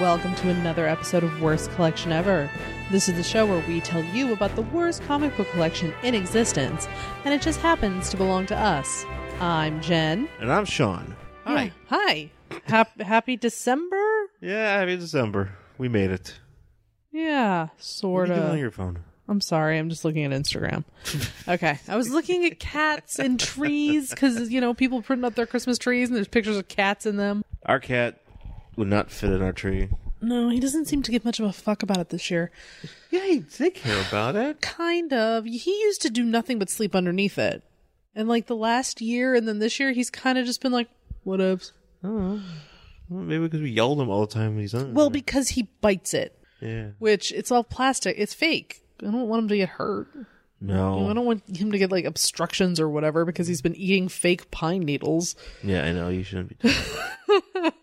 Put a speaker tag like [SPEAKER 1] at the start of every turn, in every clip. [SPEAKER 1] Welcome to another episode of Worst Collection Ever. This is the show where we tell you about the worst comic book collection in existence, and it just happens to belong to us. I'm Jen.
[SPEAKER 2] And I'm Sean.
[SPEAKER 1] Yeah. Hi. Hap- happy December?
[SPEAKER 2] Yeah, happy December. We made it.
[SPEAKER 1] Yeah,
[SPEAKER 2] What
[SPEAKER 1] sort
[SPEAKER 2] are you doing
[SPEAKER 1] of.
[SPEAKER 2] on your phone?
[SPEAKER 1] I'm sorry, I'm just looking at Instagram. Okay. I was looking at cats and trees because, you know, people putting up their Christmas trees and there's pictures of cats in them.
[SPEAKER 2] Our cat would not fit in our tree.
[SPEAKER 1] No, he doesn't seem to give much of a fuck about it this year.
[SPEAKER 2] Yeah, he did care about it.
[SPEAKER 1] kind of he used to do nothing but sleep underneath it and like the last year and then this year he's kind of just been like what ups
[SPEAKER 2] Well, maybe because we yelled him all the time when he's on.
[SPEAKER 1] well because he bites it
[SPEAKER 2] yeah.
[SPEAKER 1] which it's all plastic it's fake i don't want him to get hurt i
[SPEAKER 2] No.
[SPEAKER 1] don't want him to get like obstructions or whatever because he's been eating fake pine needles
[SPEAKER 2] Yeah, I know you shouldn't be. doing that.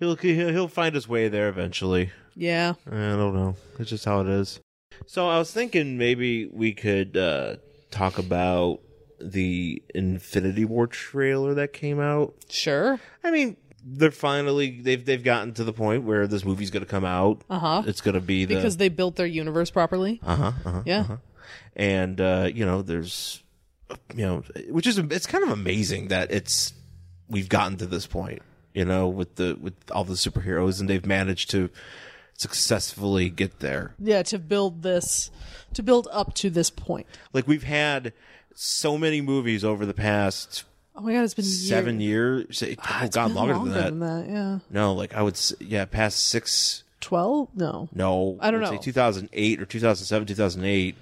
[SPEAKER 2] he'll he'll he'll find his way there eventually.
[SPEAKER 1] yeah
[SPEAKER 2] I don't know. It's just how it is. So I was thinking maybe we could uh, talk about the Infinity War trailer that came out
[SPEAKER 1] sure
[SPEAKER 2] I mean, they're finally they've they've gotten to the point where this movie's going to come out.
[SPEAKER 1] uh-huh
[SPEAKER 2] It's going to be the
[SPEAKER 1] because they built their universe properly
[SPEAKER 2] uh-huh, uh-huh.
[SPEAKER 1] yeah
[SPEAKER 2] and uh, you know, there's you know, which is it's kind of amazing that it's we've gotten to this point. You know, with the with all the superheroes, and they've managed to successfully get there.
[SPEAKER 1] yeah to build this to build up to this point
[SPEAKER 2] Like we've had so many movies over the past
[SPEAKER 1] oh my god it's been
[SPEAKER 2] seven years. Oh God,
[SPEAKER 1] years
[SPEAKER 2] longer, than that.
[SPEAKER 1] than that yeah
[SPEAKER 2] No, like I would, s- yeah, past six
[SPEAKER 1] 12 no
[SPEAKER 2] No,
[SPEAKER 1] I don't
[SPEAKER 2] would
[SPEAKER 1] know.
[SPEAKER 2] Say 2008 or 2007, 2008.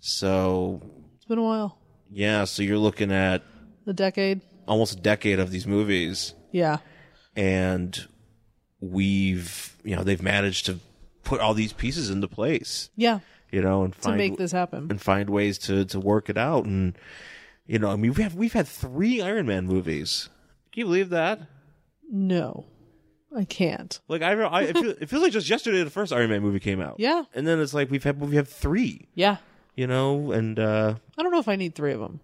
[SPEAKER 2] So
[SPEAKER 1] It's been a while.
[SPEAKER 2] yeah, so you're looking at
[SPEAKER 1] A decade.
[SPEAKER 2] almost a decade of these movies,
[SPEAKER 1] Yeah.
[SPEAKER 2] and we've you know they've managed to put all these pieces into place,
[SPEAKER 1] Yeah.
[SPEAKER 2] you know, and
[SPEAKER 1] To
[SPEAKER 2] find
[SPEAKER 1] make this happen.
[SPEAKER 2] and find ways to to work it out, and you know, I mean, we have we've had three Iron Man movies. Can you believe that?
[SPEAKER 1] No. I can't.
[SPEAKER 2] Like I, I it, feels, it feels like just yesterday the first Iron Man movie came out.
[SPEAKER 1] Yeah.
[SPEAKER 2] and then it's like we've had we have three,
[SPEAKER 1] Yeah.
[SPEAKER 2] you know, and uh
[SPEAKER 1] I don't know if I need three of them.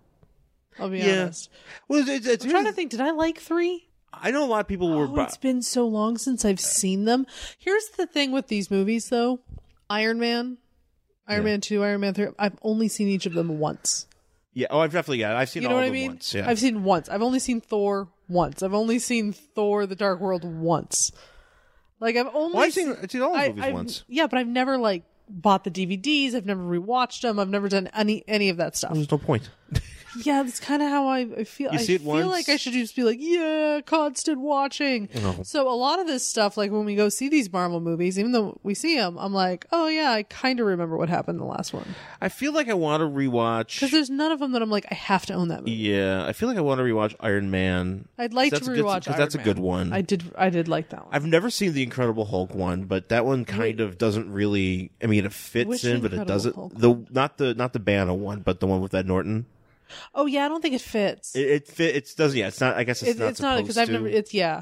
[SPEAKER 1] I'll be
[SPEAKER 2] Yeah.
[SPEAKER 1] honest.
[SPEAKER 2] Well, it's, it's, it's,
[SPEAKER 1] I'm trying to think. Did I like three?
[SPEAKER 2] I know a lot of people were.
[SPEAKER 1] Oh, it's been so long since I've seen them. Here's the thing with these movies, though Iron Man, Iron Man 2, Iron Man 3. I've only seen each of them once.
[SPEAKER 2] yeah. Oh, I've definitely yeah. I've seen
[SPEAKER 1] You
[SPEAKER 2] all
[SPEAKER 1] know what
[SPEAKER 2] of
[SPEAKER 1] I
[SPEAKER 2] them
[SPEAKER 1] mean?
[SPEAKER 2] once. Yeah.
[SPEAKER 1] I've seen once. I've only seen Thor once. I've only seen Thor: The Dark World once. Like I've only
[SPEAKER 2] well, I've seen, I've seen all the movies
[SPEAKER 1] I've-
[SPEAKER 2] once.
[SPEAKER 1] Yeah, but I've never like bought the DVDs. I've never rewatched them. I've never done any any of that stuff.
[SPEAKER 2] There's no point.
[SPEAKER 1] Yeah, that's kind of how I, I feel.
[SPEAKER 2] Mm. You
[SPEAKER 1] I
[SPEAKER 2] see it
[SPEAKER 1] feel
[SPEAKER 2] once-
[SPEAKER 1] like I should just be like, yeah, constant watching. So a lot of this stuff, like when we go see these Marvel movies, even though we see them, I'm like, oh yeah, I kind of remember what happened in the last one
[SPEAKER 2] I feel like I want to
[SPEAKER 1] because
[SPEAKER 2] rewatch.
[SPEAKER 1] there's none of them that I'm like, I have to own that movie.
[SPEAKER 2] Yeah, I feel like I want to rewatch Iron Man.
[SPEAKER 1] I'd like
[SPEAKER 2] That's
[SPEAKER 1] to
[SPEAKER 2] a good-
[SPEAKER 1] rewatch.
[SPEAKER 2] 'cause
[SPEAKER 1] Iron
[SPEAKER 2] that's a
[SPEAKER 1] Man.
[SPEAKER 2] good one.
[SPEAKER 1] I did. I did like that one.
[SPEAKER 2] I've never seen the Incredible Hulk one, but that one kind of doesn't really. I mean, it fits
[SPEAKER 1] Which
[SPEAKER 2] in, but it
[SPEAKER 1] Incredible
[SPEAKER 2] doesn't.
[SPEAKER 1] Hulk?
[SPEAKER 2] The not the not the Banner one, but the one with that Norton.
[SPEAKER 1] oh yeah, I don't think it fits.
[SPEAKER 2] It, it fit. It doesn't. Yeah, it's not. I guess it's
[SPEAKER 1] It-
[SPEAKER 2] not.
[SPEAKER 1] it's not
[SPEAKER 2] supposed
[SPEAKER 1] because I've
[SPEAKER 2] to.
[SPEAKER 1] never. It's yeah,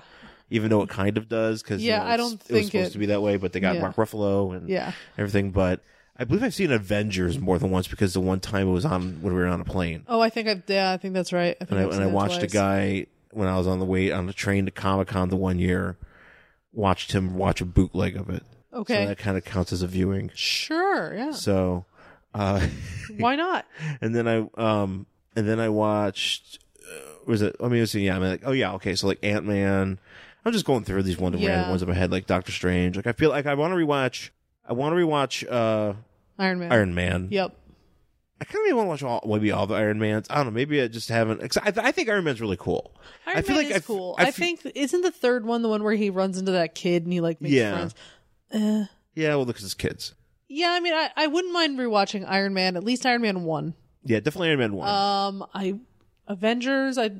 [SPEAKER 2] even though it kind of does because
[SPEAKER 1] Yeah, I don't
[SPEAKER 2] it was
[SPEAKER 1] think
[SPEAKER 2] supposed
[SPEAKER 1] it-
[SPEAKER 2] to be that way but they got
[SPEAKER 1] Yeah.
[SPEAKER 2] mark ruffalo and
[SPEAKER 1] Yeah.
[SPEAKER 2] everything but i believe i've seen avengers more than once because the one time it was on when we were on a plane
[SPEAKER 1] Oh, I think I've yeah, I think that's right. I think
[SPEAKER 2] and,
[SPEAKER 1] I've
[SPEAKER 2] I,
[SPEAKER 1] seen
[SPEAKER 2] and I
[SPEAKER 1] that
[SPEAKER 2] watched a
[SPEAKER 1] twice.
[SPEAKER 2] guy when i was on the way on the train to comic-con the one year watched him watch a bootleg of it
[SPEAKER 1] Okay,
[SPEAKER 2] so that kind of counts as a viewing
[SPEAKER 1] sure, yeah.
[SPEAKER 2] so uh
[SPEAKER 1] Why not?
[SPEAKER 2] and then I um and then I watched uh, was it I mean it was yeah I mean like oh yeah okay so like Ant Man I'm just going through these one
[SPEAKER 1] Yeah.
[SPEAKER 2] random ones in my head like Doctor Strange like I feel like I want to rewatch I want to rewatch uh
[SPEAKER 1] Iron Man.
[SPEAKER 2] Iron Man
[SPEAKER 1] Yep.
[SPEAKER 2] I kind of want to watch all maybe all the Iron Mans I don't know maybe I just haven't 'cause I, I think Iron Man's really cool
[SPEAKER 1] Iron
[SPEAKER 2] I feel
[SPEAKER 1] Man
[SPEAKER 2] like
[SPEAKER 1] is
[SPEAKER 2] I f-
[SPEAKER 1] cool.
[SPEAKER 2] I
[SPEAKER 1] I
[SPEAKER 2] f-
[SPEAKER 1] think isn't the third one the one where he runs into that kid and he like makes
[SPEAKER 2] Yeah.
[SPEAKER 1] friends? Uh,
[SPEAKER 2] yeah well because it's kids
[SPEAKER 1] yeah, I mean, I, I wouldn't mind rewatching Iron Man. At least Iron Man one.
[SPEAKER 2] yeah definitely Iron Man one
[SPEAKER 1] Um, I Avengers. I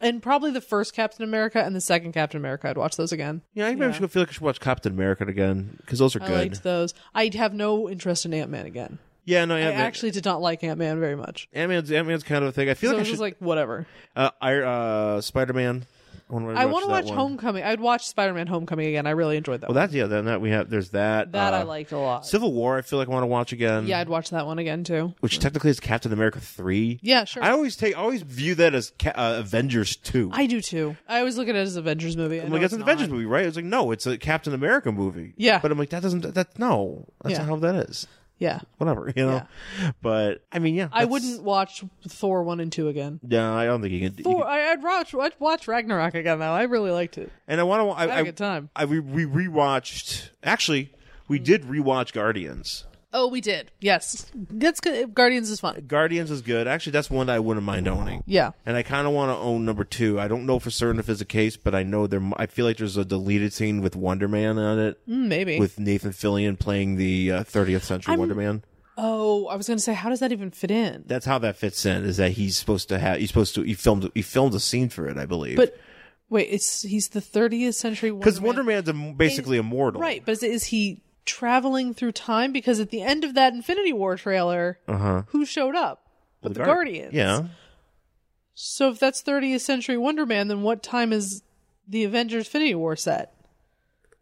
[SPEAKER 1] and probably the first Captain America and the second Captain America. I'd watch those again.
[SPEAKER 2] yeah I maybe I should feel like I should watch Captain America again because those are
[SPEAKER 1] I
[SPEAKER 2] good
[SPEAKER 1] liked those. I'd have no interest in Ant Man again.
[SPEAKER 2] yeah no Ant
[SPEAKER 1] I
[SPEAKER 2] Man
[SPEAKER 1] actually did not like Ant Man very much.
[SPEAKER 2] Ant Man's Ant Man's kind of a thing I feel
[SPEAKER 1] So it
[SPEAKER 2] like I
[SPEAKER 1] was
[SPEAKER 2] should
[SPEAKER 1] just like whatever.
[SPEAKER 2] uh, I, uh Spider Man When would
[SPEAKER 1] I want to
[SPEAKER 2] that
[SPEAKER 1] watch
[SPEAKER 2] one?
[SPEAKER 1] Homecoming. I'd watch Spider Man Homecoming again. I really enjoyed that.
[SPEAKER 2] Well,
[SPEAKER 1] one.
[SPEAKER 2] that's yeah. Then that we have there's that.
[SPEAKER 1] that I
[SPEAKER 2] uh,
[SPEAKER 1] liked a lot.
[SPEAKER 2] Civil War. I feel like I want to watch again.
[SPEAKER 1] yeah, I'd watch that one again too.
[SPEAKER 2] which technically is Captain America three.
[SPEAKER 1] Yeah, sure.
[SPEAKER 2] I always take, I always view that as ca- uh, Avengers two.
[SPEAKER 1] I do too. I always look at it as an Avengers movie. I
[SPEAKER 2] I'm
[SPEAKER 1] know
[SPEAKER 2] like, that's an
[SPEAKER 1] it's
[SPEAKER 2] Avengers
[SPEAKER 1] not.
[SPEAKER 2] movie, right? It's like, no, it's a Captain America movie.
[SPEAKER 1] Yeah.
[SPEAKER 2] But I'm like, that doesn't, that, no, that's
[SPEAKER 1] Yeah.
[SPEAKER 2] not how that is.
[SPEAKER 1] Yeah.
[SPEAKER 2] Whatever, you know? But, I mean, yeah.
[SPEAKER 1] I
[SPEAKER 2] that's-
[SPEAKER 1] wouldn't watch Thor one and two again.
[SPEAKER 2] No, I don't think you can. you
[SPEAKER 1] Thor,
[SPEAKER 2] can-
[SPEAKER 1] I, I'd watch I'd watch Ragnarok again though. I really liked it.
[SPEAKER 2] and I want to,
[SPEAKER 1] I
[SPEAKER 2] I,
[SPEAKER 1] had a
[SPEAKER 2] I,
[SPEAKER 1] good time. Mm.
[SPEAKER 2] I, we, we rewatched, actually, we did rewatch Guardians.
[SPEAKER 1] Oh, we did. Yes, that's good. Guardians is fun.
[SPEAKER 2] Guardians is good. Actually, that's one that I wouldn't mind owning.
[SPEAKER 1] Yeah.
[SPEAKER 2] And I kind of want to own number two. I don't know for certain if it's a case, but I know there. m- I feel like there's a deleted scene with Wonder Man on it,
[SPEAKER 1] Mm, Maybe.
[SPEAKER 2] with Nathan Fillion playing the uh, 30th century Wonder Man.
[SPEAKER 1] oh, I was gonna say, how does that even fit in?
[SPEAKER 2] That's how that fits in. Is that he's supposed to have? He's supposed to. He filmed. He filmed a scene for it, I believe.
[SPEAKER 1] but wait, it's he's the 30th century
[SPEAKER 2] because
[SPEAKER 1] Wonder,
[SPEAKER 2] Wonder
[SPEAKER 1] Man.
[SPEAKER 2] Man's a, basically immortal,
[SPEAKER 1] right? But is, is he traveling through time? Because at the end of that Infinity War trailer, uh-huh. who showed up? But the,
[SPEAKER 2] Guard-
[SPEAKER 1] Guardians.
[SPEAKER 2] Yeah.
[SPEAKER 1] So if that's 30th century Wonder Man, then what time is the Avengers Infinity War set?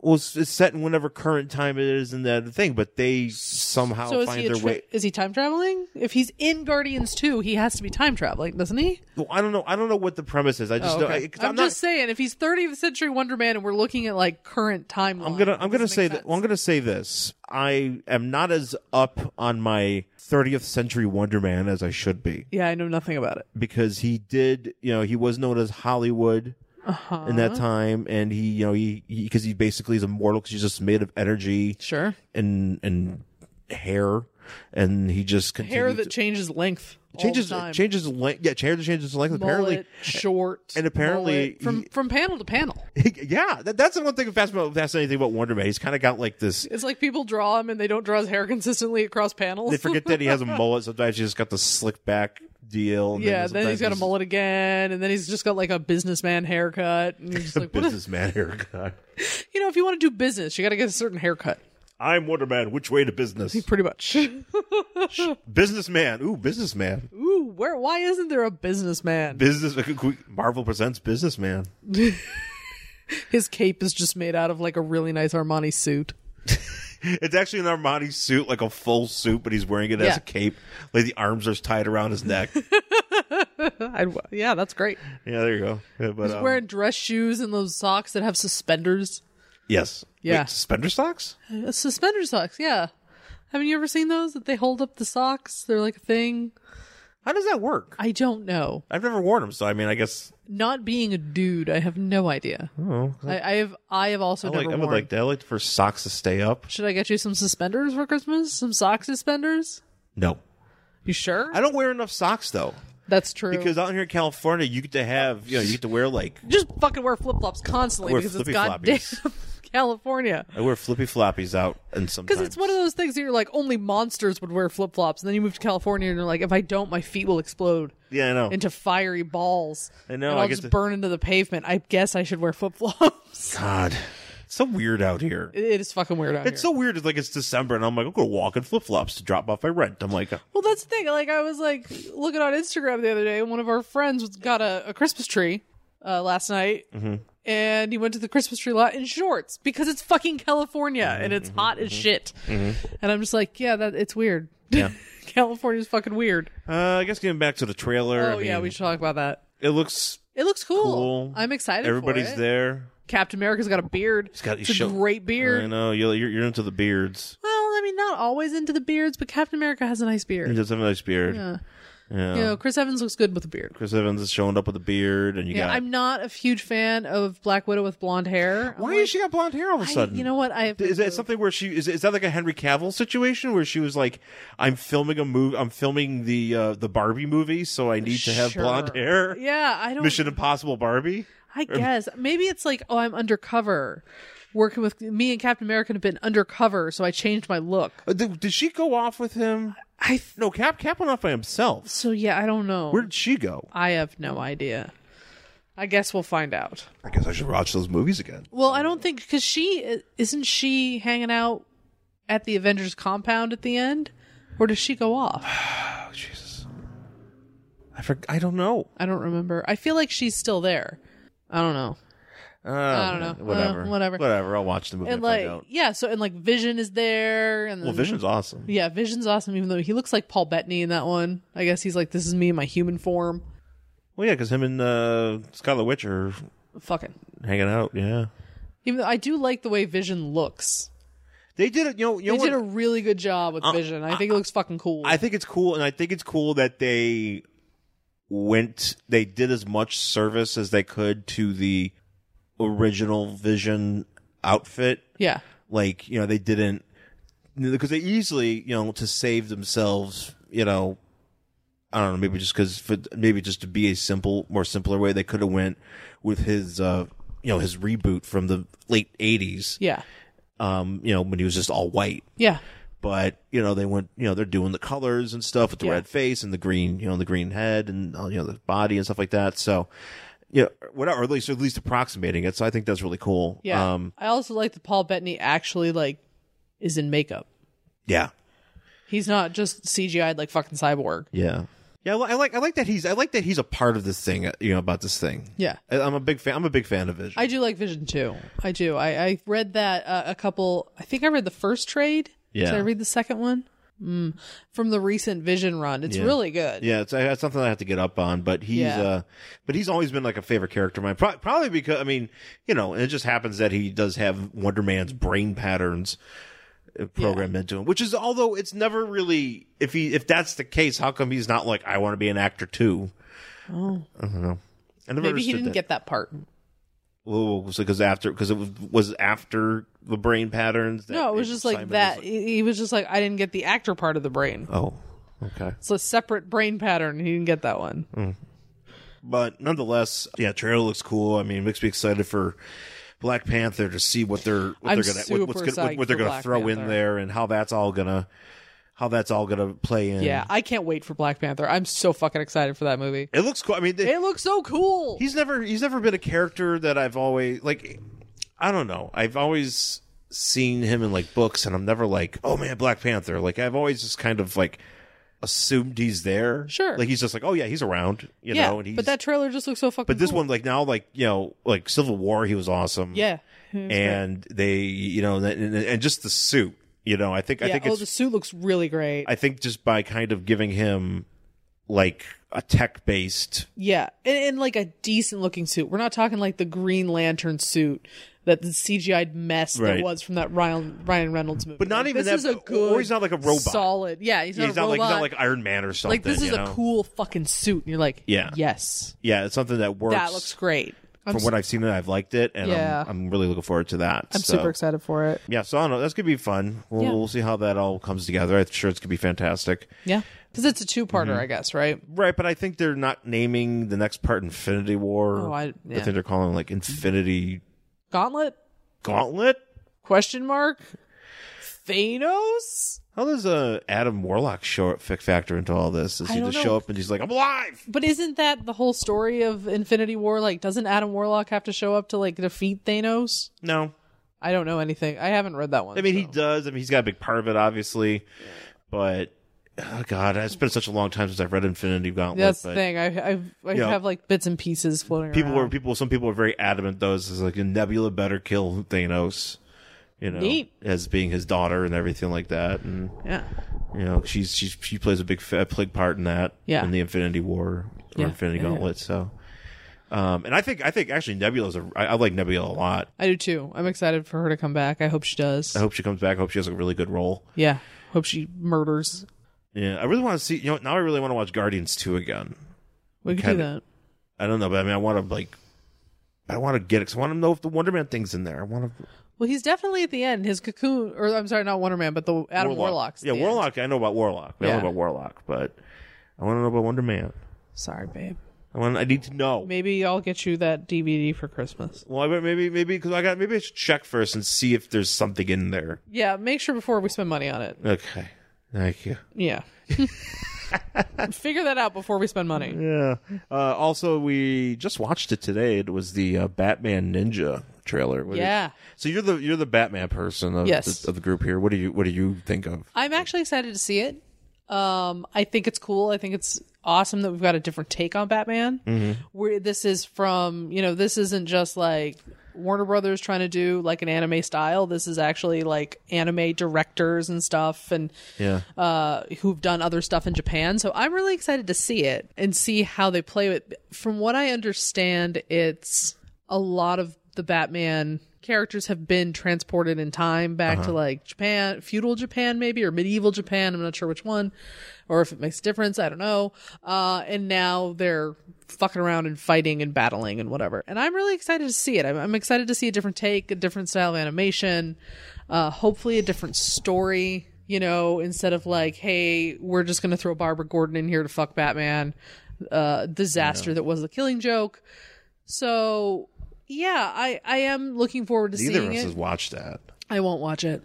[SPEAKER 2] Well, it's, it's set in whatever current time it is in that thing, but they somehow
[SPEAKER 1] so is
[SPEAKER 2] find
[SPEAKER 1] he a
[SPEAKER 2] their
[SPEAKER 1] tra-
[SPEAKER 2] way.
[SPEAKER 1] is he time traveling? If he's in Guardians 2, he has to be time traveling, doesn't he?
[SPEAKER 2] Well, I don't know. I don't know what the premise is. I just
[SPEAKER 1] Oh,
[SPEAKER 2] know.
[SPEAKER 1] okay.
[SPEAKER 2] I, 'cause
[SPEAKER 1] I'm,
[SPEAKER 2] not-
[SPEAKER 1] just saying, if he's 30th century Wonder Man and we're looking at like current timeline,
[SPEAKER 2] I'm gonna I'm
[SPEAKER 1] it doesn't
[SPEAKER 2] gonna
[SPEAKER 1] make
[SPEAKER 2] say that
[SPEAKER 1] sense.
[SPEAKER 2] well, I'm gonna say this. I am not as up on my 30th century Wonder Man as I should be
[SPEAKER 1] yeah, I know nothing about it.
[SPEAKER 2] because he did you know he was known as Hollywood
[SPEAKER 1] Uh-huh.
[SPEAKER 2] in that time and he you know he because he, basically is immortal because he's just made of energy
[SPEAKER 1] Sure,
[SPEAKER 2] and and hair and he just continued
[SPEAKER 1] hair that changes length, all
[SPEAKER 2] changes
[SPEAKER 1] the time.
[SPEAKER 2] changes length yeah hair that changes length apparently
[SPEAKER 1] Mullet, short,
[SPEAKER 2] and apparently
[SPEAKER 1] mullet, from from panel to panel.
[SPEAKER 2] yeah that, that's the one thing that's fascinating that's anything about Wonder Man he's kind of got like this
[SPEAKER 1] It's like people draw him and they don't draw his hair consistently across panels.
[SPEAKER 2] they forget that he has a mullet. Sometimes he's just got the slick back deal. And
[SPEAKER 1] yeah, then he's got a
[SPEAKER 2] sometimes
[SPEAKER 1] mullet again, and then he's just got like a businessman haircut. And you're just like, what a-
[SPEAKER 2] Businessman haircut.
[SPEAKER 1] you know, if you want to do business, you got to get a certain haircut,
[SPEAKER 2] I'm Wonderman. Which way to business?
[SPEAKER 1] pretty much.
[SPEAKER 2] businessman. Ooh, businessman.
[SPEAKER 1] Ooh, where? Why isn't there a businessman?
[SPEAKER 2] Business. Marvel presents businessman.
[SPEAKER 1] His cape is just made out of like a really nice Armani suit.
[SPEAKER 2] It's actually an Armani suit, like a full suit, but he's wearing it
[SPEAKER 1] Yeah.
[SPEAKER 2] as a cape. Like the arms are tied around his neck. yeah,
[SPEAKER 1] I'd, yeah, that's great.
[SPEAKER 2] there you go. Yeah, but,
[SPEAKER 1] He's
[SPEAKER 2] um,
[SPEAKER 1] wearing dress shoes and those socks that have suspenders.
[SPEAKER 2] yes.
[SPEAKER 1] Yeah.
[SPEAKER 2] Wait, suspender socks.
[SPEAKER 1] Uh, Suspender socks, yeah. Haven't you ever seen those that they hold up the socks? They're like a thing.
[SPEAKER 2] How does that work?
[SPEAKER 1] I don't know.
[SPEAKER 2] I've never worn them, so I mean, I guess
[SPEAKER 1] Not being a dude, I have no idea.
[SPEAKER 2] oh,
[SPEAKER 1] I, I have. I have also
[SPEAKER 2] I,
[SPEAKER 1] never
[SPEAKER 2] like, I would
[SPEAKER 1] worn.
[SPEAKER 2] like that. I like for socks to stay up.
[SPEAKER 1] Should I get you some suspenders for Christmas? Some sock suspenders?
[SPEAKER 2] No,
[SPEAKER 1] You sure?
[SPEAKER 2] I don't wear enough socks though.
[SPEAKER 1] That's true.
[SPEAKER 2] Because out here in California, you get to have, you know, you get to wear like
[SPEAKER 1] just fucking wear flip flops constantly
[SPEAKER 2] Wear
[SPEAKER 1] because it's goddamn
[SPEAKER 2] flippy-floppies.
[SPEAKER 1] California.
[SPEAKER 2] I wear flippy floppies out, and sometimes
[SPEAKER 1] Because it's one of those things that you're like, only monsters would wear flip flops. And then you move to California and you're like, if I don't, my feet will explode
[SPEAKER 2] yeah, I know.
[SPEAKER 1] into fiery balls.
[SPEAKER 2] I know,
[SPEAKER 1] And
[SPEAKER 2] I
[SPEAKER 1] I'll
[SPEAKER 2] get
[SPEAKER 1] just
[SPEAKER 2] to-
[SPEAKER 1] burn into the pavement. I guess I should wear flip flops.
[SPEAKER 2] God, it's so weird out here.
[SPEAKER 1] it is fucking weird out
[SPEAKER 2] It's
[SPEAKER 1] here.
[SPEAKER 2] so weird. It's like it's December, and I'm like, I'm gonna walk in flip flops to drop off my rent. I'm like, uh,
[SPEAKER 1] well, that's the thing. Like, I was like looking on Instagram the other day, and one of our friends was- got a, a Christmas tree uh, last night.
[SPEAKER 2] Mm-hmm.
[SPEAKER 1] And he went to the Christmas tree lot in shorts because it's fucking California
[SPEAKER 2] Mm-hmm,
[SPEAKER 1] and it's hot as shit. And I'm just like, yeah, that it's weird.
[SPEAKER 2] Yeah.
[SPEAKER 1] California's fucking weird.
[SPEAKER 2] uh, I guess getting back to the trailer.
[SPEAKER 1] Oh
[SPEAKER 2] I mean,
[SPEAKER 1] yeah, we should talk about that.
[SPEAKER 2] It looks
[SPEAKER 1] It looks cool.
[SPEAKER 2] cool.
[SPEAKER 1] I'm excited.
[SPEAKER 2] Everybody's
[SPEAKER 1] for it.
[SPEAKER 2] there.
[SPEAKER 1] Captain America's got a beard. He's
[SPEAKER 2] got-
[SPEAKER 1] it's
[SPEAKER 2] he's
[SPEAKER 1] a
[SPEAKER 2] show-
[SPEAKER 1] great beard.
[SPEAKER 2] I know you're, you're you're into the beards.
[SPEAKER 1] Well, I mean, not always into the beards, but Captain America has a nice
[SPEAKER 2] He
[SPEAKER 1] beard.
[SPEAKER 2] does have a nice beard.
[SPEAKER 1] Yeah.
[SPEAKER 2] Yeah.
[SPEAKER 1] You know, Chris Evans looks good with a beard.
[SPEAKER 2] Chris Evans is showing up with a beard, and you
[SPEAKER 1] Yeah,
[SPEAKER 2] got.
[SPEAKER 1] I'm not a huge fan of Black Widow with blonde hair. I'm
[SPEAKER 2] why
[SPEAKER 1] like,
[SPEAKER 2] is she got blonde hair all of a
[SPEAKER 1] I-
[SPEAKER 2] sudden?
[SPEAKER 1] you know what? I have
[SPEAKER 2] Is that something where she is? Is that like a Henry Cavill situation where she was like, "I'm filming a movie. I'm filming the uh, the Barbie movie, so I need to have
[SPEAKER 1] Sure.
[SPEAKER 2] blonde hair."
[SPEAKER 1] Yeah, I don't.
[SPEAKER 2] Mission Impossible Barbie.
[SPEAKER 1] I guess maybe it's like, oh, I'm undercover, working with me and Captain America have been undercover, so I changed my look.
[SPEAKER 2] Uh, Did, did she go off with him?
[SPEAKER 1] I th-
[SPEAKER 2] No, Cap Cap went off by himself.
[SPEAKER 1] so yeah, I don't know.
[SPEAKER 2] Where did she go?
[SPEAKER 1] I have no idea. I guess we'll find out.
[SPEAKER 2] I guess I should watch those movies again.
[SPEAKER 1] Well, I don't think because she isn't she hanging out at the Avengers compound at the end, or does she go off?
[SPEAKER 2] Oh Jesus! I for, I don't know.
[SPEAKER 1] I don't remember. I feel like she's still there. I don't know.
[SPEAKER 2] Uh,
[SPEAKER 1] I don't know.
[SPEAKER 2] Whatever.
[SPEAKER 1] Uh, whatever.
[SPEAKER 2] Whatever. I'll watch the movie.
[SPEAKER 1] And
[SPEAKER 2] if I
[SPEAKER 1] like
[SPEAKER 2] don't.
[SPEAKER 1] yeah, so and like Vision is there and
[SPEAKER 2] well,
[SPEAKER 1] then-
[SPEAKER 2] Vision's awesome.
[SPEAKER 1] Yeah, Vision's awesome even though he looks like Paul Bettany in that one. I guess he's like this is me in my human form.
[SPEAKER 2] Well, yeah, because him and uh, Scarlet Witch are
[SPEAKER 1] Fucking.
[SPEAKER 2] hanging out. Yeah,
[SPEAKER 1] Even though I do like the way Vision looks.
[SPEAKER 2] they did it. You know, you know
[SPEAKER 1] They
[SPEAKER 2] what?
[SPEAKER 1] did a really good job with Vision. I think it looks fucking cool.
[SPEAKER 2] Uh, I think it's cool, and I think it's cool that they went. They did as much service as they could to the original Vision outfit.
[SPEAKER 1] yeah.
[SPEAKER 2] Like you know, they didn't because they easily you know to save themselves. You know, I don't know. Maybe just because maybe just to be a simple, more simpler way, they could have went with his. uh you know his reboot from the late 80s
[SPEAKER 1] Yeah.
[SPEAKER 2] um you know when he was just all white
[SPEAKER 1] Yeah.
[SPEAKER 2] but you know they went you know they're doing the colors and stuff with the
[SPEAKER 1] Yeah.
[SPEAKER 2] red face and the green you know the green head and uh, you know the body and stuff like that so you know whatever or at least or at least approximating it so i think that's really cool
[SPEAKER 1] Yeah.
[SPEAKER 2] um
[SPEAKER 1] I also like that Paul Bettany actually like is in makeup.
[SPEAKER 2] yeah
[SPEAKER 1] He's not just CGI'd like fucking cyborg.
[SPEAKER 2] yeah yeah i like i like that he's i like that he's a part of this thing uh, you know about this thing
[SPEAKER 1] Yeah.
[SPEAKER 2] I, i'm a big fan i'm a big fan of vision
[SPEAKER 1] I do like Vision too. I do. I, I read that uh, a couple. I think I read the first trade.
[SPEAKER 2] Yeah.
[SPEAKER 1] Did I read the second one? Mm. From the recent Vision run, it's really good.
[SPEAKER 2] yeah, it's, it's something I have to get up on, but he's
[SPEAKER 1] Yeah.
[SPEAKER 2] uh, but he's always been like a favorite character of mine. Pro- probably because I mean, you know, it just happens that he does have Wonder Man's brain patterns uh, programmed into him, which is although it's never really if he if that's the case, how come he's not like I want to be an actor too? Oh, I don't know. I never
[SPEAKER 1] Maybe he
[SPEAKER 2] understood
[SPEAKER 1] didn't
[SPEAKER 2] that.
[SPEAKER 1] get that part.
[SPEAKER 2] Oh, so because after because it was, was after the brain patterns. that
[SPEAKER 1] No, it was
[SPEAKER 2] made
[SPEAKER 1] just like
[SPEAKER 2] Simon was
[SPEAKER 1] that. he he was just like, I didn't get the actor part of the brain.
[SPEAKER 2] oh, okay.
[SPEAKER 1] It's a separate brain pattern. He didn't get that one.
[SPEAKER 2] Mm-hmm. But nonetheless, yeah, trailer looks cool. I mean, it makes me excited for Black Panther to see what they're what
[SPEAKER 1] I'm
[SPEAKER 2] they're gonna what, what's
[SPEAKER 1] super
[SPEAKER 2] gonna what,
[SPEAKER 1] psyched
[SPEAKER 2] what they're
[SPEAKER 1] for
[SPEAKER 2] gonna
[SPEAKER 1] Black
[SPEAKER 2] throw in
[SPEAKER 1] Panther.
[SPEAKER 2] there and how that's all gonna how that's all gonna play in.
[SPEAKER 1] Yeah, I can't wait for Black Panther. I'm so fucking excited for that movie.
[SPEAKER 2] it looks cool. I mean, they,
[SPEAKER 1] It looks so cool.
[SPEAKER 2] he's never he's never been a character that I've always like. I don't know. I've always seen him in like books, and I'm never like, oh man, Black Panther. Like I've always just kind of like assumed he's there.
[SPEAKER 1] Sure.
[SPEAKER 2] Like he's just like, oh yeah, he's around. You
[SPEAKER 1] yeah,
[SPEAKER 2] know, and he's
[SPEAKER 1] but that trailer just looks so fucking.
[SPEAKER 2] But this
[SPEAKER 1] cool.
[SPEAKER 2] one, like now, like you know, like Civil War, he was awesome.
[SPEAKER 1] yeah, and
[SPEAKER 2] and they you know and, and just the suit you know i think i
[SPEAKER 1] yeah.
[SPEAKER 2] think
[SPEAKER 1] Oh,
[SPEAKER 2] it's
[SPEAKER 1] the suit looks really great.
[SPEAKER 2] i think just by kind of giving him like a tech based
[SPEAKER 1] Yeah, and, and like a decent looking suit. We're not talking like the Green Lantern suit that the CGI mess
[SPEAKER 2] Right.
[SPEAKER 1] that was from that Ryan Ryan Reynolds movie.
[SPEAKER 2] But not
[SPEAKER 1] Like,
[SPEAKER 2] even
[SPEAKER 1] this
[SPEAKER 2] that-
[SPEAKER 1] is a
[SPEAKER 2] or
[SPEAKER 1] good.
[SPEAKER 2] he's not like a robot.
[SPEAKER 1] Solid. Yeah, he's not
[SPEAKER 2] he's
[SPEAKER 1] a
[SPEAKER 2] not like
[SPEAKER 1] robot.
[SPEAKER 2] he's not like iron man or something
[SPEAKER 1] Like, this is
[SPEAKER 2] you
[SPEAKER 1] a
[SPEAKER 2] know?
[SPEAKER 1] cool fucking suit, and you're like,
[SPEAKER 2] Yeah.
[SPEAKER 1] yes,
[SPEAKER 2] yeah it's something that works
[SPEAKER 1] that looks great. I'm,
[SPEAKER 2] from what i've seen and i've liked it and
[SPEAKER 1] Yeah.
[SPEAKER 2] I'm, I'm really looking forward to that
[SPEAKER 1] I'm super excited for it.
[SPEAKER 2] yeah so i don't know that's gonna be fun we'll,
[SPEAKER 1] Yeah.
[SPEAKER 2] we'll see how that all comes together i'm sure it's gonna be fantastic
[SPEAKER 1] Yeah, because it's a two parter,
[SPEAKER 2] Mm-hmm.
[SPEAKER 1] I guess, right?
[SPEAKER 2] right but i think they're not naming the next part infinity war
[SPEAKER 1] Oh, I- yeah.
[SPEAKER 2] think they're calling it, like infinity
[SPEAKER 1] Gauntlet?
[SPEAKER 2] gauntlet
[SPEAKER 1] Question mark? Thanos?
[SPEAKER 2] How does uh, Adam Warlock show up, fic factor into all this? Does
[SPEAKER 1] I
[SPEAKER 2] he
[SPEAKER 1] don't
[SPEAKER 2] just
[SPEAKER 1] know.
[SPEAKER 2] show up and he's like, I'm alive?
[SPEAKER 1] But isn't that the whole story of Infinity War? Like, doesn't Adam Warlock have to show up to like defeat Thanos?
[SPEAKER 2] No.
[SPEAKER 1] I don't know anything. I haven't read that one.
[SPEAKER 2] I mean, he
[SPEAKER 1] so.
[SPEAKER 2] does. I mean, he's got a big part of it, obviously. But, oh, God, it's been such a long time since I've read Infinity Gauntlet.
[SPEAKER 1] that's the
[SPEAKER 2] but
[SPEAKER 1] thing. I I've, I
[SPEAKER 2] Yeah.
[SPEAKER 1] have like bits and pieces floating
[SPEAKER 2] People
[SPEAKER 1] around.
[SPEAKER 2] were, people, some people were very adamant, though, is like, Nebula better kill Thanos, you know,
[SPEAKER 1] Neat.
[SPEAKER 2] as being his daughter and everything like that. And,
[SPEAKER 1] yeah,
[SPEAKER 2] you know, she's, she's, she plays a big, fa- big part in that.
[SPEAKER 1] Yeah.
[SPEAKER 2] In the Infinity War or
[SPEAKER 1] Yeah.
[SPEAKER 2] Infinity
[SPEAKER 1] Yeah, yeah.
[SPEAKER 2] Gauntlet. So, um, and I think, I think actually Nebula's a, I, I like Nebula a lot.
[SPEAKER 1] I do too. I'm excited for her to come back. I hope she does.
[SPEAKER 2] I hope she comes back. I hope she has a really good role.
[SPEAKER 1] yeah, hope she murders.
[SPEAKER 2] Yeah, I really want to see. You know, now I really want to watch Guardians two again.
[SPEAKER 1] We could do
[SPEAKER 2] kinda-
[SPEAKER 1] that.
[SPEAKER 2] I don't know, but I mean, I want to like, I want to get it. 'cause I want to know if the Wonder Man thing's in there. I want to
[SPEAKER 1] Well, he's definitely at the end. His cocoon, or I'm sorry, not Wonder Man, but the Adam Warlock's. at
[SPEAKER 2] Yeah,
[SPEAKER 1] the end.
[SPEAKER 2] Warlock. I know about Warlock. I know
[SPEAKER 1] Yeah.
[SPEAKER 2] about Warlock, but I want to know about Wonder Man.
[SPEAKER 1] Sorry, babe.
[SPEAKER 2] I want. I need to know.
[SPEAKER 1] Maybe I'll get you that DVD for Christmas.
[SPEAKER 2] Well, I bet maybe maybe because I got maybe I should check first and see if there's something in there.
[SPEAKER 1] Yeah, make sure before we spend money on it.
[SPEAKER 2] Okay, thank you.
[SPEAKER 1] Yeah. Figure that out before we spend money.
[SPEAKER 2] Yeah. Uh, also, we just watched it today. It was the uh, Batman Ninja trailer. What did-
[SPEAKER 1] Yeah.
[SPEAKER 2] So you're the you're the Batman person of,
[SPEAKER 1] Yes.
[SPEAKER 2] the, of the group here. What do you what do you think of?
[SPEAKER 1] I'm actually excited to see it. Um, I think it's cool. I think it's awesome that we've got a different take on Batman. Where this is from, you know, this isn't just like Warner Brothers trying to do like an anime style. This is actually like anime directors and stuff, and
[SPEAKER 2] Yeah.
[SPEAKER 1] uh, who've done other stuff in Japan. So I'm really excited to see it and see how they play with. From what I understand, it's a lot of the Batman characters have been transported in time back to like Japan, feudal Japan maybe, or medieval Japan. I'm not sure which one, or if it makes a difference. I don't know. Uh, and now they're fucking around and fighting and battling and whatever. And I'm really excited to see it. I'm, I'm excited to see a different take, a different style of animation, uh, hopefully a different story you know, instead of like, hey, we're just going to throw Barbara Gordon in here to fuck Batman, uh, disaster that was the Killing Joke. So, yeah, I I am looking forward to
[SPEAKER 2] Neither of
[SPEAKER 1] seeing
[SPEAKER 2] us
[SPEAKER 1] it.
[SPEAKER 2] has watched that.
[SPEAKER 1] I won't watch it.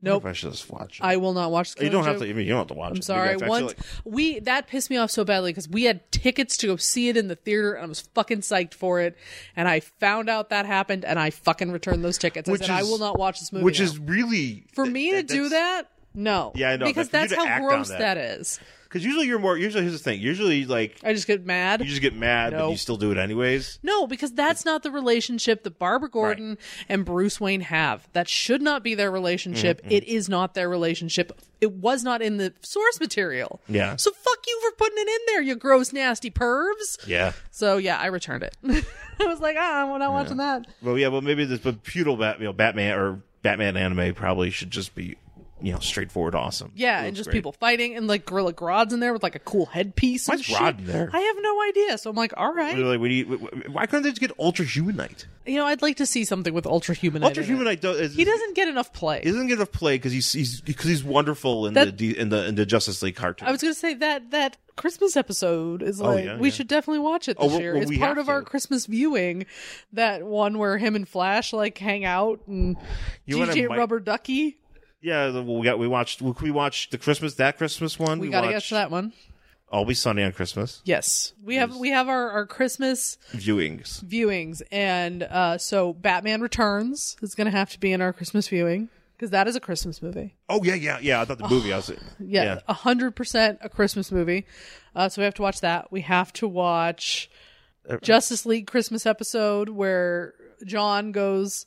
[SPEAKER 2] Nope. I should just watch it.
[SPEAKER 1] I will not watch the
[SPEAKER 2] you
[SPEAKER 1] Killing
[SPEAKER 2] don't
[SPEAKER 1] Joke.
[SPEAKER 2] have to. I mean, you don't have to watch.
[SPEAKER 1] I'm sorry. Once we that pissed me off so badly because we had tickets to go see it in the theater and I was fucking psyched for it, and I found out that happened and I fucking returned those tickets. I
[SPEAKER 2] Which
[SPEAKER 1] said I
[SPEAKER 2] is-
[SPEAKER 1] will not watch this movie.
[SPEAKER 2] which
[SPEAKER 1] now."
[SPEAKER 2] is really
[SPEAKER 1] for me to do that. No,
[SPEAKER 2] Yeah, I know, but
[SPEAKER 1] because
[SPEAKER 2] for you
[SPEAKER 1] that's
[SPEAKER 2] to
[SPEAKER 1] how
[SPEAKER 2] act on
[SPEAKER 1] gross
[SPEAKER 2] that-
[SPEAKER 1] that is.
[SPEAKER 2] Because usually you're more. Usually here's the thing. Usually like
[SPEAKER 1] I just get mad.
[SPEAKER 2] you just get mad, but
[SPEAKER 1] No.
[SPEAKER 2] you still do it anyways.
[SPEAKER 1] No, because that's not the relationship that Barbara Gordon and Bruce Wayne have. That should not be their relationship.
[SPEAKER 2] Mm-hmm,
[SPEAKER 1] It is not their relationship. It was not in the source material.
[SPEAKER 2] Yeah.
[SPEAKER 1] So fuck you for putting it in there, you gross, nasty pervs.
[SPEAKER 2] Yeah.
[SPEAKER 1] So yeah, I returned it. I was like, ah, we're not watching that.
[SPEAKER 2] Well, yeah. Well, maybe this. But feudal Bat, you know, Batman or Batman anime probably should just be, you know, straightforward, awesome.
[SPEAKER 1] Yeah, and
[SPEAKER 2] It looks
[SPEAKER 1] just
[SPEAKER 2] great.
[SPEAKER 1] people fighting and like Gorilla Grodd's in there with like a cool headpiece. and
[SPEAKER 2] Why's
[SPEAKER 1] shit.
[SPEAKER 2] Grodd in there?
[SPEAKER 1] I have no idea. So I'm like, all
[SPEAKER 2] They're
[SPEAKER 1] right.
[SPEAKER 2] like, we need, wh- wh- why couldn't they just get Ultra Humanite?
[SPEAKER 1] You know, I'd like to see something with Ultra Humanite.
[SPEAKER 2] Ultra
[SPEAKER 1] in it.
[SPEAKER 2] Humanite does. is-
[SPEAKER 1] He doesn't get enough play.
[SPEAKER 2] He doesn't get enough play because he's he's because he's wonderful in
[SPEAKER 1] That-
[SPEAKER 2] the in the in the Justice League cartoon.
[SPEAKER 1] I was going to say that that Christmas episode is like
[SPEAKER 2] Oh, yeah,
[SPEAKER 1] we
[SPEAKER 2] yeah.
[SPEAKER 1] should definitely watch it this
[SPEAKER 2] Oh, well,
[SPEAKER 1] year.
[SPEAKER 2] well,
[SPEAKER 1] it's
[SPEAKER 2] we
[SPEAKER 1] part
[SPEAKER 2] have
[SPEAKER 1] of our
[SPEAKER 2] to.
[SPEAKER 1] Christmas viewing. That one where him and Flash like hang out and
[SPEAKER 2] You know what I
[SPEAKER 1] DJ
[SPEAKER 2] might-
[SPEAKER 1] Rubber Ducky.
[SPEAKER 2] yeah, the- well, we got we watched we, we watched the Christmas that Christmas one.
[SPEAKER 1] We, got to get
[SPEAKER 2] watched
[SPEAKER 1] to that one.
[SPEAKER 2] Always Sunny on Christmas
[SPEAKER 1] Yes, we have we have our our Christmas
[SPEAKER 2] viewings.
[SPEAKER 1] viewings, and uh so Batman Returns is going to have to be in our Christmas viewing because that is a Christmas movie.
[SPEAKER 2] Oh yeah, yeah, yeah. I thought the movie. I was
[SPEAKER 1] yeah, a hundred percent a Christmas movie. Uh, so we have to watch that. We have to watch
[SPEAKER 2] Uh,
[SPEAKER 1] Justice League Christmas episode where John goes.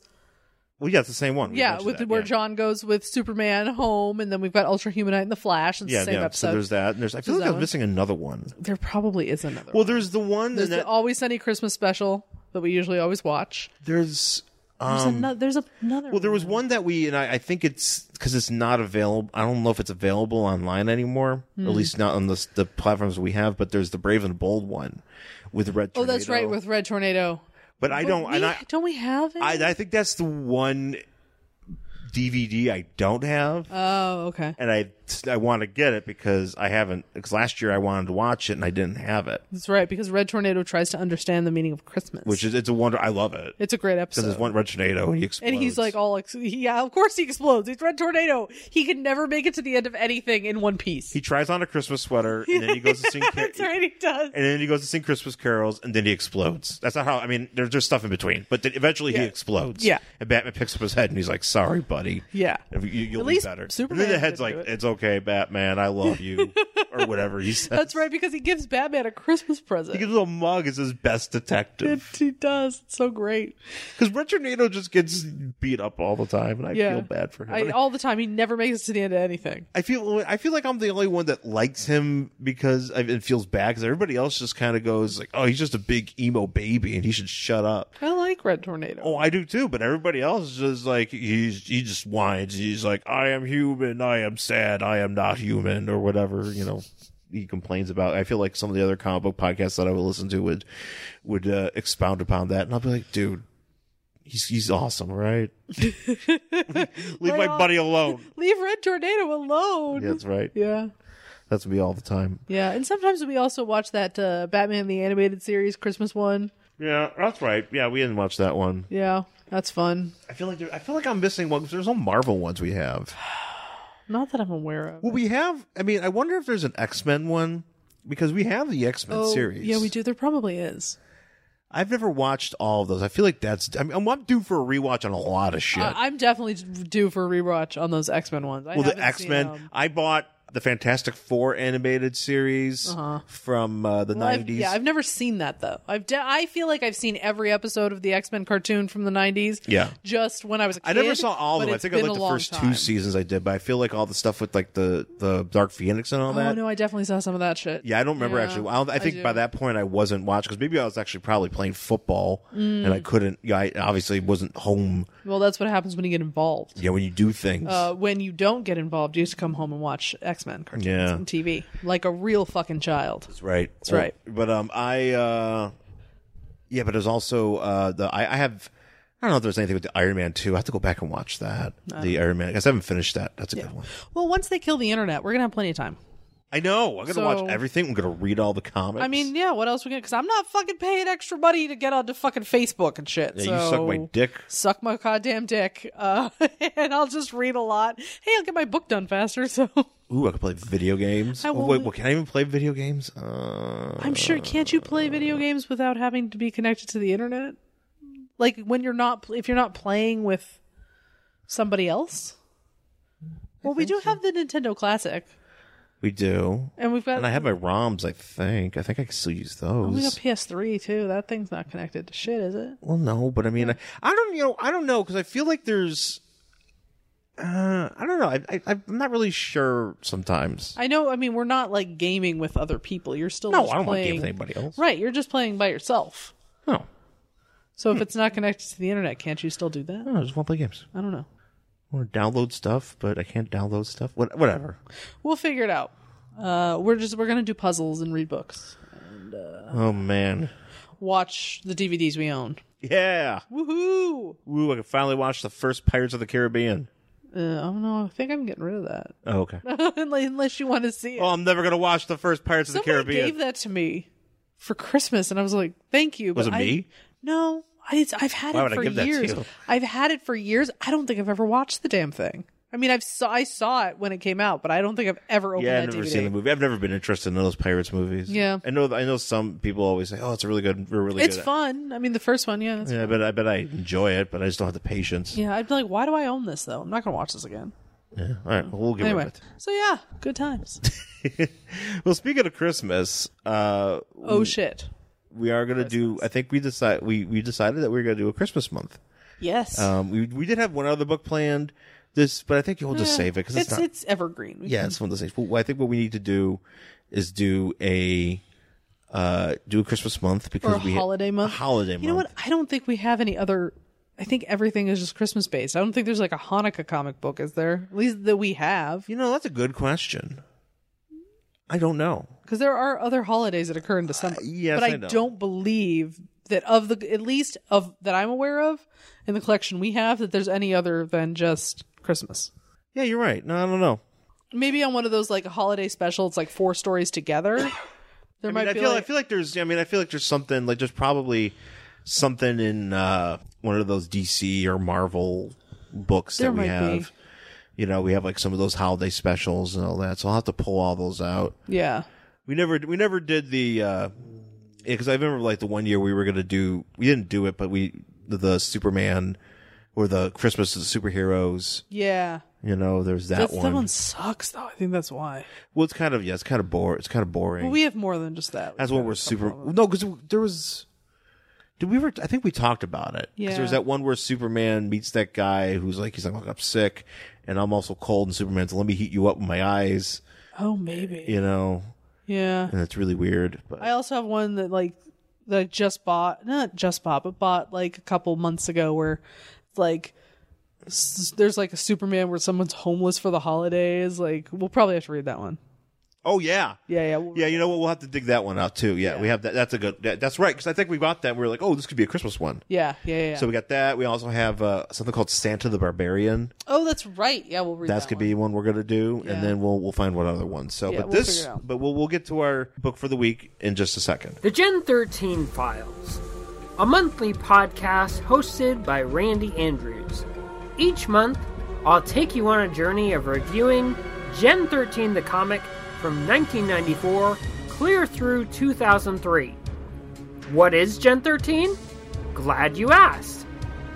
[SPEAKER 2] Well, yeah, it's the same one. We
[SPEAKER 1] Yeah,
[SPEAKER 2] mentioned
[SPEAKER 1] with
[SPEAKER 2] that,
[SPEAKER 1] where
[SPEAKER 2] yeah.
[SPEAKER 1] John goes with Superman home, and then we've got Ultra Humanite and the Flash. And it's
[SPEAKER 2] Yeah,
[SPEAKER 1] the same
[SPEAKER 2] yeah. So
[SPEAKER 1] episode.
[SPEAKER 2] there's that. And there's I feel like
[SPEAKER 1] that
[SPEAKER 2] I'm
[SPEAKER 1] one.
[SPEAKER 2] missing another one.
[SPEAKER 1] there probably is another.
[SPEAKER 2] Well, there's the one
[SPEAKER 1] there's
[SPEAKER 2] and
[SPEAKER 1] the
[SPEAKER 2] that,
[SPEAKER 1] Always Sunny Christmas special that we usually always watch.
[SPEAKER 2] there's.
[SPEAKER 1] There's
[SPEAKER 2] Um,
[SPEAKER 1] another. There's another.
[SPEAKER 2] well, there was one that we and I, I think it's because it's not available. I don't know if it's available online anymore,
[SPEAKER 1] Hmm.
[SPEAKER 2] at least not on the the platforms we have. But there's the Brave and the Bold one with Red.
[SPEAKER 1] Oh, that's right, with Red Tornado.
[SPEAKER 2] But I don't.
[SPEAKER 1] we,
[SPEAKER 2] and I,
[SPEAKER 1] don't we have it?
[SPEAKER 2] I I think that's the one DVD I don't have,
[SPEAKER 1] oh, okay.
[SPEAKER 2] and I I want to get it because I haven't. Because last year I wanted to watch it and I didn't have it,
[SPEAKER 1] That's right, because Red Tornado tries to understand the meaning of Christmas.
[SPEAKER 2] which is it's a wonder. I love it.
[SPEAKER 1] it's a great episode.
[SPEAKER 2] Because there's one red tornado and he explodes.
[SPEAKER 1] And he's like all ex- yeah, of course he explodes. He's Red Tornado. He can never make it to the end of anything in one piece.
[SPEAKER 2] he tries on a Christmas sweater and then he goes to sing. Car-
[SPEAKER 1] That's right, he does.
[SPEAKER 2] And then he goes to sing Christmas carols, and then he explodes. That's not how. I mean, there's just stuff in between, but then eventually he explodes.
[SPEAKER 1] Yeah.
[SPEAKER 2] And Batman picks up his head, and he's like, "Sorry, buddy.
[SPEAKER 1] Yeah.
[SPEAKER 2] You,
[SPEAKER 1] At
[SPEAKER 2] will be
[SPEAKER 1] least
[SPEAKER 2] better."
[SPEAKER 1] Superman
[SPEAKER 2] and then the head's
[SPEAKER 1] didn't
[SPEAKER 2] like,
[SPEAKER 1] do it.
[SPEAKER 2] "It's okay, Batman. I love you," or whatever he says.
[SPEAKER 1] That's right, because he gives Batman a Christmas present.
[SPEAKER 2] He gives him a mug as his best detective
[SPEAKER 1] he does. It's so great.
[SPEAKER 2] because Red Tornado just gets beat up all the time, and I
[SPEAKER 1] Yeah.
[SPEAKER 2] feel bad for him.
[SPEAKER 1] I,
[SPEAKER 2] And I-
[SPEAKER 1] all the time, he never makes it to the end of anything.
[SPEAKER 2] I feel I feel like I'm the only one that likes him because I- it feels bad because everybody else just kind of goes like, "Oh, he's just a big emo baby and he should shut up."
[SPEAKER 1] I like Red Tornado.
[SPEAKER 2] Oh, I do too, but everybody else is just like he's he just whines. He's like, "I am human. I am sad. I am not human," or whatever you know. He complains about. I feel like some of the other comic book podcasts that I would listen to would would uh, expound upon that, and I'll be like, "Dude, he's he's awesome, right? Leave my
[SPEAKER 1] off.
[SPEAKER 2] buddy alone."
[SPEAKER 1] Leave Red Tornado alone.
[SPEAKER 2] Yeah, that's right.
[SPEAKER 1] Yeah.
[SPEAKER 2] That's me all the time.
[SPEAKER 1] Yeah. And sometimes we also watch that uh, Batman the Animated Series Christmas one.
[SPEAKER 2] Yeah, that's right. Yeah, we didn't watch that one.
[SPEAKER 1] Yeah. That's fun.
[SPEAKER 2] I feel like there, I feel like I'm missing one 'cause there's no Marvel ones we have.
[SPEAKER 1] Not that I'm aware of.
[SPEAKER 2] Well, we have. I mean, I wonder if there's an X Men one because we have the X Men
[SPEAKER 1] Oh,
[SPEAKER 2] series.
[SPEAKER 1] Yeah, we do. There probably is.
[SPEAKER 2] I've never watched all of those. I feel like that's. I mean, I'm, I'm due for a rewatch on
[SPEAKER 1] Uh,
[SPEAKER 2] a lot of shit.
[SPEAKER 1] I- I'm definitely due for a rewatch on those X Men ones. I
[SPEAKER 2] well, the
[SPEAKER 1] haven't
[SPEAKER 2] X
[SPEAKER 1] seen um,
[SPEAKER 2] Men.
[SPEAKER 1] them.
[SPEAKER 2] I bought the Fantastic Four animated series from uh, the
[SPEAKER 1] Uh-huh. I've-
[SPEAKER 2] 90s.
[SPEAKER 1] yeah, I've never seen that though. I've de- I feel like I've seen every episode of the X Men cartoon from the '90s.
[SPEAKER 2] Yeah.
[SPEAKER 1] just when I was a kid.
[SPEAKER 2] I never saw all of
[SPEAKER 1] but
[SPEAKER 2] them. I
[SPEAKER 1] it's
[SPEAKER 2] think I
[SPEAKER 1] been
[SPEAKER 2] like
[SPEAKER 1] a
[SPEAKER 2] the
[SPEAKER 1] long
[SPEAKER 2] first two
[SPEAKER 1] time.
[SPEAKER 2] seasons I did, but I feel like all the stuff with like the the Dark Phoenix and all
[SPEAKER 1] Oh
[SPEAKER 2] that.
[SPEAKER 1] no, I definitely saw some of that shit.
[SPEAKER 2] Yeah, I don't remember
[SPEAKER 1] Yeah,
[SPEAKER 2] actually. I, don't, I
[SPEAKER 1] I
[SPEAKER 2] think
[SPEAKER 1] do.
[SPEAKER 2] by that point I wasn't watching because maybe I was actually probably playing football and I
[SPEAKER 1] Mm.
[SPEAKER 2] couldn't. Yeah, I obviously wasn't home.
[SPEAKER 1] Well, that's what happens when you get involved.
[SPEAKER 2] Yeah, when you do things.
[SPEAKER 1] Uh, when you don't get involved, you used to come home and watch X Men cartoons
[SPEAKER 2] Yeah.
[SPEAKER 1] on TV like a real fucking child.
[SPEAKER 2] That's right. That's
[SPEAKER 1] right.
[SPEAKER 2] But um, I uh, yeah, but it was also uh the I, I have I don't know if there's anything with the Iron Man two. I have to go back and watch that. The Iron Man. I guess I haven't finished that. That's a good one.
[SPEAKER 1] Well, once they kill the internet, we're gonna have plenty of time.
[SPEAKER 2] I know. I'm gonna
[SPEAKER 1] So-
[SPEAKER 2] watch everything. I'm gonna read all the comics.
[SPEAKER 1] I mean, yeah, what else we gonna? Because I'm not fucking paying extra money to get onto fucking Facebook and shit.
[SPEAKER 2] yeah, you suck
[SPEAKER 1] so-
[SPEAKER 2] my dick.
[SPEAKER 1] Suck my goddamn dick, uh, and I'll just read a lot. Hey, I'll get my book done faster. So
[SPEAKER 2] Ooh, I can play video games.
[SPEAKER 1] I
[SPEAKER 2] oh,
[SPEAKER 1] will-
[SPEAKER 2] wait, well, can I even play video games? Uh,
[SPEAKER 1] I'm sure. Can't you play video games without having to be connected to the internet? Like when you're not, if you're not playing with somebody else. Well, we do have the Nintendo Classic,
[SPEAKER 2] we do.
[SPEAKER 1] and we've got
[SPEAKER 2] And I have my ROMs, I think. I think I can still use
[SPEAKER 1] Oh, we got
[SPEAKER 2] those.
[SPEAKER 1] PS3 too. That thing's not connected to shit, is it?
[SPEAKER 2] well, no, but I mean, I, I don't, you know, I don't know because I feel like there's, uh, I don't know. I, I, I'm not really sure sometimes.
[SPEAKER 1] I know. I mean, we're not like gaming with other people. You're still
[SPEAKER 2] no,
[SPEAKER 1] just
[SPEAKER 2] I don't want to
[SPEAKER 1] playing.
[SPEAKER 2] game with anybody else.
[SPEAKER 1] Right, you're just playing by yourself.
[SPEAKER 2] No,
[SPEAKER 1] So
[SPEAKER 2] Hmm.
[SPEAKER 1] if it's not connected to the internet, can't you still do that?
[SPEAKER 2] no, I just want to play games.
[SPEAKER 1] I don't know.
[SPEAKER 2] I want to download stuff, but I can't download stuff. What, whatever.
[SPEAKER 1] We'll figure it out. Uh, we're just we're gonna do puzzles and read books,
[SPEAKER 2] Oh man,
[SPEAKER 1] watch the DVDs we own.
[SPEAKER 2] yeah.
[SPEAKER 1] Woohoo!
[SPEAKER 2] Ooh, I can finally watch the first Pirates of the Caribbean.
[SPEAKER 1] Uh, I don't know. I think I'm getting rid of that
[SPEAKER 2] Oh, okay.
[SPEAKER 1] unless, unless you want to see it.
[SPEAKER 2] Oh, I'm never gonna watch the first Pirates of the
[SPEAKER 1] Somebody
[SPEAKER 2] Caribbean.
[SPEAKER 1] gave that to me for Christmas, and I was like, "Thank you."
[SPEAKER 2] Was
[SPEAKER 1] but
[SPEAKER 2] it
[SPEAKER 1] I-
[SPEAKER 2] me?
[SPEAKER 1] No, I, it's- I've had it
[SPEAKER 2] Why would I
[SPEAKER 1] for
[SPEAKER 2] give that to
[SPEAKER 1] years.
[SPEAKER 2] you?
[SPEAKER 1] I've had it for years. I don't think I've ever watched the damn thing. I mean, I've saw I saw it when it came out, but I don't think I've ever opened
[SPEAKER 2] Yeah, I've
[SPEAKER 1] that
[SPEAKER 2] never
[SPEAKER 1] DVD.
[SPEAKER 2] seen the movie. I've never been interested in those pirates movies.
[SPEAKER 1] Yeah.
[SPEAKER 2] I know. I know some people always say, "Oh, it's a really good, we're really
[SPEAKER 1] It's
[SPEAKER 2] good." at-"
[SPEAKER 1] fun. I mean, the first one, yeah. That's,
[SPEAKER 2] Yeah, but I bet I enjoy it, but I just don't have the patience.
[SPEAKER 1] yeah, I'd be like, why do I own this though? I'm not gonna watch this again.
[SPEAKER 2] Yeah. All right, well, we'll give
[SPEAKER 1] Anyway,
[SPEAKER 2] it.
[SPEAKER 1] so yeah, good times.
[SPEAKER 2] Well, speaking of Christmas, uh,
[SPEAKER 1] oh shit.
[SPEAKER 2] we are gonna do. I think we decide we we decided that we were gonna do a Christmas month.
[SPEAKER 1] Yes.
[SPEAKER 2] Um, we we did have one other book planned. This, but I think you'll just
[SPEAKER 1] Eh,
[SPEAKER 2] save it because it's,
[SPEAKER 1] it's
[SPEAKER 2] not.
[SPEAKER 1] it's evergreen. We
[SPEAKER 2] yeah, it's one of those things. Well, I think what we need to do is do a uh do a Christmas month because
[SPEAKER 1] or a
[SPEAKER 2] we
[SPEAKER 1] holiday
[SPEAKER 2] a
[SPEAKER 1] month.
[SPEAKER 2] holiday month.
[SPEAKER 1] You know what? I don't think we have any other. I think everything is just Christmas based. I don't think there's like a Hanukkah comic book, is there? At least that we have,
[SPEAKER 2] You know, that's a good question. I don't know.
[SPEAKER 1] because there are other holidays that occur in December.
[SPEAKER 2] yes,
[SPEAKER 1] but I,
[SPEAKER 2] I know.
[SPEAKER 1] don't believe that of the at least of that I'm aware of in the collection we have that there's any other than just Christmas.
[SPEAKER 2] Yeah, you're right. No, I don't know.
[SPEAKER 1] Maybe on one of those like holiday special, it's like four stories together. There
[SPEAKER 2] I
[SPEAKER 1] might
[SPEAKER 2] mean, I
[SPEAKER 1] be
[SPEAKER 2] feel
[SPEAKER 1] like,
[SPEAKER 2] I feel like there's I mean, I feel like there's something like there's probably something in uh one of those DC or Marvel books
[SPEAKER 1] There
[SPEAKER 2] that we
[SPEAKER 1] might
[SPEAKER 2] have.
[SPEAKER 1] be.
[SPEAKER 2] You know, we have like some of those holiday specials and all that. So I'll have to pull all those out.
[SPEAKER 1] yeah.
[SPEAKER 2] We never we never did the uh because I remember like the one year we were gonna do we didn't do it, but we the, the Superman or the Christmas of the superheroes.
[SPEAKER 1] Yeah.
[SPEAKER 2] You know, there's that
[SPEAKER 1] That's, that one sucks though. I think that's why.
[SPEAKER 2] Well, it's kind of yeah, it's kind of bore. It's kind of boring.
[SPEAKER 1] But we have more than just that.
[SPEAKER 2] That's when we're super. No, because there was. Did we ever? I think we talked about it. 'Cause There was
[SPEAKER 1] Yeah.
[SPEAKER 2] that one where Superman meets that guy who's like, he's like, look, I'm sick, and I'm also cold, and Superman's let me heat you up with my eyes,
[SPEAKER 1] Oh, maybe.
[SPEAKER 2] you know,
[SPEAKER 1] Yeah.
[SPEAKER 2] and it's really weird. But
[SPEAKER 1] I also have one that like that I just bought, not just bought, but bought like a couple months ago where it's like s- there's like a Superman where someone's homeless for the holidays. Like we'll probably have to read that one.
[SPEAKER 2] oh yeah,
[SPEAKER 1] Yeah, yeah. we'll-
[SPEAKER 2] yeah. You know what? We'll have to dig that one out too. Yeah, we have that. That's a good. That, that's right. Because I think we bought that. and we were like, oh, this could be a Christmas one.
[SPEAKER 1] Yeah, yeah, yeah. yeah.
[SPEAKER 2] So we got that. We also have uh, something called Santa the Barbarian.
[SPEAKER 1] oh, that's right. Yeah, we'll read
[SPEAKER 2] That's
[SPEAKER 1] that
[SPEAKER 2] gonna
[SPEAKER 1] one.
[SPEAKER 2] be one we're gonna do,
[SPEAKER 1] Yeah.
[SPEAKER 2] and then we'll we'll find one other one. So,
[SPEAKER 1] Yeah,
[SPEAKER 2] but
[SPEAKER 1] we'll
[SPEAKER 2] this,
[SPEAKER 1] figure it out.
[SPEAKER 2] but we'll we'll get to our book for the week in just a second.
[SPEAKER 3] The Gen 13 Files, a monthly podcast hosted by Randy Andrews. Each month, I'll take you on a journey of reviewing Gen 13 the comic from 1994 clear through 2003. What is Gen 13? Glad you asked.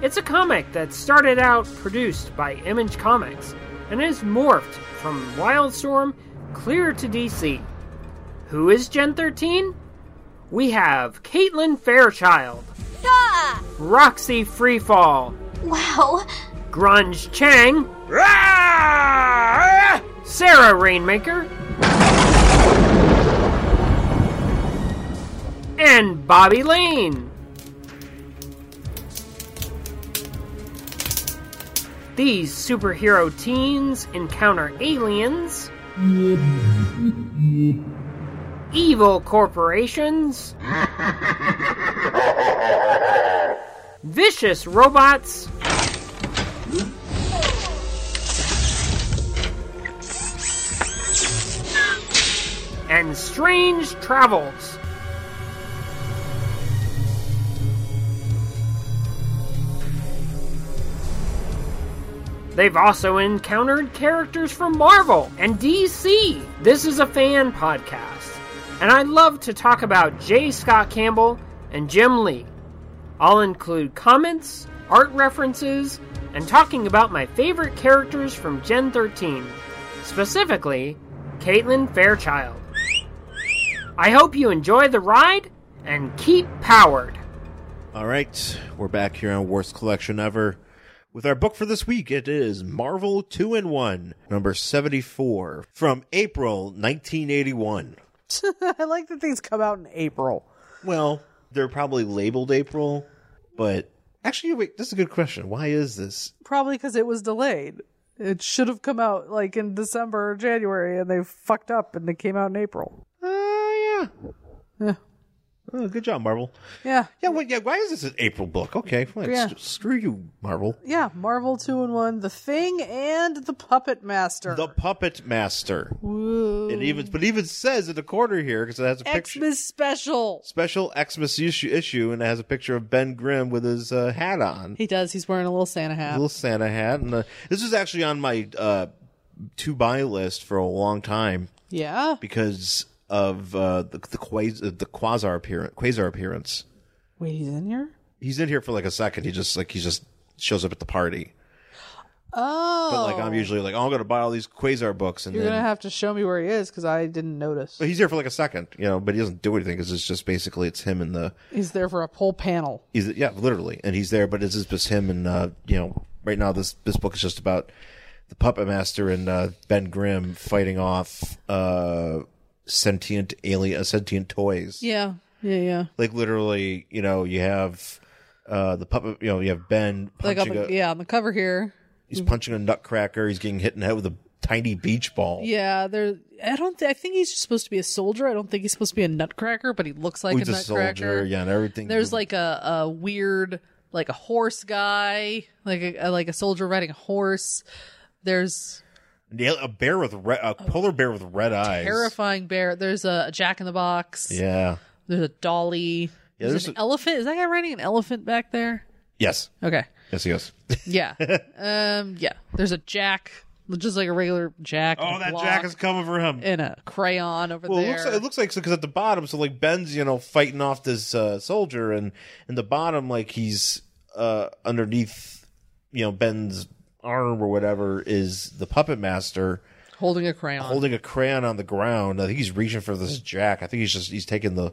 [SPEAKER 3] It's a comic that started out produced by Image Comics and has morphed from Wildstorm clear to DC. Who is Gen 13? We have Caitlin Fairchild,
[SPEAKER 4] Ah!
[SPEAKER 3] Roxy Freefall,
[SPEAKER 4] Wow.
[SPEAKER 3] Grunge Chang, Sarah Rainmaker, and Bobby Lane. These superhero teens encounter aliens, evil corporations, vicious robots, and strange travels. They've also encountered characters from Marvel and DC. This is a fan podcast, and I love to talk about J. Scott Campbell and Jim Lee. I'll include comments, art references, and talking about my favorite characters from Gen 13, specifically Caitlin Fairchild. I hope you enjoy the ride and keep powered.
[SPEAKER 2] All right, we're back here on Worst Collection Ever with our book for this week. It is Marvel 2 in 1, number 74, from April 1981.
[SPEAKER 1] I like that things come out in April.
[SPEAKER 2] Well, they're probably labeled April, but actually, wait, that's a good question. Why is this?
[SPEAKER 1] Probably because it was delayed. It should have come out like in December or January, and they fucked up, and it came out in April.
[SPEAKER 2] Uh, yeah.
[SPEAKER 1] Yeah.
[SPEAKER 2] Oh, good job, Marvel.
[SPEAKER 1] Yeah,
[SPEAKER 2] Yeah, well, yeah. Why is this an April book? Okay, fine.
[SPEAKER 1] Yeah.
[SPEAKER 2] S- screw you, Marvel.
[SPEAKER 1] yeah. Marvel two and one, The Thing, and The Puppet Master.
[SPEAKER 2] The Puppet Master.
[SPEAKER 1] Woo.
[SPEAKER 2] It even, but it even says in the corner here because it has a picture.
[SPEAKER 1] Xmas special.
[SPEAKER 2] special Xmas issue, issue, and it has a picture of Ben Grimm with his uh, hat on,
[SPEAKER 1] He does. He's wearing a little Santa hat.
[SPEAKER 2] little Santa hat, and uh, this was actually on my uh, to buy list for a long time
[SPEAKER 1] Yeah.
[SPEAKER 2] because of uh, the the, quas- uh, the quasar appearance. Quasar appearance.
[SPEAKER 1] Wait, he's in here.
[SPEAKER 2] He's in here for like a second. He just like he just shows up at the party.
[SPEAKER 1] Oh,
[SPEAKER 2] But like I'm usually like, oh, I'm gonna buy all these quasar books, and
[SPEAKER 1] you're
[SPEAKER 2] then
[SPEAKER 1] gonna have to show me where he is because I didn't notice.
[SPEAKER 2] but he's here for like a second, you know. But he doesn't do anything because it's just basically it's him and the
[SPEAKER 1] He's there for a whole panel.
[SPEAKER 2] he's yeah literally and he's there but it's just- just him and uh you know right now this this book is just about the puppet master and uh ben grimm fighting off uh sentient alien uh, sentient toys
[SPEAKER 1] Yeah. Yeah. Yeah.
[SPEAKER 2] like literally you know you have uh the puppet you know you have ben
[SPEAKER 1] Like
[SPEAKER 2] punching
[SPEAKER 1] on the,
[SPEAKER 2] a,
[SPEAKER 1] yeah Mm-hmm. on the cover here.
[SPEAKER 2] he's punching a nutcracker he's getting hit in the head with a tiny beach ball
[SPEAKER 1] Yeah, there. I don't. Th- I think he's just supposed to be a soldier. I don't think he's supposed to be a nutcracker, but he looks like
[SPEAKER 2] he's
[SPEAKER 1] Oh, a
[SPEAKER 2] a
[SPEAKER 1] nutcracker.
[SPEAKER 2] soldier yeah and everything
[SPEAKER 1] There's like a, a weird, like a horse guy, like a, like a soldier riding a horse. There's
[SPEAKER 2] Nail- a bear with red
[SPEAKER 1] Oh.
[SPEAKER 2] a polar bear with red eyes
[SPEAKER 1] terrifying bear. There's a, a Jack in the Box.
[SPEAKER 2] yeah
[SPEAKER 1] There's a dolly. there's,
[SPEAKER 2] there's
[SPEAKER 1] an
[SPEAKER 2] a-
[SPEAKER 1] elephant. Is that guy riding an elephant back there?
[SPEAKER 2] yes
[SPEAKER 1] Okay.
[SPEAKER 2] yes he is
[SPEAKER 1] Yeah. um. Yeah. There's a Jack, just like a regular Jack. and
[SPEAKER 2] oh
[SPEAKER 1] a
[SPEAKER 2] that
[SPEAKER 1] block
[SPEAKER 2] jack is coming for him
[SPEAKER 1] and a crayon over
[SPEAKER 2] Well, it
[SPEAKER 1] there.
[SPEAKER 2] looks like, it looks like because at the bottom, so like Ben's you know fighting off this uh, soldier, and in the bottom, like he's uh, underneath, you know Ben's arm or whatever is the puppet master
[SPEAKER 1] holding a crayon.
[SPEAKER 2] holding a crayon on the ground. I think he's reaching for this jack. I think he's just he's taking the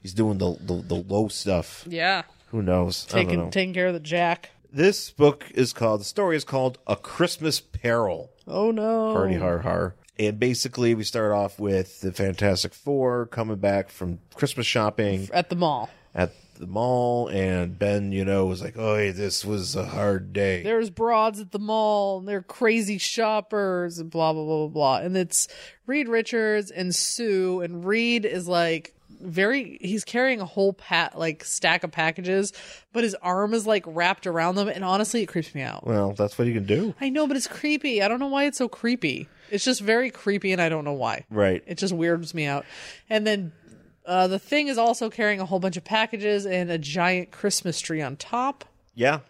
[SPEAKER 2] he's doing the the, the low stuff.
[SPEAKER 1] yeah.
[SPEAKER 2] Who knows? I don't
[SPEAKER 1] taking
[SPEAKER 2] know.
[SPEAKER 1] taking care of the jack.
[SPEAKER 2] this book is called the story is called A Christmas Peril.
[SPEAKER 1] Oh no!
[SPEAKER 2] Hardy har har. And basically, we start off with the Fantastic Four coming back from Christmas shopping
[SPEAKER 1] At the mall,
[SPEAKER 2] at the mall, and Ben, you know, was like, "Oh, this was a hard day."
[SPEAKER 1] there's broads at the mall, and they're crazy shoppers, and blah blah blah blah blah. And it's Reed Richards and Sue, and Reed is like very he's carrying a whole pat like stack of packages but his arm is like wrapped around them and honestly it creeps me out
[SPEAKER 2] well, that's what you can do,
[SPEAKER 1] i know but it's creepy i don't know why it's so creepy it's just very creepy and i don't know why
[SPEAKER 2] right?
[SPEAKER 1] it just weirds me out. And then uh, the thing is also carrying a whole bunch of packages and a giant Christmas tree on top.
[SPEAKER 2] yeah.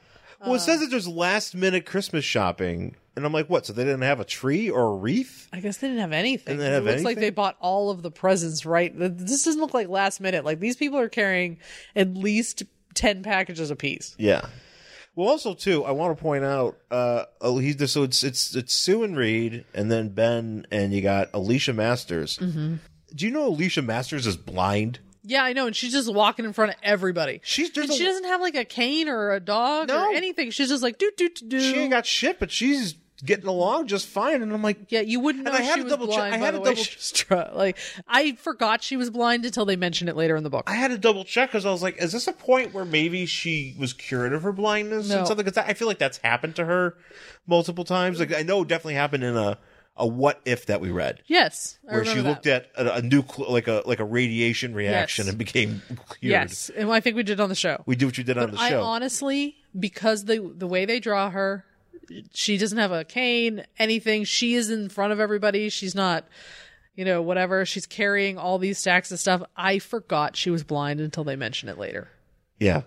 [SPEAKER 2] Well, it says that there's last minute Christmas shopping, and I'm like, "What? So they didn't have a tree or a wreath?"
[SPEAKER 1] I guess they didn't have anything.
[SPEAKER 2] They didn't have
[SPEAKER 1] it looks like
[SPEAKER 2] anything?
[SPEAKER 1] they bought all of the presents right. Th- This doesn't look like last minute. Like these people are carrying at least ten packages apiece.
[SPEAKER 2] Yeah. Well, also too, I want to point out. Uh, oh, he's so it's it's it's Sue and Reed, and then Ben, and you got Alicia Masters. Do you know Alicia Masters is blind?
[SPEAKER 1] Yeah, I know. And she's just walking in front of everybody.
[SPEAKER 2] She's there's
[SPEAKER 1] And she
[SPEAKER 2] a,
[SPEAKER 1] doesn't have like a cane or a dog
[SPEAKER 2] No.
[SPEAKER 1] or anything. She's just like do do do do.
[SPEAKER 2] she ain't got shit, but she's getting along just fine. And I'm like,
[SPEAKER 1] Yeah, you wouldn't know
[SPEAKER 2] And I had
[SPEAKER 1] she
[SPEAKER 2] to
[SPEAKER 1] was
[SPEAKER 2] double check-
[SPEAKER 1] blind.
[SPEAKER 2] I
[SPEAKER 1] by
[SPEAKER 2] had
[SPEAKER 1] the
[SPEAKER 2] to
[SPEAKER 1] way
[SPEAKER 2] double-
[SPEAKER 1] she was dra- like I forgot she was blind until they mentioned it later in the book.
[SPEAKER 2] I had to double check because I was like, is this a point where maybe she was cured of her blindness
[SPEAKER 1] No.
[SPEAKER 2] and something? Because I feel like that's happened to her multiple times. Like I know it definitely happened in a a what if that we read.
[SPEAKER 1] yes, I
[SPEAKER 2] Where she
[SPEAKER 1] remember
[SPEAKER 2] looked
[SPEAKER 1] that.
[SPEAKER 2] at a, a new, like a like a radiation reaction
[SPEAKER 1] Yes.
[SPEAKER 2] and became cured.
[SPEAKER 1] yes, and I think we did on the show.
[SPEAKER 2] we do what you did on the
[SPEAKER 1] I
[SPEAKER 2] show.
[SPEAKER 1] honestly, because the the way they draw her, she doesn't have a cane, anything. She is in front of everybody. She's not, you know, whatever. She's carrying all these stacks of stuff. I forgot she was blind until they mention it later.
[SPEAKER 2] yeah.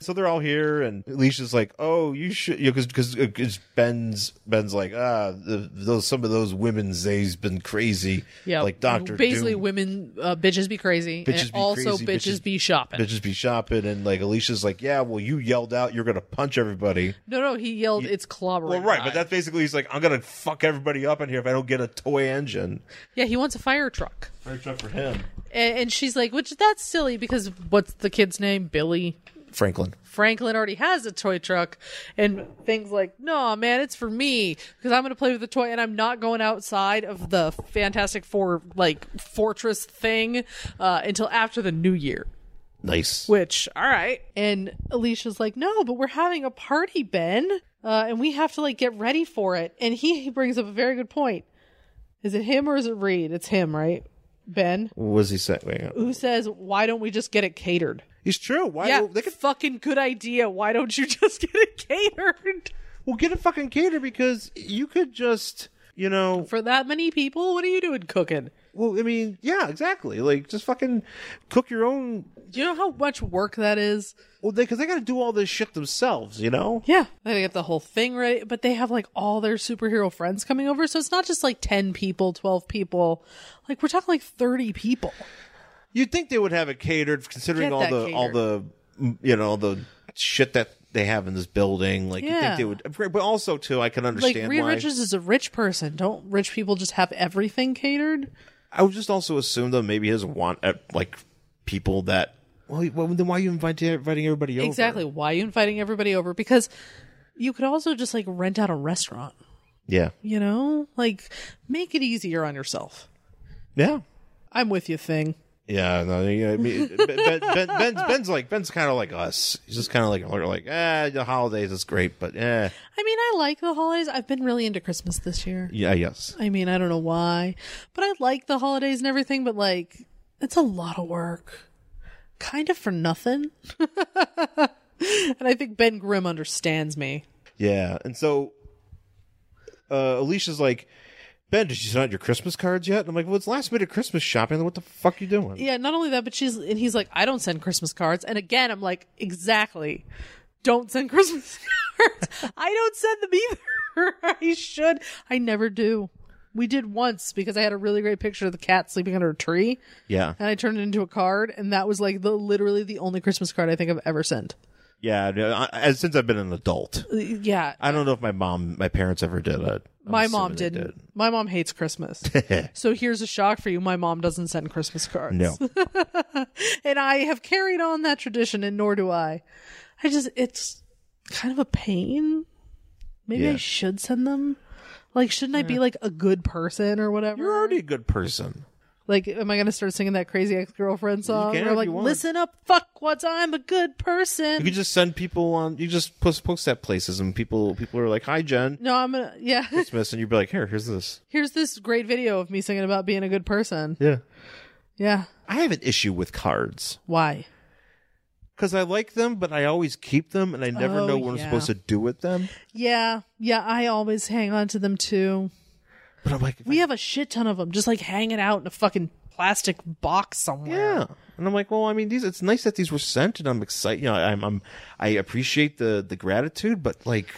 [SPEAKER 2] So they're all here, and Alicia's like, "Oh, you should," you because because uh, Ben's Ben's like, "Ah, the, those some of those women's they's been crazy."
[SPEAKER 1] Yeah,
[SPEAKER 2] like Doctor
[SPEAKER 1] Basically,
[SPEAKER 2] Doom.
[SPEAKER 1] women uh, bitches be crazy,
[SPEAKER 2] Bitches
[SPEAKER 1] and
[SPEAKER 2] be
[SPEAKER 1] also
[SPEAKER 2] crazy,
[SPEAKER 1] bitches,
[SPEAKER 2] bitches-
[SPEAKER 1] be shopping.
[SPEAKER 2] bitches be shopping and like Alicia's like, yeah, well, you yelled out, you're gonna punch everybody.
[SPEAKER 1] no, no, he yelled, "It's clobbering."
[SPEAKER 2] Well, right, but
[SPEAKER 1] time."
[SPEAKER 2] that's basically he's like, I'm gonna fuck everybody up in here if I don't get a toy engine.
[SPEAKER 1] yeah, he wants a fire truck.
[SPEAKER 2] Very truck for him,
[SPEAKER 1] And, and she's like, which that's silly because what's the kid's name? Billy
[SPEAKER 2] Franklin.
[SPEAKER 1] Franklin already has a toy truck and things like, no, man, it's for me because I'm going to play with the toy and I'm not going outside of the Fantastic Four, like, fortress thing uh, until after the new year.
[SPEAKER 2] Nice.
[SPEAKER 1] Which, all right. And Alicia's like, no, but we're having a party, Ben, uh, and we have to, like, get ready for it. And he, he brings up a very good point. Is it him or is it Reed? It's him, right? Ben,
[SPEAKER 2] What was he saying? Wait,
[SPEAKER 1] who says, why don't we just get it catered?
[SPEAKER 2] He's true. Why?
[SPEAKER 1] Yeah,
[SPEAKER 2] Oh, They could
[SPEAKER 1] fucking good idea. Why don't you just get it catered
[SPEAKER 2] well get a fucking cater because you could just. You know,
[SPEAKER 1] for that many people? What are you doing cooking?
[SPEAKER 2] well, I mean, yeah, exactly. Like, just fucking cook your own.
[SPEAKER 1] Do you know how much work that is?
[SPEAKER 2] Well, they because they got to do all this shit themselves, you know.
[SPEAKER 1] Yeah, they get the whole thing ready, but they have like all their superhero friends coming over, so it's not just like ten people, twelve people. Like we're talking like thirty people.
[SPEAKER 2] You'd think they would have it catered, considering
[SPEAKER 1] Get
[SPEAKER 2] all
[SPEAKER 1] that
[SPEAKER 2] the all the mm, you know the shit that they have in this building. Like you
[SPEAKER 1] Yeah.
[SPEAKER 2] think they would, but also too, I can
[SPEAKER 1] Like
[SPEAKER 2] understand
[SPEAKER 1] Reed
[SPEAKER 2] why.
[SPEAKER 1] Richards is a rich person. Don't rich people just have everything catered?
[SPEAKER 2] I would just also assume though maybe he doesn't want uh, like people that. Well, he- well, then why are you inviting inviting everybody over?
[SPEAKER 1] Exactly. Why are you inviting everybody over? Because you could also just like rent out a restaurant.
[SPEAKER 2] Yeah.
[SPEAKER 1] You know, like make it easier on yourself.
[SPEAKER 2] Yeah.
[SPEAKER 1] I'm with you, thing.
[SPEAKER 2] Yeah, no, you know, I mean, ben, ben, ben, Ben's, Ben's like Ben's kind of like us. He's just kind of like we're like, eh, the holidays is great, but eh,
[SPEAKER 1] I mean, I like the holidays. I've been really into Christmas this year.
[SPEAKER 2] yeah, yes,
[SPEAKER 1] I mean, I don't know why, but I like the holidays and everything, but like, it's a lot of work. Kind of for nothing. and I think Ben Grimm understands me.
[SPEAKER 2] Yeah, and so uh, Alicia's like, Ben, did you send out your Christmas cards yet? And I'm like, well, it's last minute Christmas shopping. What the fuck you doing?
[SPEAKER 1] Yeah, not only that, but she's, and he's like, I don't send Christmas cards. And again, I'm like, exactly. Don't send Christmas cards. I don't send them either. I should. I never do. We did once because I had a really great picture of the cat sleeping under a tree.
[SPEAKER 2] Yeah,
[SPEAKER 1] and I turned it into a card, and that was like the literally the only Christmas card I think I've ever sent.
[SPEAKER 2] yeah. no, I, as since I've been an adult,
[SPEAKER 1] Uh, Yeah,
[SPEAKER 2] I don't know if my mom, my parents ever did it. I'm
[SPEAKER 1] my
[SPEAKER 2] assuming
[SPEAKER 1] mom
[SPEAKER 2] they
[SPEAKER 1] didn't. My mom hates Christmas. so here's a shock for you: my mom doesn't send Christmas cards.
[SPEAKER 2] No,
[SPEAKER 1] and I have carried on that tradition, and nor do I. I just it's kind of a pain. Maybe
[SPEAKER 2] Yeah.
[SPEAKER 1] I should send them. Like, shouldn't I be like a good person or whatever?
[SPEAKER 2] you're already a good person.
[SPEAKER 1] Like, am I gonna start singing that crazy ex girlfriend song?
[SPEAKER 2] can
[SPEAKER 1] where
[SPEAKER 2] if
[SPEAKER 1] like,
[SPEAKER 2] you want.
[SPEAKER 1] listen up, fuckwats, I'm a good
[SPEAKER 2] You
[SPEAKER 1] person.
[SPEAKER 2] could just send people on. You just post post that places, and people people are like, "Hi, Jen."
[SPEAKER 1] no, I'm gonna yeah.
[SPEAKER 2] Christmas, and you'd be like, "Here, here's this."
[SPEAKER 1] here's this great video of me singing about being a good person.
[SPEAKER 2] Yeah,
[SPEAKER 1] Yeah.
[SPEAKER 2] I have an issue with cards.
[SPEAKER 1] Why?
[SPEAKER 2] Because I like them, but I always keep them, and I never
[SPEAKER 1] Oh,
[SPEAKER 2] know what I'm
[SPEAKER 1] yeah.
[SPEAKER 2] supposed to do with them.
[SPEAKER 1] Yeah. Yeah. I always hang on to them too.
[SPEAKER 2] But I'm like,
[SPEAKER 1] We have a shit ton of them just like hanging out in a fucking plastic box somewhere.
[SPEAKER 2] yeah. And I'm like, well, I mean, these. It's nice that these were sent, and I'm excited. You know, I'm, I'm, I appreciate the the gratitude, but like,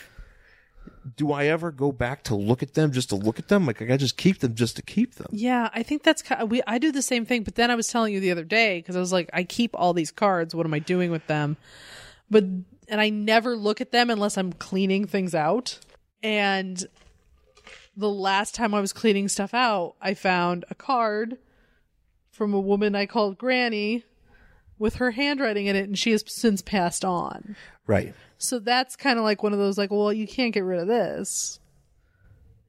[SPEAKER 2] do I ever go back to look at them just to look at them? Like, I just keep them just to keep them.
[SPEAKER 1] Yeah. I think that's kind we, I do the same thing, but then I was telling you the other day because I was like, I keep all these cards. What am I doing with them? But and I never look at them unless I'm cleaning things out. And the last time I was cleaning stuff out, I found a card from a woman I called Granny with her handwriting in it, and she has since passed on.
[SPEAKER 2] Right.
[SPEAKER 1] So that's kind of like one of those, like, well, you can't get rid of this.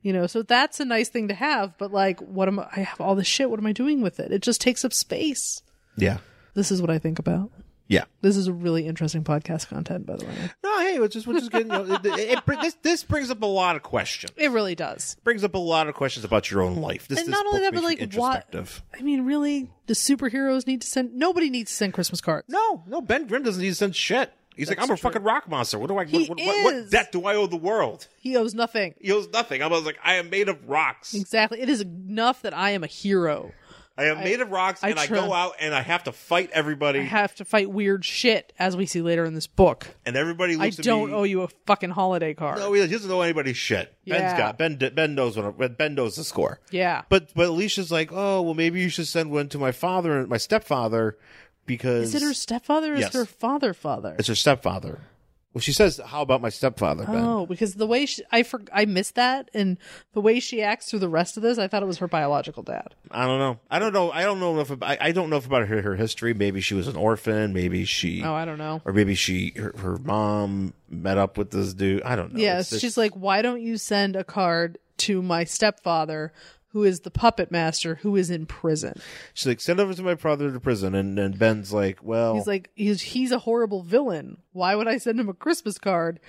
[SPEAKER 1] You know, so that's a nice thing to have, but like, what am I? I have all this shit. What am I doing with it? It just takes up space.
[SPEAKER 2] Yeah.
[SPEAKER 1] This is what I think about.
[SPEAKER 2] Yeah.
[SPEAKER 1] This is a really interesting podcast content, by the way.
[SPEAKER 2] No, hey, which is which is good. You know, it, it, it, br- this this brings up a lot of questions.
[SPEAKER 1] It really does.
[SPEAKER 2] brings up a lot of questions about your own life. This
[SPEAKER 1] And
[SPEAKER 2] this
[SPEAKER 1] not only
[SPEAKER 2] book
[SPEAKER 1] that, but,
[SPEAKER 2] makes you
[SPEAKER 1] like, what-
[SPEAKER 2] introspective.
[SPEAKER 1] I mean, really, the superheroes need to send. Nobody needs to send Christmas cards.
[SPEAKER 2] No, no, Ben Grimm doesn't need to send shit. He's like, I'm a fucking rock monster. What do I?
[SPEAKER 1] He
[SPEAKER 2] What, what, what, what
[SPEAKER 1] is.
[SPEAKER 2] debt do I owe the world?
[SPEAKER 1] He owes nothing.
[SPEAKER 2] He owes nothing. I was like, I am made of rocks.
[SPEAKER 1] Exactly. It is enough that I am a hero.
[SPEAKER 2] I am made of rocks,
[SPEAKER 1] I
[SPEAKER 2] and I
[SPEAKER 1] try-
[SPEAKER 2] go out and I have to fight
[SPEAKER 1] I
[SPEAKER 2] everybody,
[SPEAKER 1] have to fight weird shit, as we see later in this book.
[SPEAKER 2] and everybody
[SPEAKER 1] I
[SPEAKER 2] looks at
[SPEAKER 1] don't
[SPEAKER 2] me.
[SPEAKER 1] owe you a fucking holiday card.
[SPEAKER 2] No, he doesn't know anybody's shit. Ben's
[SPEAKER 1] Yeah.
[SPEAKER 2] got Ben. Ben knows what Ben knows the score.
[SPEAKER 1] Yeah.
[SPEAKER 2] But but Alicia's like, oh well, maybe you should send one to my father and my stepfather
[SPEAKER 1] Is
[SPEAKER 2] because
[SPEAKER 1] it her stepfather? Or
[SPEAKER 2] Yes.
[SPEAKER 1] Is her father father?
[SPEAKER 2] it's her stepfather. Well, she says, how about my stepfather, Ben?
[SPEAKER 1] Oh, because the way she, I for, I missed that, and the way she acts through the rest of this, I thought it was her biological dad.
[SPEAKER 2] I don't know. I don't know. I don't know enough. About, I, I don't know enough about her, her history. Maybe she was an orphan. Maybe she,
[SPEAKER 1] Oh, I don't know.
[SPEAKER 2] or maybe she, her, her mom met up with this dude. I don't know.
[SPEAKER 1] Yes,
[SPEAKER 2] It's- it's-
[SPEAKER 1] she's like, why don't you send a card to my stepfather, who is the puppet master, who is in prison?
[SPEAKER 2] she's like, send over to my brother to prison, and and Ben's like, well,
[SPEAKER 1] He's like, he's he's a horrible villain. Why would I send him a Christmas card?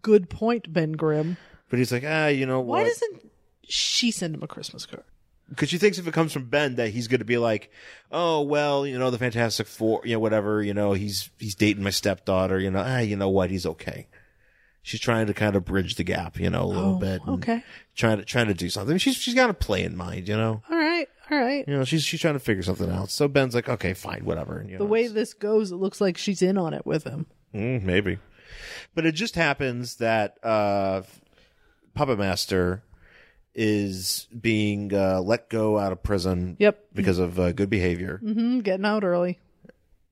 [SPEAKER 1] Good point, Ben Grimm.
[SPEAKER 2] but he's like, ah, you know
[SPEAKER 1] Why
[SPEAKER 2] what?
[SPEAKER 1] doesn't she send him a Christmas card?
[SPEAKER 2] because she thinks if it comes from Ben that he's going to be like, oh well, you know the Fantastic Four, you know whatever, you know he's he's dating my stepdaughter, you know, ah, you know what, he's okay. She's trying to kind of bridge the gap, you know, a little
[SPEAKER 1] Oh,
[SPEAKER 2] bit. and
[SPEAKER 1] okay.
[SPEAKER 2] Trying to trying to do something. She's she's got a play in mind, you know.
[SPEAKER 1] All right, all right.
[SPEAKER 2] You know, she's she's trying to figure something out. So Ben's like, okay, fine, whatever. and, you
[SPEAKER 1] The
[SPEAKER 2] know,
[SPEAKER 1] way
[SPEAKER 2] it's-
[SPEAKER 1] this goes, it looks like she's in on it with him.
[SPEAKER 2] Mm, maybe. But it just happens that uh, Puppet Master is being uh, let go out of prison
[SPEAKER 1] Yep,
[SPEAKER 2] because of uh, good behavior.
[SPEAKER 1] hmm getting out early.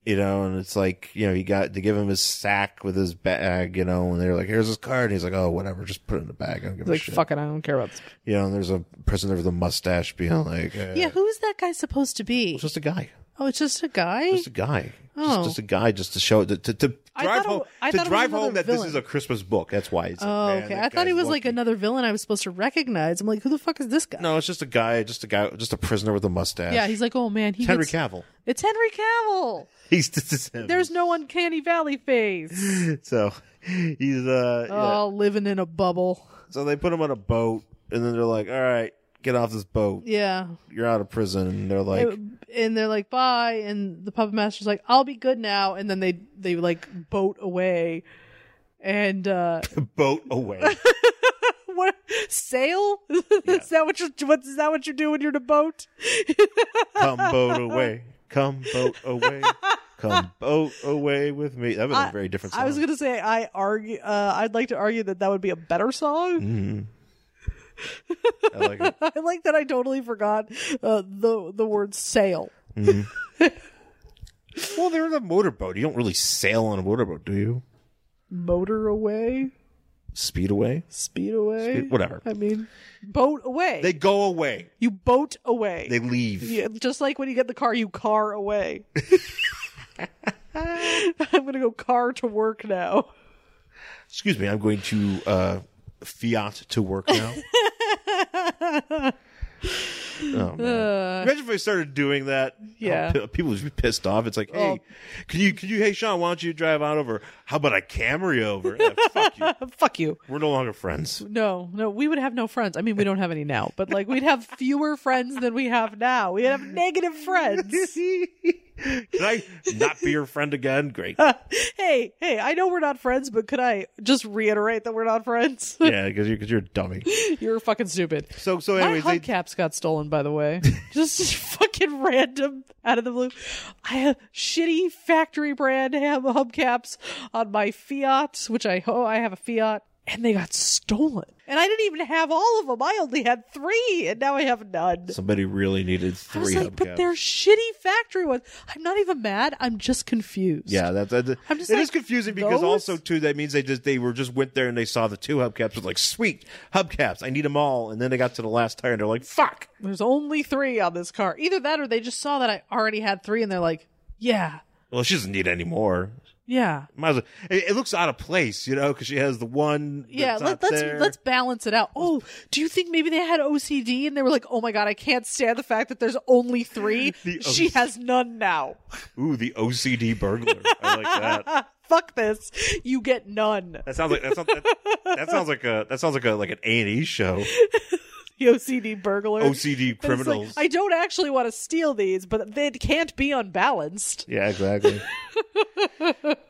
[SPEAKER 2] you know, and it's like, you know, he got to give him his sack with his bag, you know, and they're like, here's his card. And he's like, oh, whatever, just put it in the bag. I don't give
[SPEAKER 1] He's
[SPEAKER 2] a
[SPEAKER 1] like,
[SPEAKER 2] shit.
[SPEAKER 1] fuck it, I don't care about this.
[SPEAKER 2] You know, and there's a person there with a mustache being like, uh,
[SPEAKER 1] Yeah, who is that guy supposed to be?
[SPEAKER 2] it's just a guy,
[SPEAKER 1] Oh, it's just a guy.
[SPEAKER 2] just a guy,
[SPEAKER 1] Oh.
[SPEAKER 2] just, just a guy, just to show to to, to
[SPEAKER 1] I
[SPEAKER 2] drive
[SPEAKER 1] thought it-
[SPEAKER 2] home
[SPEAKER 1] I
[SPEAKER 2] to
[SPEAKER 1] thought it was
[SPEAKER 2] drive home
[SPEAKER 1] another
[SPEAKER 2] that this
[SPEAKER 1] villain.
[SPEAKER 2] is a Christmas book. That's why. It's like,
[SPEAKER 1] oh,
[SPEAKER 2] man,
[SPEAKER 1] okay.
[SPEAKER 2] that
[SPEAKER 1] I thought he
[SPEAKER 2] guy's
[SPEAKER 1] was like
[SPEAKER 2] lucky.
[SPEAKER 1] another villain I was supposed to recognize. I'm like, who the fuck is this guy?
[SPEAKER 2] No, it's just a guy, just a guy, just a prisoner with a mustache.
[SPEAKER 1] Yeah, he's like, oh man, he
[SPEAKER 2] Henry
[SPEAKER 1] gets-
[SPEAKER 2] Cavill.
[SPEAKER 1] It's Henry Cavill.
[SPEAKER 2] He's this is him.
[SPEAKER 1] There's no uncanny valley face.
[SPEAKER 2] so he's uh. yeah.
[SPEAKER 1] Oh, living in a bubble.
[SPEAKER 2] So they put him on a boat, and then they're like, all right, get off this boat.
[SPEAKER 1] Yeah.
[SPEAKER 2] you're out of prison and they're like
[SPEAKER 1] and they're like, bye. And the puppet master's like, I'll be good now. And then they they like boat away. And uh
[SPEAKER 2] boat away
[SPEAKER 1] what sail? is that what you what is that what you do when you're in a boat?
[SPEAKER 2] come boat away come boat away come boat away with me that was a
[SPEAKER 1] I-
[SPEAKER 2] very different song
[SPEAKER 1] I was gonna say I argue. Uh, I'd like to argue that that would be a better
[SPEAKER 2] Mm-hmm.
[SPEAKER 1] song.
[SPEAKER 2] I like it.
[SPEAKER 1] I like that I totally forgot uh, the the word sail.
[SPEAKER 2] well they're in a motorboat you don't really sail on a motorboat do you
[SPEAKER 1] Motor away,
[SPEAKER 2] speed away
[SPEAKER 1] speed away,
[SPEAKER 2] Speed- whatever.
[SPEAKER 1] I mean, boat away.
[SPEAKER 2] they go away
[SPEAKER 1] you boat away.
[SPEAKER 2] they leave
[SPEAKER 1] yeah, just like when you get in the car, you car away. I'm gonna go car to work now.
[SPEAKER 2] excuse me i'm going to uh fiat to work now Oh, man. Imagine if I started doing that. how
[SPEAKER 1] Yeah.
[SPEAKER 2] pi- people would be pissed off. It's like, hey,
[SPEAKER 1] Oh.
[SPEAKER 2] can you, can you, hey, Sean, why don't you drive on over? How about a Camry over? Yeah, fuck you.
[SPEAKER 1] Fuck you.
[SPEAKER 2] We're no longer friends.
[SPEAKER 1] No, no, we would have no friends. I mean, we don't have any now, but like we'd have fewer friends than we have now. We'd have negative friends.
[SPEAKER 2] Can I not be your friend again? Great.
[SPEAKER 1] hey, hey, I know we're not friends, but could I just reiterate that we're not friends?
[SPEAKER 2] Yeah, because you're, 'cause you're a dummy.
[SPEAKER 1] You're fucking stupid.
[SPEAKER 2] So, so
[SPEAKER 1] My
[SPEAKER 2] anyways, they,
[SPEAKER 1] hubcaps got stolen, by the way. just, just fucking random out of the blue. I have shitty factory brand ham hubcaps on my Fiat, which oh, I ho I have a Fiat, and they got stolen. And I didn't even have all of them. I only had three, and now I have none.
[SPEAKER 2] Somebody really needed
[SPEAKER 1] I
[SPEAKER 2] three
[SPEAKER 1] was like, but
[SPEAKER 2] hubcaps.
[SPEAKER 1] they're shitty factory ones. I'm not even mad. I'm just confused.
[SPEAKER 2] Yeah, that, that,
[SPEAKER 1] I'm just
[SPEAKER 2] it
[SPEAKER 1] like,
[SPEAKER 2] is confusing because
[SPEAKER 1] those?
[SPEAKER 2] also too that means they just they were just went there and they saw the two hubcaps was like sweet hubcaps I need them all and then they got to the last tire and they're like fuck
[SPEAKER 1] There's only three on this car. Either that or they just saw that I already had three, and they're like, yeah,
[SPEAKER 2] well she doesn't need any more
[SPEAKER 1] yeah.
[SPEAKER 2] might as well it, it looks out of place you know because she has the one
[SPEAKER 1] Yeah,
[SPEAKER 2] that's
[SPEAKER 1] let,
[SPEAKER 2] out
[SPEAKER 1] let's
[SPEAKER 2] there.
[SPEAKER 1] let's balance it out. Oh, do you think maybe they had OCD and they were like, "Oh my god, I can't stand the fact that there's only three.
[SPEAKER 2] The
[SPEAKER 1] she
[SPEAKER 2] OC
[SPEAKER 1] has none now.
[SPEAKER 2] ooh the OCD burglar I like that
[SPEAKER 1] Fuck this. You get none."
[SPEAKER 2] that sounds like that sounds, that, that sounds like a that sounds like a like an A and E show
[SPEAKER 1] The OCD burglar.
[SPEAKER 2] OCD
[SPEAKER 1] But it's like,
[SPEAKER 2] criminals
[SPEAKER 1] I don't actually want to steal these, but they can't be unbalanced.
[SPEAKER 2] yeah exactly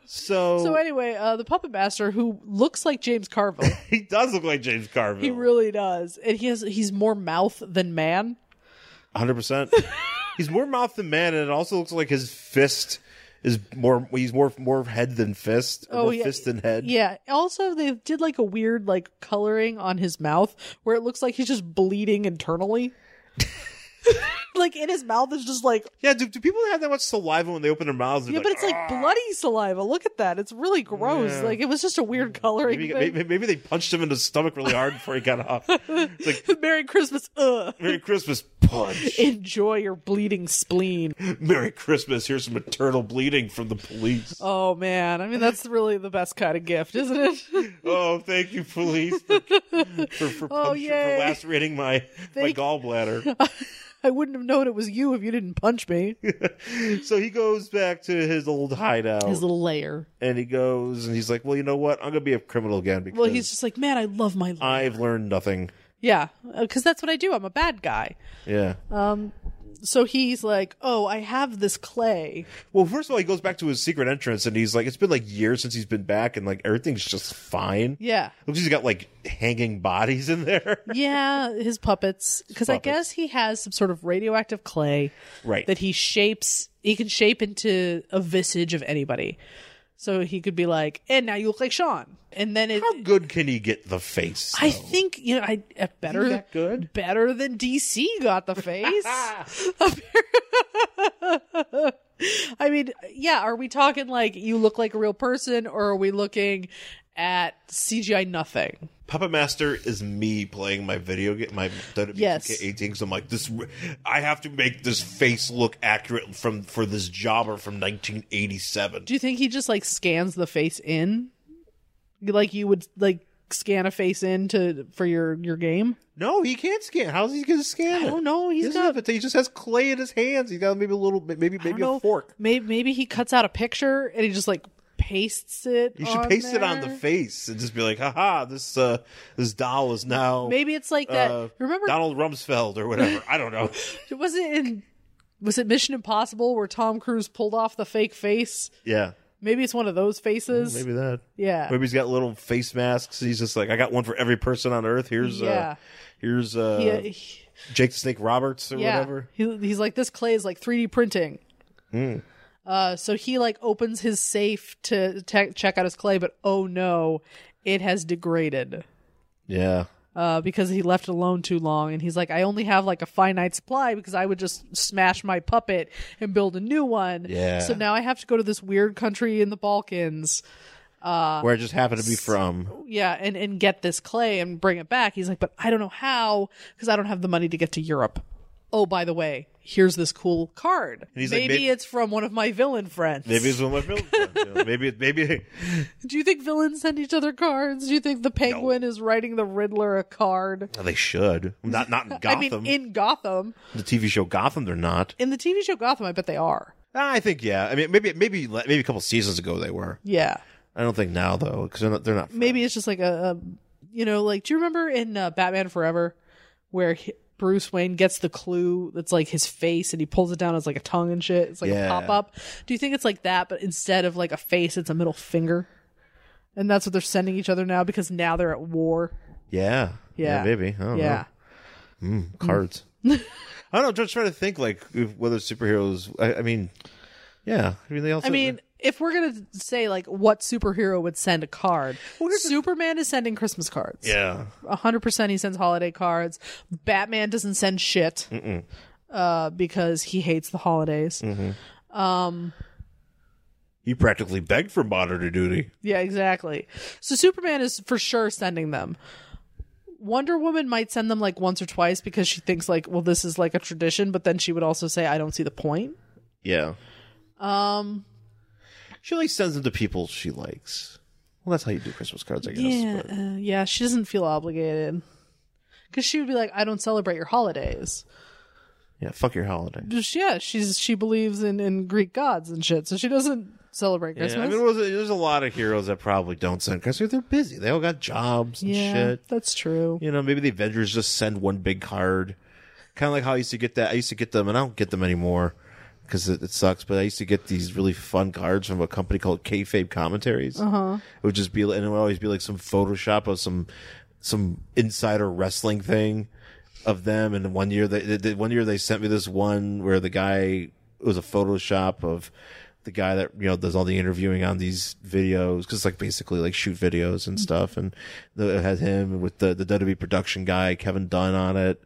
[SPEAKER 2] so,
[SPEAKER 1] So anyway, uh, the puppet master who looks like James Carville,
[SPEAKER 2] he does look like James Carville
[SPEAKER 1] he really does, and he has he's more mouth than man.
[SPEAKER 2] hundred percent. He's more mouth than man, and it also looks like his fist is more. He's more more head than fist. or
[SPEAKER 1] Oh,
[SPEAKER 2] more
[SPEAKER 1] yeah.
[SPEAKER 2] fist than head.
[SPEAKER 1] Yeah. Also, they did like a weird like coloring on his mouth where it looks like he's just bleeding internally. like in his mouth is just like
[SPEAKER 2] Yeah, do, do people have that much saliva when they open their mouths? They're
[SPEAKER 1] yeah, but it's like
[SPEAKER 2] "Ah."
[SPEAKER 1] bloody saliva. Look at that; it's really gross.
[SPEAKER 2] Yeah.
[SPEAKER 1] Like it was just a weird coloring.
[SPEAKER 2] Maybe,
[SPEAKER 1] thing.
[SPEAKER 2] maybe, maybe they punched him in the stomach really hard before he got off. It's like
[SPEAKER 1] Merry Christmas. Ugh.
[SPEAKER 2] Merry Christmas punch.
[SPEAKER 1] Enjoy your bleeding spleen.
[SPEAKER 2] Merry Christmas. Here's some maternal bleeding from the police. Oh,
[SPEAKER 1] Oh man, I mean that's really the best kind of gift, isn't it?
[SPEAKER 2] Oh, thank you, police, for for, for, punch-
[SPEAKER 1] Oh, yay.
[SPEAKER 2] for lacerating my my gallbladder.
[SPEAKER 1] I wouldn't have known it was you if you didn't punch me.
[SPEAKER 2] so he goes back to his old hideout.
[SPEAKER 1] His little lair.
[SPEAKER 2] and he goes and he's like, "Well, you know what? I'm gonna be a criminal again because
[SPEAKER 1] Well, he's just like, man, I love my life.
[SPEAKER 2] I've learned nothing."
[SPEAKER 1] yeah, because that's what I do. I'm a bad guy.
[SPEAKER 2] Yeah.
[SPEAKER 1] Uh, So he's like, oh, I have this clay.
[SPEAKER 2] well, first of all, he goes back to his secret entrance and he's like, "It's been like years since he's been back, and like everything's just fine."
[SPEAKER 1] Yeah.
[SPEAKER 2] Looks like he's got like hanging bodies in there.
[SPEAKER 1] Yeah, his puppets. Because I
[SPEAKER 2] Puppets.
[SPEAKER 1] guess he has some sort of radioactive clay
[SPEAKER 2] right.
[SPEAKER 1] that he shapes. He can shape into a visage of anybody. So he could be like, and now you look like Sean. And then it.
[SPEAKER 2] How good can he get the face?
[SPEAKER 1] I
[SPEAKER 2] though?
[SPEAKER 1] think you know I uh, better
[SPEAKER 2] that good?
[SPEAKER 1] better than DC got the face. I mean, yeah, are we talking like you look like a real person or are we looking at CGI nothing?
[SPEAKER 2] Puppet Master is me playing my video game, my WWE
[SPEAKER 1] Yes.
[SPEAKER 2] 18. So I'm like, this, I have to make this face look accurate from for this jobber from 1987.
[SPEAKER 1] Do you think he just like scans the face in? Like you would like scan a face in to for your your game?
[SPEAKER 2] No, he can't scan. How's he gonna scan it?
[SPEAKER 1] don't know. He's
[SPEAKER 2] he doesn't
[SPEAKER 1] got-
[SPEAKER 2] have a- he just has clay in his hands. He's got maybe a little, maybe
[SPEAKER 1] I don't
[SPEAKER 2] maybe a
[SPEAKER 1] know.
[SPEAKER 2] fork.
[SPEAKER 1] Maybe maybe he cuts out a picture and he just like pastes it.
[SPEAKER 2] You should paste it on the
[SPEAKER 1] there.
[SPEAKER 2] face and just be like, "Haha, this uh, this doll is now
[SPEAKER 1] Maybe it's like that.
[SPEAKER 2] uh,
[SPEAKER 1] Remember
[SPEAKER 2] Donald Rumsfeld or whatever." I don't know.
[SPEAKER 1] was it in was it Mission Impossible where Tom Cruise pulled off the fake face?
[SPEAKER 2] yeah,
[SPEAKER 1] Maybe it's one of those faces.
[SPEAKER 2] maybe that.
[SPEAKER 1] Yeah.
[SPEAKER 2] Maybe he's got little face masks. He's just like, "I got one for every person on Earth." Here's
[SPEAKER 1] Yeah.
[SPEAKER 2] uh, here's uh,
[SPEAKER 1] He- he-
[SPEAKER 2] Jake the Snake Roberts or
[SPEAKER 1] yeah.
[SPEAKER 2] whatever. Hmm.
[SPEAKER 1] He, he's like this clay is like 3D printing. Uh, so he like opens his safe to te- check out his clay, but oh no, it has degraded.
[SPEAKER 2] Yeah.
[SPEAKER 1] Uh, because he left it alone too long, and he's like, "I only have like a finite supply because I would just smash my puppet and build a new one."
[SPEAKER 2] Yeah.
[SPEAKER 1] So now I have to go to this weird country in the Balkans Uh,
[SPEAKER 2] Where it just happened to be from.
[SPEAKER 1] yeah and and get this clay and bring it back he's like but i don't know how because i don't have the money to get to europe oh by the way here's this cool card
[SPEAKER 2] he's like,
[SPEAKER 1] maybe,
[SPEAKER 2] "Maybe-
[SPEAKER 1] it's from one of my villain friends
[SPEAKER 2] Maybe it's one of my films. maybe it, maybe
[SPEAKER 1] do you think villains send each other cards do you think the penguin is writing the riddler a card
[SPEAKER 2] Well, they should. Not not in Gotham.
[SPEAKER 1] i mean in gotham
[SPEAKER 2] the TV show Gotham, they're not.
[SPEAKER 1] in the tv show gotham i bet they are
[SPEAKER 2] I think yeah. I mean, maybe maybe maybe a couple seasons ago they were.
[SPEAKER 1] yeah
[SPEAKER 2] I don't think now though, because they're not. They're not.
[SPEAKER 1] maybe it's just like a, a you know like do you remember in uh, batman forever where he- bruce wayne gets the clue that's like his face and he pulls it down as like a tongue and shit it's like a
[SPEAKER 2] Yeah.
[SPEAKER 1] pop-up do you think it's like that but instead of like a face it's a middle finger and that's what they're sending each other now because now they're at war
[SPEAKER 2] Yeah.
[SPEAKER 1] yeah
[SPEAKER 2] Maybe. I don't
[SPEAKER 1] yeah
[SPEAKER 2] know. Cards. I don't know. Just trying to think like if, whether superheroes. I, I mean, Yeah. Everything else.
[SPEAKER 1] I mean, if we're gonna say like what superhero would send a card, Superman is sending Christmas cards.
[SPEAKER 2] yeah.
[SPEAKER 1] hundred percent, he sends holiday cards. Batman doesn't send shit uh, because he hates the holidays.
[SPEAKER 2] He practically begged for monitor duty.
[SPEAKER 1] Yeah, exactly. So Superman is for sure sending them. Wonder Woman might send them like once or twice because she thinks like, well, this is like a tradition. But then she would also say, I don't see the point.
[SPEAKER 2] Yeah. Um.
[SPEAKER 1] Um,
[SPEAKER 2] She only sends them to people she likes. Well, that's how you do Christmas cards, I guess.
[SPEAKER 1] Yeah,
[SPEAKER 2] but-
[SPEAKER 1] uh, yeah. She doesn't feel obligated because she would be like, "I don't celebrate your holidays."
[SPEAKER 2] yeah. Fuck your holiday.
[SPEAKER 1] Just, yeah, she's she believes in in Greek gods and shit, so she doesn't celebrate
[SPEAKER 2] Yeah,
[SPEAKER 1] Christmas.
[SPEAKER 2] I mean, there's a- there's a lot of heroes that probably don't send cards. They're busy. They all got jobs and
[SPEAKER 1] Yeah,
[SPEAKER 2] shit.
[SPEAKER 1] that's true.
[SPEAKER 2] You know, maybe the Avengers just send one big card. Kind of like how I used to get that. I used to get them, and I don't get them anymore because it, it sucks. But I used to get these really fun cards from a company called Kayfabe Commentaries. Uh-huh. It would just be, and it would always be like some Photoshop of some some insider wrestling thing of them. And one year, they, they, they- one year they sent me this one where the guy it was a Photoshop of the guy that you know does all the interviewing on these videos because like basically like shoot videos and stuff. And the, it had him with the the WWE production guy Kevin Dunn on it.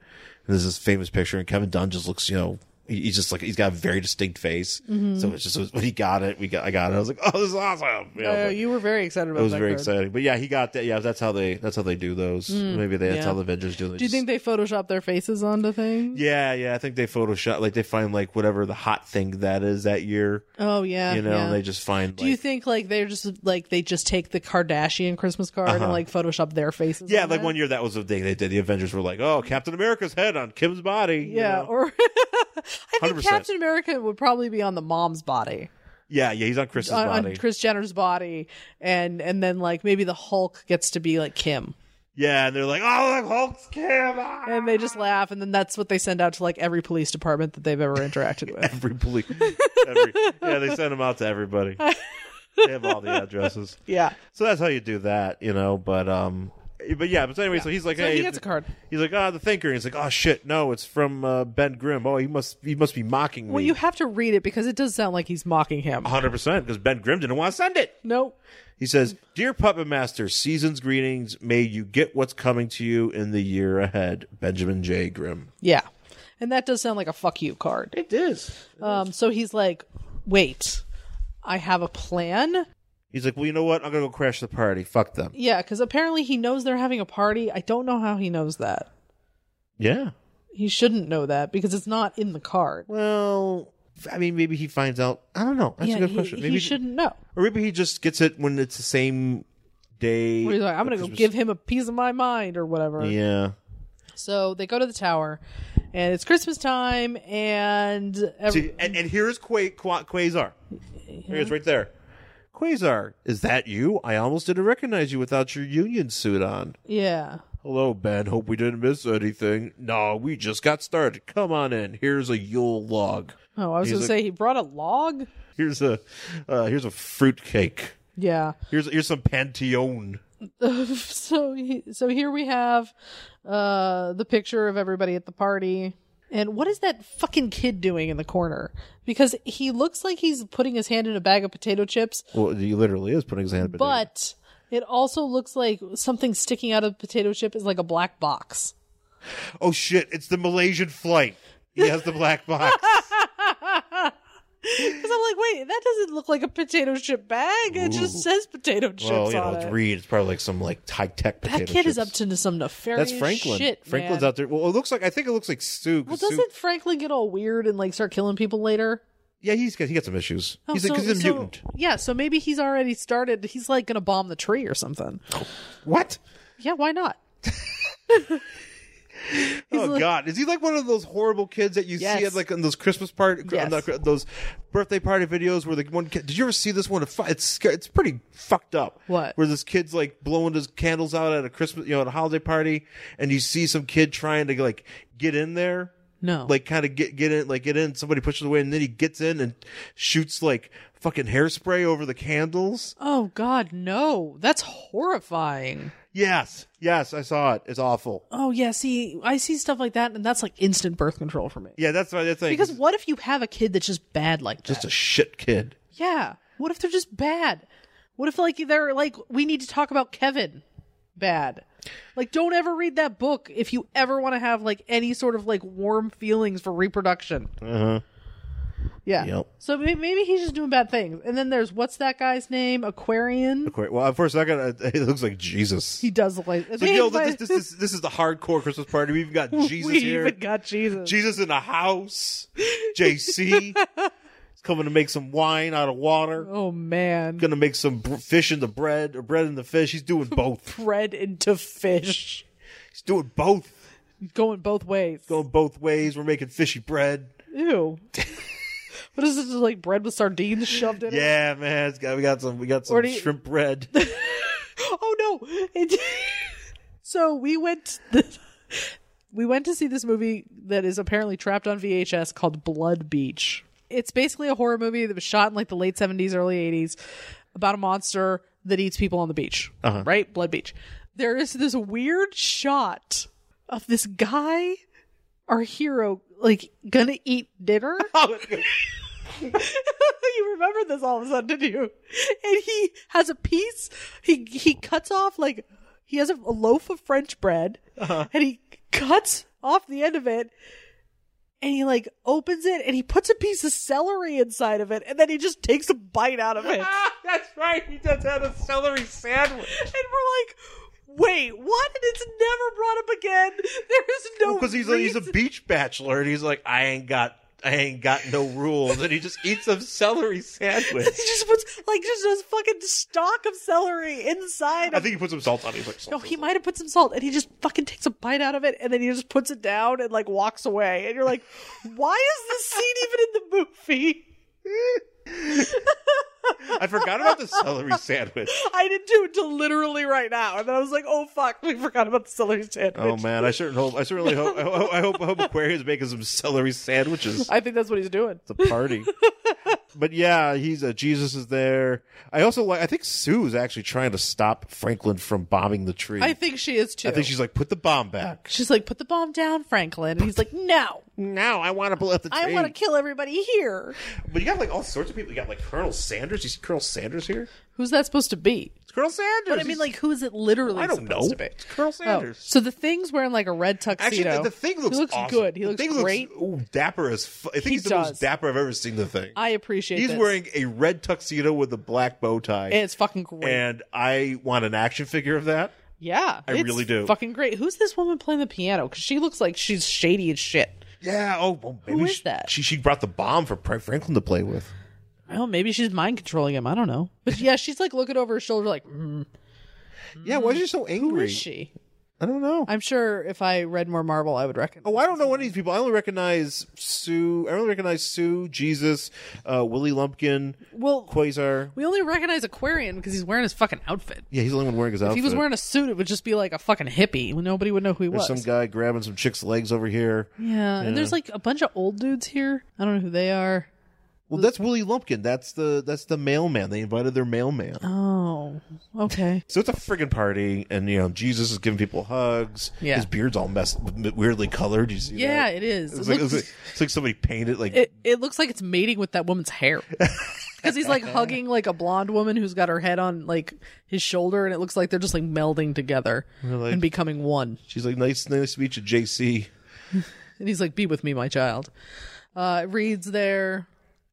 [SPEAKER 2] And there's this famous picture, and Kevin Dunn just looks you know. he- He's just like he's got a very distinct face,
[SPEAKER 1] Mm-hmm.
[SPEAKER 2] so it's just it was- when he got it, we got I got it. I was like, oh, this is awesome. You know,
[SPEAKER 1] Uh,
[SPEAKER 2] but-
[SPEAKER 1] you were very excited about
[SPEAKER 2] it was
[SPEAKER 1] that
[SPEAKER 2] very
[SPEAKER 1] card.
[SPEAKER 2] exciting. But yeah, he got that. Yeah, that's how they that's how they do those. Maybe they, that's how the Avengers do. They
[SPEAKER 1] Mm, Do you think they Photoshop their faces onto things?
[SPEAKER 2] Yeah, yeah. I think they Photoshop like they find like whatever the hot thing that is that year.
[SPEAKER 1] Oh yeah,
[SPEAKER 2] You know,
[SPEAKER 1] yeah.
[SPEAKER 2] and they just find.
[SPEAKER 1] Do you think like they're just like they just take the Kardashian Christmas card and like Photoshop their faces?
[SPEAKER 2] Uh-huh. Yeah,
[SPEAKER 1] on
[SPEAKER 2] like
[SPEAKER 1] it?
[SPEAKER 2] one year that was the thing they did. The Avengers were like, "Oh, Captain America's head on Kim's body." you
[SPEAKER 1] Yeah,
[SPEAKER 2] know?
[SPEAKER 1] or I think
[SPEAKER 2] 100%.
[SPEAKER 1] Captain America would probably be on the mom's body,
[SPEAKER 2] yeah, yeah. He's on Chris's
[SPEAKER 1] on, on
[SPEAKER 2] body.
[SPEAKER 1] Chris Jenner's body, and and then like maybe the Hulk gets to be like Kim,
[SPEAKER 2] yeah, and they're like, "Oh, look, Hulk's Kim." ah!"
[SPEAKER 1] and they just laugh, and then that's what they send out to like every police department that they've ever interacted with.
[SPEAKER 2] Every police. Every, yeah, they send them out to everybody. they have all the addresses.
[SPEAKER 1] Yeah,
[SPEAKER 2] So that's how you do that, you know. But um, but yeah. But anyway, so he's like,
[SPEAKER 1] so
[SPEAKER 2] hey,
[SPEAKER 1] he gets a card.
[SPEAKER 2] He's like, ah, the thinker. And he's like, oh shit, no, it's from uh, Ben Grimm. Oh, he must, he must be mocking me.
[SPEAKER 1] Well, you have to read it because it does sound like he's mocking him.
[SPEAKER 2] Uh, 100% because Ben Grimm didn't want to send it.
[SPEAKER 1] Nope.
[SPEAKER 2] He says, Dear Puppet Master, season's greetings. May you get what's coming to you in the year ahead. Benjamin J. Grimm.
[SPEAKER 1] Yeah. And that does sound like a fuck you card.
[SPEAKER 2] It is.
[SPEAKER 1] Um, so he's like, wait, I have a plan?
[SPEAKER 2] He's like, well, you know what? I'm going to go crash the party. Fuck them.
[SPEAKER 1] Yeah, because apparently he knows they're having a party. I don't know how he knows that.
[SPEAKER 2] Yeah.
[SPEAKER 1] He shouldn't know that because it's not in the card.
[SPEAKER 2] Well, I mean, maybe he finds out. I don't know. That's
[SPEAKER 1] yeah,
[SPEAKER 2] a good
[SPEAKER 1] he,
[SPEAKER 2] question.
[SPEAKER 1] he
[SPEAKER 2] Maybe
[SPEAKER 1] shouldn't know.
[SPEAKER 2] Or maybe he just gets it when it's the same day.
[SPEAKER 1] He's like, I'm going to go
[SPEAKER 2] Christmas-
[SPEAKER 1] give Um, him a piece of my mind or whatever.
[SPEAKER 2] Yeah.
[SPEAKER 1] So they go to the tower and it's Christmas time and every-
[SPEAKER 2] See, and, and here's Qua- Qua- Quasar. Here he is, right there. Quasar, is that you? I almost didn't recognize you without your union suit on.
[SPEAKER 1] yeah.
[SPEAKER 2] Hello, Ben. Hope we didn't miss anything. No, we just got started. Come on in. Here's a Yule log.
[SPEAKER 1] Oh, I was
[SPEAKER 2] He's
[SPEAKER 1] going to
[SPEAKER 2] like-
[SPEAKER 1] say he brought a log?
[SPEAKER 2] Here's a uh, here's a fruit cake.
[SPEAKER 1] Yeah.
[SPEAKER 2] Here's here's some Pantheon.
[SPEAKER 1] so he- so here we have uh the picture of everybody at the party and what is that fucking kid doing in the corner because he looks like he's putting his hand in a bag of potato chips
[SPEAKER 2] Well, he literally is putting his hand. in a potato.
[SPEAKER 1] but it also looks like something sticking out of the potato chip is like a black box
[SPEAKER 2] oh shit! It's the Malaysian flight. He has the black box.
[SPEAKER 1] because i'm like wait that doesn't look like a potato chip bag it
[SPEAKER 2] Ooh.
[SPEAKER 1] just says potato chips
[SPEAKER 2] well, you know,
[SPEAKER 1] on
[SPEAKER 2] it's
[SPEAKER 1] it
[SPEAKER 2] Reed. It's probably like some like high tech.
[SPEAKER 1] that kid is up to some nefarious
[SPEAKER 2] That's Franklin.
[SPEAKER 1] shit
[SPEAKER 2] Franklin's
[SPEAKER 1] man.
[SPEAKER 2] out there. Well, it looks like I think it looks like Sue. 'cause
[SPEAKER 1] well
[SPEAKER 2] Sue-
[SPEAKER 1] doesn't franklin get all weird and like start killing people later
[SPEAKER 2] yeah, he's got he got some issues.
[SPEAKER 1] Oh,
[SPEAKER 2] he's, a- 'cause he's a mutant.
[SPEAKER 1] Yeah, so maybe he's already started. He's like going to bomb the tree or something.
[SPEAKER 2] What?
[SPEAKER 1] Yeah, why not?
[SPEAKER 2] Oh
[SPEAKER 1] like-
[SPEAKER 2] God! Is he like one of those horrible kids that you see
[SPEAKER 1] Yes.
[SPEAKER 2] at like in those Christmas part,
[SPEAKER 1] Yes.
[SPEAKER 2] on the- those birthday party videos where the one kid? Did you ever see this one? It's fu- It's sca- it's pretty fucked up.
[SPEAKER 1] What?
[SPEAKER 2] Where this kid's like blowing his candles out at a Christmas, you know, at a holiday party, and you see some kid trying to like get in there.
[SPEAKER 1] No.
[SPEAKER 2] like kind of get get in like get in somebody pushes away and then he gets in and shoots like
[SPEAKER 1] Uh.
[SPEAKER 2] fucking hairspray over the candles
[SPEAKER 1] oh god, no. That's horrifying.
[SPEAKER 2] Yes, yes, I saw it. It's awful.
[SPEAKER 1] Oh yeah, see, I see stuff like that, and that's like instant birth control for me.
[SPEAKER 2] Yeah, that's my that's like,
[SPEAKER 1] Because what if you have a kid that's just bad like
[SPEAKER 2] just
[SPEAKER 1] that?
[SPEAKER 2] a shit kid.
[SPEAKER 1] yeah. What if they're just bad? What if like they're like we need to talk about Kevin bad? Like don't ever read that book if you ever want to have like any sort of like warm feelings for reproduction. Yeah.
[SPEAKER 2] Uh-huh. Yep.
[SPEAKER 1] So may- maybe he's just doing bad things. And then there's what's that guy's name? Aquarian.
[SPEAKER 2] Aquari- Well, for a second, uh, it looks like Jesus.
[SPEAKER 1] He does look like.
[SPEAKER 2] It's like, yo, this, this, this, this is the hardcore Christmas party. We've got Jesus
[SPEAKER 1] we
[SPEAKER 2] here.
[SPEAKER 1] even got Jesus.
[SPEAKER 2] Jesus in the house. JC is coming to make some wine out of water.
[SPEAKER 1] oh man.
[SPEAKER 2] Gonna make some br- fish into bread or bread into fish. He's doing both.
[SPEAKER 1] Bread into fish.
[SPEAKER 2] He's doing both.
[SPEAKER 1] Going both ways.
[SPEAKER 2] Going both ways. We're making fishy bread.
[SPEAKER 1] Ew. what is this? Just like bread with sardines shoved in it?
[SPEAKER 2] Yeah, man. It's got, we got some. We got some
[SPEAKER 1] Or do you-
[SPEAKER 2] shrimp bread.
[SPEAKER 1] Oh no. It- so we went. The- we went to see this movie that is apparently trapped on VHS called Blood Beach. It's basically a horror movie that was shot in like the late 70s, early 80s about a monster that eats people on the beach. Right? Blood Beach. There is this weird shot of this guy, our hero, like gonna eat dinner. you remember this all of a sudden, didn't you? And he has a piece. He he cuts off like he has a, a loaf of French bread,
[SPEAKER 2] Uh-huh.
[SPEAKER 1] and he cuts off the end of it, and he like opens it, and he puts a piece of celery inside of it, and then he just takes a bite out of it. and
[SPEAKER 2] That's right. He just had a celery sandwich.
[SPEAKER 1] we're like. Wait, what? And it's never brought up again. There is no
[SPEAKER 2] because Oh, he's a, he's a
[SPEAKER 1] reason-
[SPEAKER 2] beach bachelor and he's like I ain't got I ain't got no rules and he just eats a celery sandwich.
[SPEAKER 1] he just puts like just does fucking stalk of celery inside
[SPEAKER 2] I
[SPEAKER 1] of
[SPEAKER 2] think he put some salt on. it. He's like, salt,
[SPEAKER 1] No,
[SPEAKER 2] salt,
[SPEAKER 1] he
[SPEAKER 2] salt.
[SPEAKER 1] might have put some salt, and he just fucking takes a bite out of it, and then he just puts it down and like walks away. And you're like, why is this scene even in the movie?
[SPEAKER 2] I forgot about the celery sandwich.
[SPEAKER 1] I didn't do it until literally right now, and then I was like, oh fuck, we forgot about the celery sandwich.
[SPEAKER 2] Oh man, I certainly hope I certainly hope I hope, I hope, I hope Aquarius making some celery sandwiches.
[SPEAKER 1] I think that's what he's doing.
[SPEAKER 2] It's a party. but yeah, he's uh, Jesus is there. I also like I think Sue's actually trying to stop Franklin from bombing the tree.
[SPEAKER 1] I think she is too.
[SPEAKER 2] I think she's like put the bomb back.
[SPEAKER 1] She's like, put the bomb down, Franklin, and he's like, no,
[SPEAKER 2] Now I want to blow up the tree.
[SPEAKER 1] I want to kill everybody here.
[SPEAKER 2] But you got like all sorts of people. You got like Colonel Sanders. You see Colonel Sanders here?
[SPEAKER 1] Who's that supposed to be?
[SPEAKER 2] It's Colonel Sanders.
[SPEAKER 1] But I mean, like, who is it literally?
[SPEAKER 2] I don't know.
[SPEAKER 1] supposed To be?
[SPEAKER 2] It's Colonel
[SPEAKER 1] Oh,
[SPEAKER 2] Sanders.
[SPEAKER 1] so the thing's wearing like a red
[SPEAKER 2] Actually,
[SPEAKER 1] tuxedo.
[SPEAKER 2] the, the thing looks,
[SPEAKER 1] he looks
[SPEAKER 2] awesome.
[SPEAKER 1] good. He
[SPEAKER 2] The
[SPEAKER 1] looks
[SPEAKER 2] thing
[SPEAKER 1] great.
[SPEAKER 2] ooh, dapper as fuck. I think
[SPEAKER 1] He
[SPEAKER 2] he's the
[SPEAKER 1] does.
[SPEAKER 2] most dapper I've ever seen. The thing.
[SPEAKER 1] I appreciate.
[SPEAKER 2] he's
[SPEAKER 1] this.
[SPEAKER 2] wearing a red tuxedo with a black bow tie,
[SPEAKER 1] And it's fucking great.
[SPEAKER 2] and I want an action figure of that.
[SPEAKER 1] yeah,
[SPEAKER 2] I
[SPEAKER 1] it's
[SPEAKER 2] really do.
[SPEAKER 1] Fucking great. Who's this woman playing the piano? Because she looks like she's shady as shit.
[SPEAKER 2] Yeah. Oh, well, maybe
[SPEAKER 1] is
[SPEAKER 2] she,
[SPEAKER 1] that?
[SPEAKER 2] She she brought the bomb for Frank Franklin to play with.
[SPEAKER 1] Well, maybe she's mind controlling him. I don't know. But yeah, she's like looking over her shoulder, like mm,
[SPEAKER 2] Yeah. Why is she so
[SPEAKER 1] who
[SPEAKER 2] angry?
[SPEAKER 1] is she?
[SPEAKER 2] I don't know.
[SPEAKER 1] I'm sure if I read more Marvel, I would recognize.
[SPEAKER 2] Oh, I don't know any of these people. I only recognize Sue. I only recognize Sue, Jesus, uh, Willie Lumpkin,
[SPEAKER 1] Well,
[SPEAKER 2] Quasar.
[SPEAKER 1] we only recognize Aquarian because he's wearing his fucking outfit.
[SPEAKER 2] Yeah, he's the only one wearing his outfit.
[SPEAKER 1] If he was wearing a suit, it would just be like a fucking hippie. Nobody would know who he
[SPEAKER 2] There's
[SPEAKER 1] was.
[SPEAKER 2] some guy grabbing some chick's legs over here.
[SPEAKER 1] yeah, and there's like a bunch of old dudes here. I don't know who they are.
[SPEAKER 2] Well, that's Willie Lumpkin. That's the that's the mailman. They invited their mailman.
[SPEAKER 1] Oh, okay.
[SPEAKER 2] So it's a friggin' party, and you know Jesus is giving people hugs.
[SPEAKER 1] Yeah.
[SPEAKER 2] his beard's all messed, weirdly colored. You see?
[SPEAKER 1] Yeah,
[SPEAKER 2] that?
[SPEAKER 1] it is.
[SPEAKER 2] It's
[SPEAKER 1] It
[SPEAKER 2] like, it's,
[SPEAKER 1] looks-
[SPEAKER 2] like, it's like somebody painted like
[SPEAKER 1] it, it looks like it's mating with that woman's hair because he's like hugging like a blonde woman who's got her head on like his shoulder and it looks like they're just like melding together
[SPEAKER 2] like-
[SPEAKER 1] and becoming one
[SPEAKER 2] she's like nice, nice to meet you, JC.
[SPEAKER 1] and he's like be with me my child uh it reads there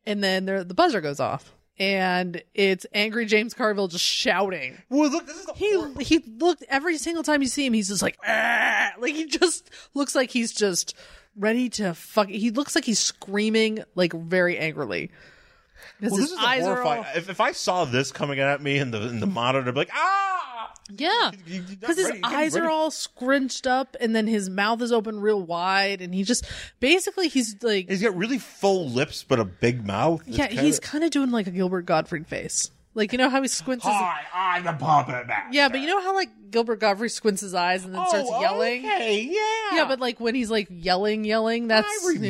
[SPEAKER 1] and then there the buzzer goes off and it's angry james carville just shouting
[SPEAKER 2] Well, look, this is the
[SPEAKER 1] he he looked every single time you see him he's just like "Ah!" like he just looks like he's just ready to fuck he looks like he's screaming like very angrily because
[SPEAKER 2] Well,
[SPEAKER 1] his
[SPEAKER 2] this is
[SPEAKER 1] eyes
[SPEAKER 2] a
[SPEAKER 1] are
[SPEAKER 2] horrifying.
[SPEAKER 1] all
[SPEAKER 2] If, if I saw this coming at me in the in the monitor, I'd be like, ah,
[SPEAKER 1] Yeah.
[SPEAKER 2] You- you're not
[SPEAKER 1] Because his
[SPEAKER 2] ready. You're not
[SPEAKER 1] eyes are
[SPEAKER 2] ready.
[SPEAKER 1] all scrunched up and then his mouth is open real wide and he just basically he's like
[SPEAKER 2] he's got really full lips but a big mouth. It's
[SPEAKER 1] Yeah,
[SPEAKER 2] kinda-
[SPEAKER 1] he's kinda doing like a Gilbert Gottfried face. Like you know how he squints his
[SPEAKER 4] Hi, I'm the puppet master.
[SPEAKER 1] Yeah, but you know how like Gilbert Gottfried squints his eyes and then starts yelling?
[SPEAKER 2] Oh, Okay, yeah.
[SPEAKER 1] Yeah, but like when he's like yelling, yelling, that's
[SPEAKER 2] I remember.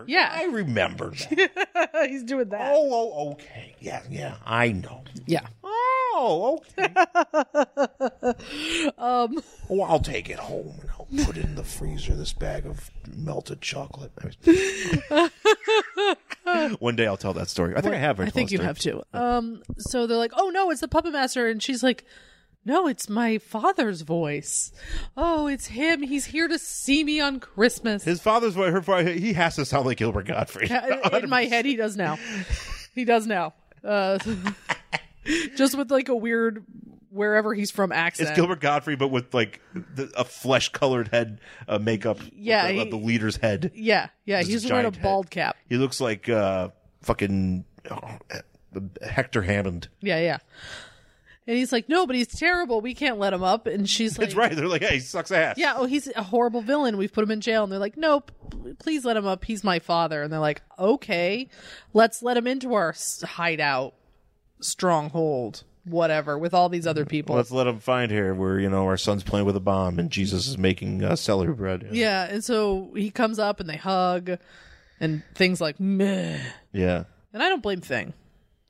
[SPEAKER 2] I
[SPEAKER 1] Yeah.
[SPEAKER 2] remember. That.
[SPEAKER 1] he's doing that.
[SPEAKER 2] oh, oh, okay. Yeah, yeah. I know.
[SPEAKER 1] Yeah.
[SPEAKER 2] Oh, Oh, okay.
[SPEAKER 1] Um,
[SPEAKER 2] Well, I'll take it home and I'll put it in the freezer. This bag of melted chocolate. One day I'll tell that story. I think I have.
[SPEAKER 1] I think you have to. Um, so they're like, "Oh no, it's the puppet master," and she's like, "No, it's my father's voice. Oh, it's him. He's here to see me on Christmas."
[SPEAKER 2] His father's voice. Her father. He has to sound like Gilbert Godfrey.
[SPEAKER 1] in my head he does now he does now uh, just with like a weird wherever he's from accent
[SPEAKER 2] It's Gilbert Godfrey, but with like the, a flesh-colored head uh, makeup.
[SPEAKER 1] Yeah,
[SPEAKER 2] of the,
[SPEAKER 1] he-
[SPEAKER 2] of the leader's head.
[SPEAKER 1] yeah yeah
[SPEAKER 2] Just a
[SPEAKER 1] he's wearing a
[SPEAKER 2] giant
[SPEAKER 1] bald
[SPEAKER 2] head.
[SPEAKER 1] cap
[SPEAKER 2] He looks like uh, fucking oh, Hector Hammond.
[SPEAKER 1] yeah yeah and he's like no but he's terrible we can't let him up and she's like
[SPEAKER 2] That's right. They're like, hey, he sucks ass.
[SPEAKER 1] yeah oh he's a horrible villain we've put him in jail and they're like nope please let him up he's my father and they're like okay let's let him into our s- hideout stronghold whatever with all these other people
[SPEAKER 2] Let's let him find here where you know our son's playing with a bomb and Jesus is making uh, celery bread.
[SPEAKER 1] Yeah, and so he comes up and they hug, and things like meh.
[SPEAKER 2] yeah.
[SPEAKER 1] And I don't blame Thing.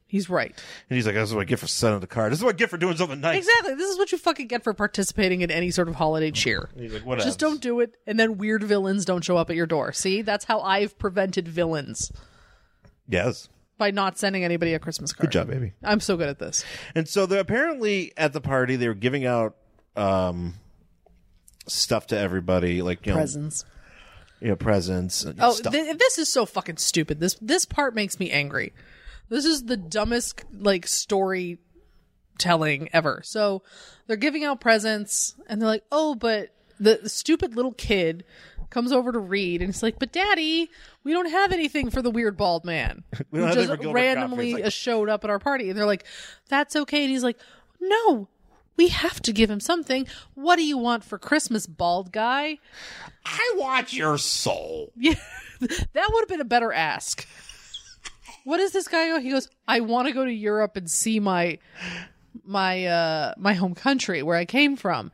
[SPEAKER 1] He's right.
[SPEAKER 2] And he's like, "This is what I get for sending the card. This is what I get for doing something nice."
[SPEAKER 1] Exactly. This is what you fucking get for participating in any sort of holiday cheer.
[SPEAKER 2] He's like, "What?
[SPEAKER 1] Just don't do it, and then weird villains don't show up at your door. See, that's how I've prevented villains
[SPEAKER 2] Yes.
[SPEAKER 1] by not sending anybody a Christmas card.
[SPEAKER 2] Good job, baby.
[SPEAKER 1] I'm so good at this.
[SPEAKER 2] And so they're apparently at the party they were giving out um stuff to everybody, like you know,
[SPEAKER 1] Presents.
[SPEAKER 2] you know, presents. and
[SPEAKER 1] Oh,
[SPEAKER 2] stuff.
[SPEAKER 1] th- this is so fucking stupid. This this part makes me angry. This is the dumbest like story telling ever. So they're giving out presents and they're like, "Oh, but the, the stupid little kid comes over to read and it's like, "But daddy, we don't have anything for the weird bald man
[SPEAKER 2] We
[SPEAKER 1] who
[SPEAKER 2] don't have
[SPEAKER 1] just
[SPEAKER 2] anything for Gilbert Gottfried."
[SPEAKER 1] randomly
[SPEAKER 2] It's like-
[SPEAKER 1] uh, showed up at our party." And they're like, "That's okay." And he's like, "No, we have to give him something. What do you want for Christmas, bald guy?"
[SPEAKER 4] I want your soul.
[SPEAKER 1] Yeah, that would have been a better ask. What is this guy? He goes, I want to go to Europe and see my my uh my home country where I came from.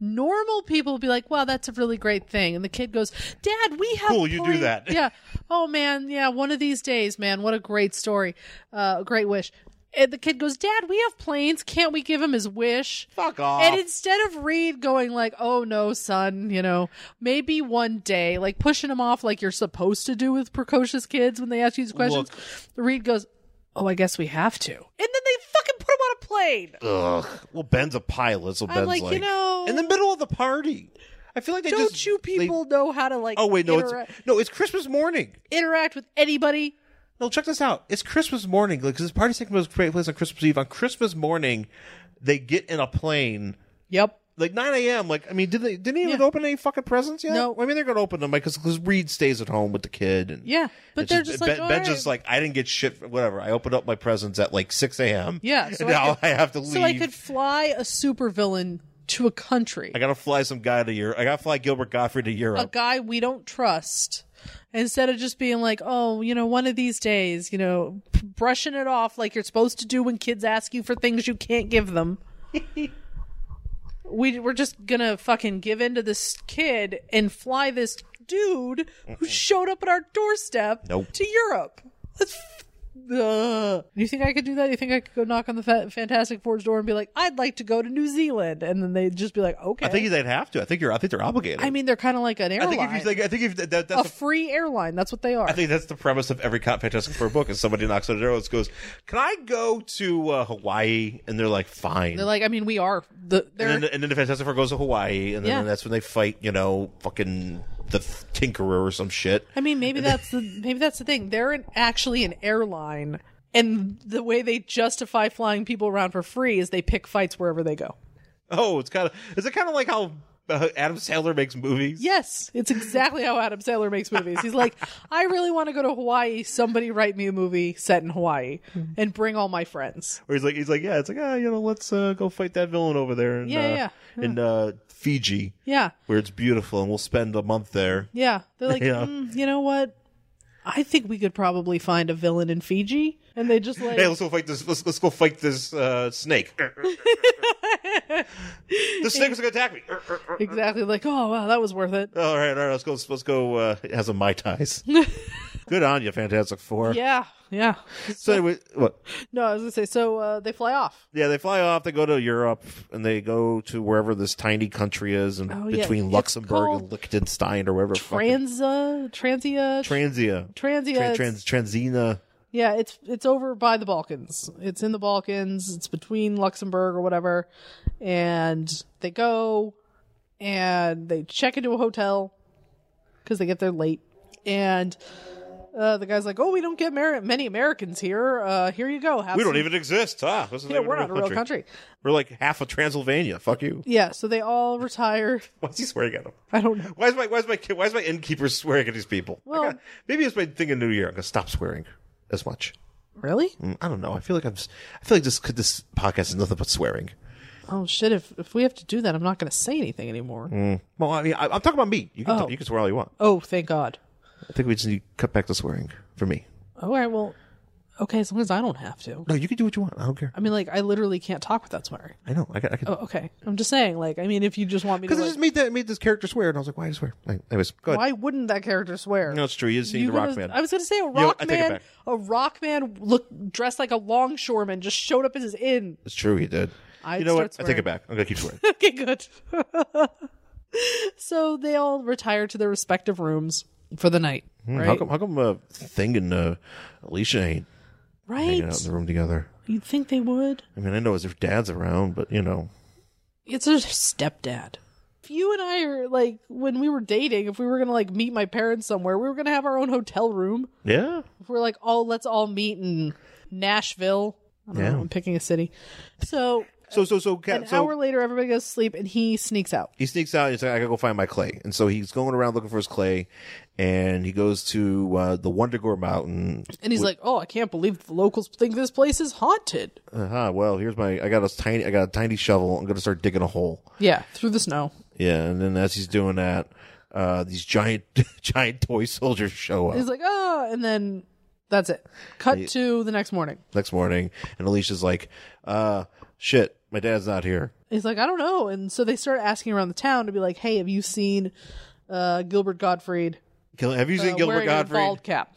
[SPEAKER 1] Normal people would be like, "Wow, that's a really great thing," and the kid goes, "Dad, we have
[SPEAKER 2] Cool, you do
[SPEAKER 1] plan-
[SPEAKER 2] that.
[SPEAKER 1] yeah. Oh man, yeah. One of these days, man. What a great story, uh, a great wish." And the kid goes, "Dad, we have planes. Can't we give him his wish?"
[SPEAKER 2] Fuck off.
[SPEAKER 1] And instead of Reed going like, "Oh no, son," you know, maybe one day, like pushing him off like you're supposed to do with precocious kids when they ask you these questions, Reed goes, "Oh, I guess we have to," and then they fucking put him on a plane.
[SPEAKER 2] Ugh. Well, Ben's a pilot, so Ben's
[SPEAKER 1] like, you know-
[SPEAKER 2] in the middle of the party. I feel like they
[SPEAKER 1] Don't
[SPEAKER 2] just-
[SPEAKER 1] you
[SPEAKER 2] they-
[SPEAKER 1] people know how to like?
[SPEAKER 2] oh wait, no,
[SPEAKER 1] intera-
[SPEAKER 2] it's no, it's Christmas morning.
[SPEAKER 1] interact with anybody.
[SPEAKER 2] No, check this out. It's Christmas morning because this party's taking place on Christmas Eve. On Christmas morning, they get in a plane.
[SPEAKER 1] Yep.
[SPEAKER 2] like 9 a.m. Like, I mean, did they didn't even
[SPEAKER 1] Yeah.
[SPEAKER 2] open any fucking presents yet?
[SPEAKER 1] No.
[SPEAKER 2] I mean, they're gonna open them because because Reed stays at home with the kid. And
[SPEAKER 1] Yeah, but
[SPEAKER 2] it's
[SPEAKER 1] they're just, like,
[SPEAKER 2] Ben,
[SPEAKER 1] "All
[SPEAKER 2] Ben's
[SPEAKER 1] right."
[SPEAKER 2] just like, I didn't get shit. For, whatever. I opened up my presents at like 6 a.m.
[SPEAKER 1] Yeah, so
[SPEAKER 2] and
[SPEAKER 1] I
[SPEAKER 2] now
[SPEAKER 1] could-
[SPEAKER 2] I have to leave.
[SPEAKER 1] So I could fly a supervillain to a country,
[SPEAKER 2] I gotta fly some guy to Europe. I gotta fly Gilbert Godfrey to
[SPEAKER 1] a
[SPEAKER 2] Europe.
[SPEAKER 1] guy we don't trust, instead of just being like, oh, you know, one of these days, you know, p- brushing it off like you're supposed to do when kids ask you for things you can't give them. we we're just gonna fucking give in to this kid and fly this dude who showed up at our doorstep
[SPEAKER 2] Nope.
[SPEAKER 1] to Europe. That's f- Ugh. You think I could do that? You think I could go knock on the fa- Fantastic Four's door and be like, "I'd like to go to New Zealand," and then they'd just be like, "Okay."
[SPEAKER 2] I think they'd have to. I think you're. I think they're obligated.
[SPEAKER 1] I mean, they're kind of like an
[SPEAKER 2] I
[SPEAKER 1] airline,
[SPEAKER 2] think if you think, I think if that, that-
[SPEAKER 1] a
[SPEAKER 2] that's. the
[SPEAKER 1] free airline. That's what they are.
[SPEAKER 2] I think that's the premise of every Con- Fantastic Four book. Is somebody knocks on the door and goes, "Can I go to uh, Hawaii?" And they're like, "Fine."
[SPEAKER 1] they're like, I mean, we are the. They're,
[SPEAKER 2] and then, and then the Fantastic Four goes to Hawaii, and then
[SPEAKER 1] Yeah.
[SPEAKER 2] that's when they fight, you know, fucking the f- Tinkerer or some shit.
[SPEAKER 1] I mean, maybe that's the maybe that's the thing. They're an, actually an airline, and the way they justify flying people around for free is they pick fights wherever they go.
[SPEAKER 2] Oh, it's kind of is it kind of like how uh, Adam Sandler makes movies?
[SPEAKER 1] Yes, it's exactly how Adam Sandler makes movies. He's like, I really want to go to Hawaii. Somebody write me a movie set in Hawaii and bring all my friends.
[SPEAKER 2] Where he's like, he's like, yeah, it's like, ah, you know, let's uh, go fight that villain over there in
[SPEAKER 1] Yeah,
[SPEAKER 2] uh,
[SPEAKER 1] yeah,
[SPEAKER 2] in uh, Fiji,
[SPEAKER 1] Yeah,
[SPEAKER 2] where it's beautiful, and we'll spend a month there.
[SPEAKER 1] yeah. They're like,
[SPEAKER 2] Yeah.
[SPEAKER 1] "Mm, you know what? I think we could probably find a villain in Fiji, and they just like
[SPEAKER 2] Hey, let's go fight this. Let's let's go fight this uh, snake. the snake was gonna attack me.
[SPEAKER 1] exactly like, oh wow, that was worth it.
[SPEAKER 2] All right, all right, let's go. Let's go. Uh, it has a mai tais. Good on you, Fantastic Four.
[SPEAKER 1] Yeah, yeah.
[SPEAKER 2] So anyway, what?
[SPEAKER 1] No, I was gonna say. So uh, they fly off.
[SPEAKER 2] Yeah, they fly off. They go to Europe and they go to wherever this tiny country is, and
[SPEAKER 1] Oh, yeah.
[SPEAKER 2] between
[SPEAKER 1] It's
[SPEAKER 2] Luxembourg and
[SPEAKER 1] called
[SPEAKER 2] Liechtenstein or wherever. fucking-
[SPEAKER 1] Transa, uh, Transia,
[SPEAKER 2] Transia.
[SPEAKER 1] Transia.
[SPEAKER 2] Tran-
[SPEAKER 1] it's-
[SPEAKER 2] trans, Transina.
[SPEAKER 1] yeah, it's it's over by the Balkans. It's in the Balkans. It's between Luxembourg or whatever, and they go and they check into a hotel because they get there late. And uh, the guy's like, "Oh, we don't get mar- many Americans here. Uh, here you go. Have
[SPEAKER 2] We don't
[SPEAKER 1] some-
[SPEAKER 2] even exist, huh? This is
[SPEAKER 1] Yeah, we're not a real country.
[SPEAKER 2] We're like half of Transylvania. Fuck you.
[SPEAKER 1] Yeah, so they all retire.
[SPEAKER 2] Why's he swearing at him?
[SPEAKER 1] I don't know.
[SPEAKER 2] Why is my why is my ki- why is my innkeeper swearing at these people? I
[SPEAKER 1] Well-
[SPEAKER 2] gotta- maybe it's my thing in New Year. I'm gonna stop swearing as much.
[SPEAKER 1] Really?
[SPEAKER 2] Mm, I don't know. I feel like I'm. s- I feel like this could this podcast is nothing but swearing.
[SPEAKER 1] Oh shit! If if we have to do that, I'm not going to say anything anymore.
[SPEAKER 2] Well, I mean, I, I'm talking about me. You can
[SPEAKER 1] Oh.
[SPEAKER 2] t- you can swear all you want.
[SPEAKER 1] Oh, thank God.
[SPEAKER 2] I think we just need to cut back the swearing for me.
[SPEAKER 1] All right, well, okay, as long as I don't have to.
[SPEAKER 2] No, you can do what you want. I don't care.
[SPEAKER 1] I mean, like, I literally can't talk without swearing.
[SPEAKER 2] I know. I can. I can.
[SPEAKER 1] Oh, okay, I'm just saying. Like, I mean, if you just want me to,
[SPEAKER 2] Because I
[SPEAKER 1] like,
[SPEAKER 2] just made that made this character swear, and I was like, why do you swear? Like, anyways, go ahead.
[SPEAKER 1] why wouldn't that character swear?
[SPEAKER 2] No, it's true. You didn't see
[SPEAKER 1] You
[SPEAKER 2] the rock
[SPEAKER 1] could've-
[SPEAKER 2] man.
[SPEAKER 1] I was gonna say a
[SPEAKER 2] know,
[SPEAKER 1] rock
[SPEAKER 2] I take it
[SPEAKER 1] man.
[SPEAKER 2] back.
[SPEAKER 1] A rock man looked dressed like a longshoreman, just showed up at his inn.
[SPEAKER 2] It's true. He did.
[SPEAKER 1] I'd
[SPEAKER 2] you know what?
[SPEAKER 1] start
[SPEAKER 2] I take it
[SPEAKER 1] swearing.
[SPEAKER 2] back. I'm gonna keep swearing.
[SPEAKER 1] okay, good. so they all retire to their respective rooms for the night. Right?
[SPEAKER 2] How come? How come? Uh, Thing and uh, Alicia ain't hanging out in
[SPEAKER 1] right?
[SPEAKER 2] the room together.
[SPEAKER 1] You'd think they would.
[SPEAKER 2] I mean, I know as if dad's around, but you know,
[SPEAKER 1] it's her stepdad. If you and I are like when we were dating, if we were gonna like meet my parents somewhere, we were gonna have our own hotel room.
[SPEAKER 2] yeah,
[SPEAKER 1] If we're like, oh, let's all meet in Nashville. I don't
[SPEAKER 2] Yeah.
[SPEAKER 1] know, I'm picking a city. So
[SPEAKER 2] So so so Cat.
[SPEAKER 1] an
[SPEAKER 2] so
[SPEAKER 1] hour later, everybody goes to sleep, and he sneaks out.
[SPEAKER 2] he sneaks out. and He's like, I gotta go find my clay. And so he's going around looking for his clay, and he goes to uh, the Wondergore Mountain.
[SPEAKER 1] And he's like, oh, I can't believe the locals think this place is haunted.
[SPEAKER 2] Uh-huh, well, here's my. I got a tiny. I got a tiny shovel. I'm gonna start digging a hole.
[SPEAKER 1] Yeah, through the snow.
[SPEAKER 2] Yeah. And then as he's doing that, uh, these giant giant toy soldiers show up
[SPEAKER 1] He's like, oh, and then that's it. Cut to the next morning.
[SPEAKER 2] next morning, and Alicia's like, uh, shit, my dad's not here.
[SPEAKER 1] He's like, I don't know. And so they start asking around the town to be like, hey, have you seen uh, Gilbert Gottfried
[SPEAKER 2] Gil- Have you seen
[SPEAKER 1] uh,
[SPEAKER 2] Gilbert
[SPEAKER 1] wearing
[SPEAKER 2] Godfrey
[SPEAKER 1] a bald cap?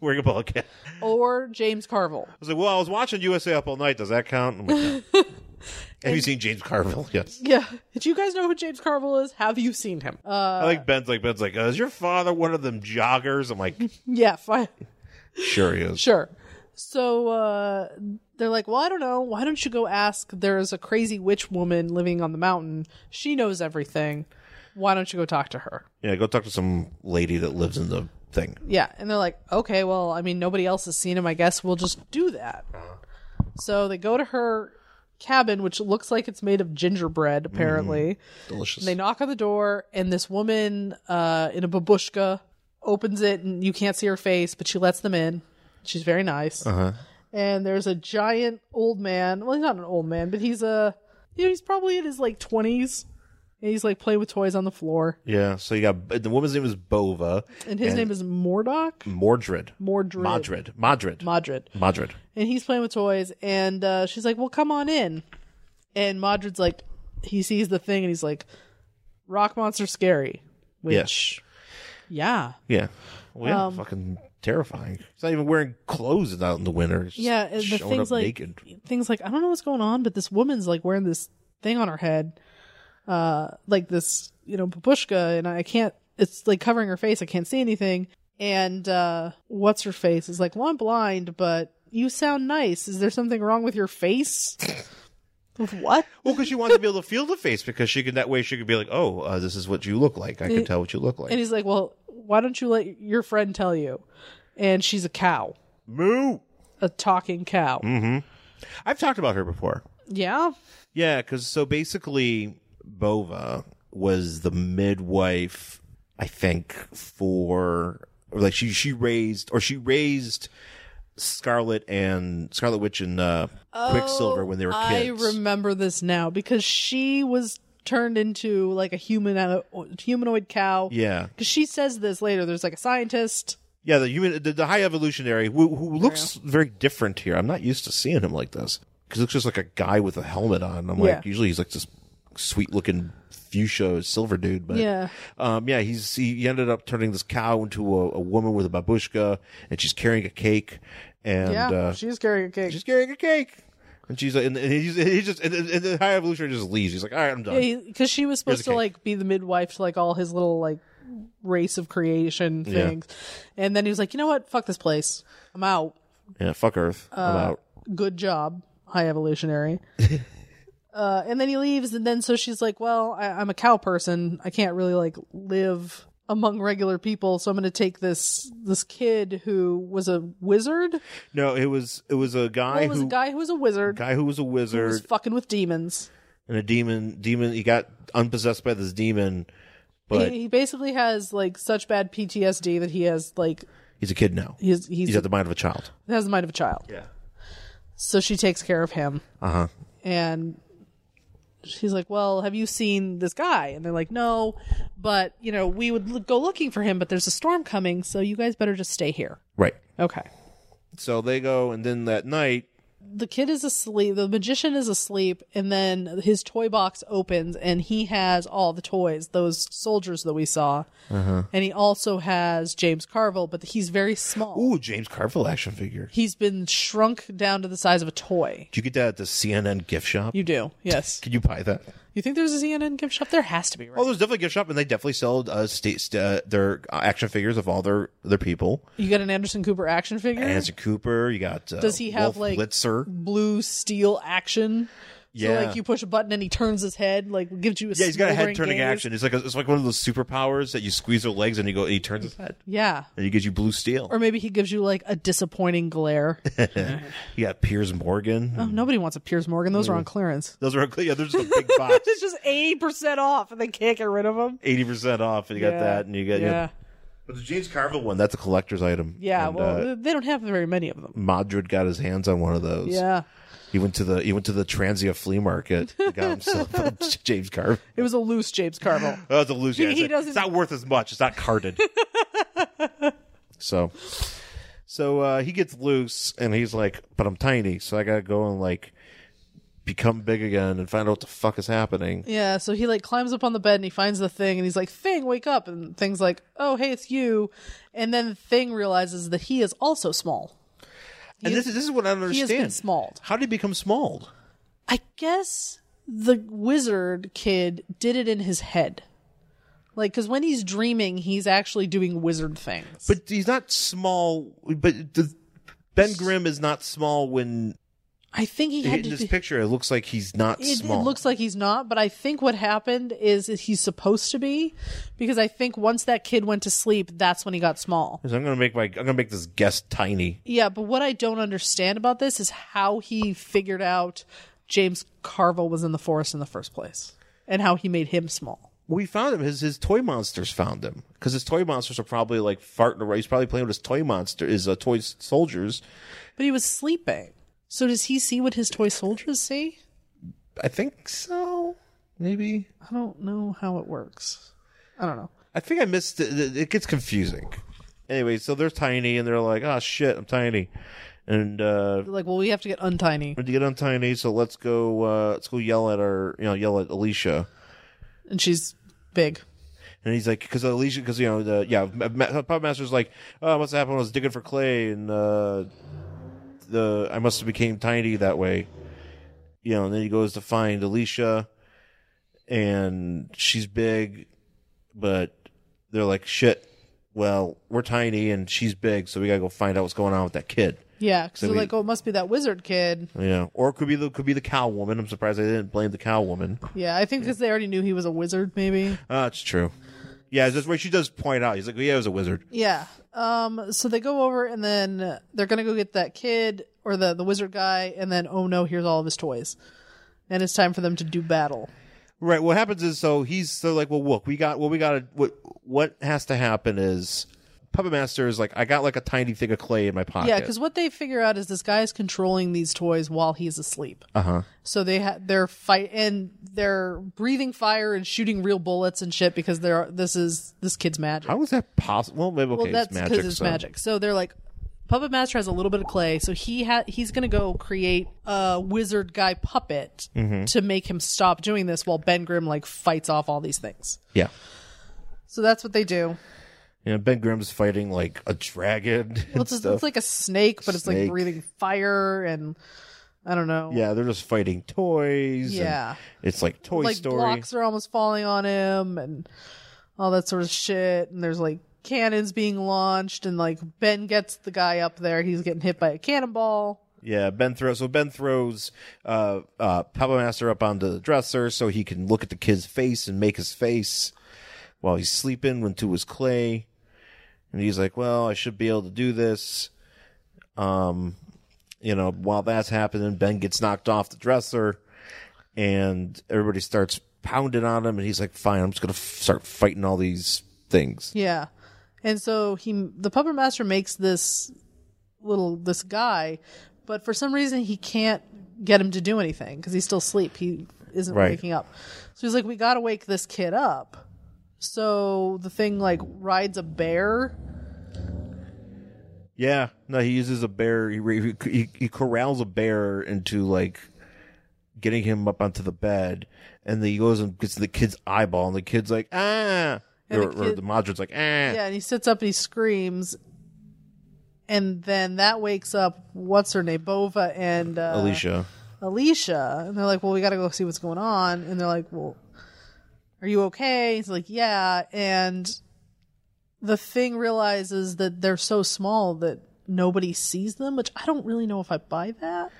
[SPEAKER 2] wearing a bald cap? I
[SPEAKER 1] Or James Carville.
[SPEAKER 2] was like, well, I was watching USA Up All Night. Does that count? I'm like, "No." Have you seen James Carville? Yes.
[SPEAKER 1] Yeah. Did you guys know who James Carville is? Have you seen him? Uh,
[SPEAKER 2] I think Ben's like Ben's like, uh, is your father one of them joggers? I'm like,
[SPEAKER 1] yeah, fine.
[SPEAKER 2] sure he is.
[SPEAKER 1] Sure. So uh, they're like, well, I don't know. Why don't you go ask? There's a crazy witch woman living on the mountain. She knows everything. Why don't you go talk to her?
[SPEAKER 2] Yeah, go talk to some lady that lives in the thing.
[SPEAKER 1] Yeah. And they're like, okay, well, I mean, nobody else has seen him. I guess we'll just do that. So they go to her cabin, which looks like it's made of gingerbread, apparently.
[SPEAKER 2] Delicious.
[SPEAKER 1] They knock on the door, and this woman uh, in a babushka opens it, and you can't see her face, but she lets them in. She's very nice.
[SPEAKER 2] Uh-huh.
[SPEAKER 1] And there's a giant old man. Well, he's not an old man, but he's a you know, he's probably in his like twenties. And he's like playing with toys on the floor.
[SPEAKER 2] Yeah. So you got the woman's name is Bova
[SPEAKER 1] And his name is Mordock?
[SPEAKER 2] Mordred.
[SPEAKER 1] Mordred.
[SPEAKER 2] Madrid. Madrid.
[SPEAKER 1] Modred.
[SPEAKER 2] Madrid.
[SPEAKER 1] And he's playing with toys, and uh, she's like, Well, come on in. And Modred's like, he sees the thing and he's like, Rock monster scary. Which, yeah.
[SPEAKER 2] Yeah. Well, yeah,
[SPEAKER 1] Um,
[SPEAKER 2] fucking terrifying. He's not even wearing clothes out in the winter. He's just
[SPEAKER 1] Yeah, and the
[SPEAKER 2] showing
[SPEAKER 1] things
[SPEAKER 2] up
[SPEAKER 1] like
[SPEAKER 2] naked.
[SPEAKER 1] things like I don't know what's going on, but this woman's like wearing this thing on her head, uh, like this you know babushka, and I can't. It's like covering her face. I can't see anything. And uh, what's her face is like, well, I'm blind, but you sound nice. Is there something wrong with your face? what?
[SPEAKER 2] Well, because she wants to be able to feel the face because she can that way she could be like, oh, uh, this is what you look like. I can tell what you look like.
[SPEAKER 1] And he's like, well, why don't you let your friend tell you? And she's a cow,
[SPEAKER 2] Moo.
[SPEAKER 1] a talking cow.
[SPEAKER 2] I've talked about her before.
[SPEAKER 1] Yeah.
[SPEAKER 2] Yeah, because so basically, Bova was the midwife, I think, for or like she she raised or she raised Scarlet and Scarlet Witch and uh, Quicksilver when they were
[SPEAKER 1] I
[SPEAKER 2] kids.
[SPEAKER 1] remember this now because she was turned into like a human a humanoid cow.
[SPEAKER 2] yeah,
[SPEAKER 1] Because she says this later. There's like a scientist.
[SPEAKER 2] yeah. The human, the, the high evolutionary who, who looks very different here. I'm not used to seeing him like this because looks just like a guy with a helmet on. I'm
[SPEAKER 1] Yeah.
[SPEAKER 2] like, usually he's like this sweet looking fuchsia silver dude, but
[SPEAKER 1] Yeah.
[SPEAKER 2] um, yeah, he's he ended up turning this cow into a, a woman with a babushka, and she's carrying a cake, and
[SPEAKER 1] yeah,
[SPEAKER 2] uh,
[SPEAKER 1] she's carrying a cake.
[SPEAKER 2] she's carrying a cake, and she's like, and, and he's he just and, and the high evolutionary just leaves. He's like, all right, I'm done.
[SPEAKER 1] because she was supposed
[SPEAKER 2] a
[SPEAKER 1] to
[SPEAKER 2] cake.
[SPEAKER 1] like be the midwife to like all his little like race of creation
[SPEAKER 2] Yeah.
[SPEAKER 1] things, and then he was like, you know what, fuck this place, I'm out.
[SPEAKER 2] yeah, fuck Earth,
[SPEAKER 1] Uh,
[SPEAKER 2] I'm out.
[SPEAKER 1] Good job, high evolutionary. uh, and then he leaves, and then so she's like, well, I, I'm a cow person, I can't really like live among regular people, so I'm going to take this this kid who was a wizard.
[SPEAKER 2] No, it was it was a guy
[SPEAKER 1] Well, it was
[SPEAKER 2] who
[SPEAKER 1] a guy who was a wizard.
[SPEAKER 2] guy who was a
[SPEAKER 1] who
[SPEAKER 2] wizard
[SPEAKER 1] was fucking with demons.
[SPEAKER 2] and a demon demon. He got unpossessed by this demon, but
[SPEAKER 1] he, he basically has like such bad PTSD that he has like
[SPEAKER 2] he's a kid now.
[SPEAKER 1] he's he's,
[SPEAKER 2] He's at the mind of a child.
[SPEAKER 1] has the mind of a child.
[SPEAKER 2] Yeah.
[SPEAKER 1] So she takes care of him,
[SPEAKER 2] Uh huh.
[SPEAKER 1] and she's like, "Well, have you seen this guy?" And they're like, "No, but you know, we would l- go looking for him, but there's a storm coming, so you guys better just stay here."
[SPEAKER 2] Right.
[SPEAKER 1] Okay.
[SPEAKER 2] So they go, and then that night,
[SPEAKER 1] The kid is asleep. The magician is asleep, and then his toy box opens, and he has all the toys, those soldiers that we saw,
[SPEAKER 2] Uh-huh.
[SPEAKER 1] and he also has James Carville, but he's very small.
[SPEAKER 2] ooh, James Carville action figure.
[SPEAKER 1] He's been shrunk down to the size of a toy.
[SPEAKER 2] Did you get that at the CNN gift shop?
[SPEAKER 1] You do, yes.
[SPEAKER 2] Can you buy that?
[SPEAKER 1] You think there's a CNN gift shop? There has to be, right?
[SPEAKER 2] Oh, there's definitely a gift shop, and they definitely sell uh, sta st- uh, their uh, action figures of all their their people.
[SPEAKER 1] You got an Anderson Cooper action figure?
[SPEAKER 2] Anson Cooper, you got. Uh,
[SPEAKER 1] Does he have,
[SPEAKER 2] Wolf
[SPEAKER 1] like-
[SPEAKER 2] Blitzer?
[SPEAKER 1] Blue steel action.
[SPEAKER 2] Yeah,
[SPEAKER 1] So like you push a button and he turns his head, like gives you a
[SPEAKER 2] yeah, he's got a head
[SPEAKER 1] smoldering
[SPEAKER 2] turning
[SPEAKER 1] gaze.
[SPEAKER 2] action. It's like a, it's like one of those superpowers that you squeeze their legs and you go. And he turns his head
[SPEAKER 1] Yeah.
[SPEAKER 2] and he gives you blue steel.
[SPEAKER 1] Or maybe he gives you like a disappointing glare.
[SPEAKER 2] you got Piers Morgan.
[SPEAKER 1] oh, nobody wants a Piers Morgan. Those are
[SPEAKER 2] Mm.
[SPEAKER 1] on clearance.
[SPEAKER 2] Those are yeah. There's just a big box,
[SPEAKER 1] It's just eighty percent off, and they can't get rid of them.
[SPEAKER 2] eighty percent off, and you got that, and you got
[SPEAKER 1] yeah,
[SPEAKER 2] yeah. But the James Carville one, that's a collector's item.
[SPEAKER 1] yeah.
[SPEAKER 2] And,
[SPEAKER 1] well,
[SPEAKER 2] uh,
[SPEAKER 1] th- they don't have very many of them.
[SPEAKER 2] Madrid got his hands on one of those.
[SPEAKER 1] Yeah,
[SPEAKER 2] He went to the he went to the Transia flea market. and Got himself a James Carville.
[SPEAKER 1] it was a loose James Carville.
[SPEAKER 2] Oh, it's a loose. yeah,
[SPEAKER 1] He-
[SPEAKER 2] it's,
[SPEAKER 1] he
[SPEAKER 2] like,
[SPEAKER 1] doesn't-
[SPEAKER 2] it's not worth as much. It's not carded. so, so uh, he gets loose, and he's like, "But I'm tiny, so I gotta go and like become big again and find out what the fuck is happening."
[SPEAKER 1] Yeah, so he like climbs up on the bed and he finds the thing and he's like, "Thing, wake up!" And Thing's like, "Oh, hey, it's you." And then Thing realizes that he is also small.
[SPEAKER 2] and this is this is what I don't
[SPEAKER 1] he has
[SPEAKER 2] understand.
[SPEAKER 1] been smalled.
[SPEAKER 2] How did he become smalled?
[SPEAKER 1] I guess the wizard kid did it in his head, like because when he's dreaming, he's actually doing wizard things.
[SPEAKER 2] But he's not small. But the, Ben Grimm is not small when
[SPEAKER 1] I think he had
[SPEAKER 2] in
[SPEAKER 1] to.
[SPEAKER 2] this
[SPEAKER 1] do-
[SPEAKER 2] picture. It looks like he's not
[SPEAKER 1] it, it
[SPEAKER 2] small.
[SPEAKER 1] looks like he's not, but I think what happened is that he's supposed to be, because I think once that kid went to sleep, that's when he got small.
[SPEAKER 2] So I'm gonna make my I'm gonna make this guest tiny.
[SPEAKER 1] Yeah, but what I don't understand about this is how he figured out James Carville was in the forest in the first place and how he made him small.
[SPEAKER 2] We found him. His his toy monsters found him because his toy monsters are probably like farting around. He's probably playing with his toy monster, his uh, toy s- soldiers.
[SPEAKER 1] But he was sleeping. So does he see what his toy soldiers see?
[SPEAKER 2] I think so. Maybe
[SPEAKER 1] I don't know how it works. I don't know.
[SPEAKER 2] I think I missed. It, it gets confusing. Anyway, so they're tiny and they're like, oh shit, I'm tiny, and uh,
[SPEAKER 1] Like, well, we have to get untiny.
[SPEAKER 2] to get on tiny, so let's go. Uh, let's go yell at our you know yell at Alicia.
[SPEAKER 1] And she's big.
[SPEAKER 2] And he's like, because Alicia, because you know, the yeah, Ma- Ma- Puppet Master's like, oh, what's happened? I was digging for clay, and uh, the I must have became tiny that way, you know. And then he goes to find Alicia, and she's big, but they're like, shit. Well, we're tiny and she's big, so we gotta go find out what's going on with that kid.
[SPEAKER 1] Yeah, because they're
[SPEAKER 2] we-
[SPEAKER 1] like, oh, it must be that wizard kid.
[SPEAKER 2] You know, or it could be the could be the cow woman. I'm surprised I didn't blame the cow woman.
[SPEAKER 1] Yeah, I think because they already knew he was a wizard, maybe.
[SPEAKER 2] Ah, it's true. Yeah, that's where she does point out. He's like, yeah, it was a wizard.
[SPEAKER 1] Yeah. Um. So they go over, and then they're gonna go get that kid or the the wizard guy, and then oh no, here's all of his toys, and it's time for them to do battle.
[SPEAKER 2] Right. What happens is so he's so like, well, look, we got what we got. to What what has to happen is Puppet Master is like, I got like a tiny thing of clay in my pocket.
[SPEAKER 1] Yeah, because what they figure out is this guy is controlling these toys while he's asleep. Uh huh. So they ha- they're fight and they're breathing fire and shooting real bullets and shit because they're this is this kid's magic.
[SPEAKER 2] how is that possible? Well, maybe okay,
[SPEAKER 1] well, that's
[SPEAKER 2] it's magic.
[SPEAKER 1] it's
[SPEAKER 2] so.
[SPEAKER 1] magic. So they're like. Puppet Master has a little bit of clay, so he ha- he's going to go create a wizard guy puppet
[SPEAKER 2] Mm-hmm.
[SPEAKER 1] to make him stop doing this while Ben Grimm like fights off all these things.
[SPEAKER 2] Yeah.
[SPEAKER 1] So that's what they do.
[SPEAKER 2] You know, Ben Grimm's fighting like a dragon. and
[SPEAKER 1] Well, it's,
[SPEAKER 2] stuff.
[SPEAKER 1] it's like a snake, but it's like
[SPEAKER 2] Snake.
[SPEAKER 1] breathing fire and I don't know.
[SPEAKER 2] yeah, they're just fighting toys. and
[SPEAKER 1] Yeah.
[SPEAKER 2] it's like Toy
[SPEAKER 1] like
[SPEAKER 2] Story.
[SPEAKER 1] blocks are almost falling on him and all that sort of shit and there's like cannons being launched and like ben gets the guy up there he's getting hit by a cannonball
[SPEAKER 2] Yeah, Ben throws. So Ben throws uh, uh, Papa Master up onto the dresser so he can look at the kid's face and make his face while he's sleeping into his clay. And he's like, "Well, I should be able to do this." Um, you know, while that's happening, Ben gets knocked off the dresser, and everybody starts pounding on him. And he's like, "Fine, I'm just gonna f- start fighting all these things."
[SPEAKER 1] yeah and so he the puppet master makes this little this guy but for some reason he can't get him to do anything because he's still asleep he isn't
[SPEAKER 2] Right.
[SPEAKER 1] waking up so he's like we gotta wake this kid up so the thing like rides a bear
[SPEAKER 2] Yeah, no, he uses a bear. He he, he he corrals a bear into like getting him up onto the bed, and then he goes and gets the kid's eyeball, and the kid's like
[SPEAKER 1] And
[SPEAKER 2] ah,
[SPEAKER 1] the
[SPEAKER 2] or, or
[SPEAKER 1] kid-
[SPEAKER 2] the moderate's like ah,
[SPEAKER 1] Yeah, and he sits up and he screams, and then that wakes up what's her name, Bova and uh,
[SPEAKER 2] Alicia.
[SPEAKER 1] Alicia, and they're like, "Well, we got to go see what's going on," and they're like, "Well, are you okay?" He's like, "Yeah," and the thing realizes that they're so small that nobody sees them, which I don't really know if I buy that.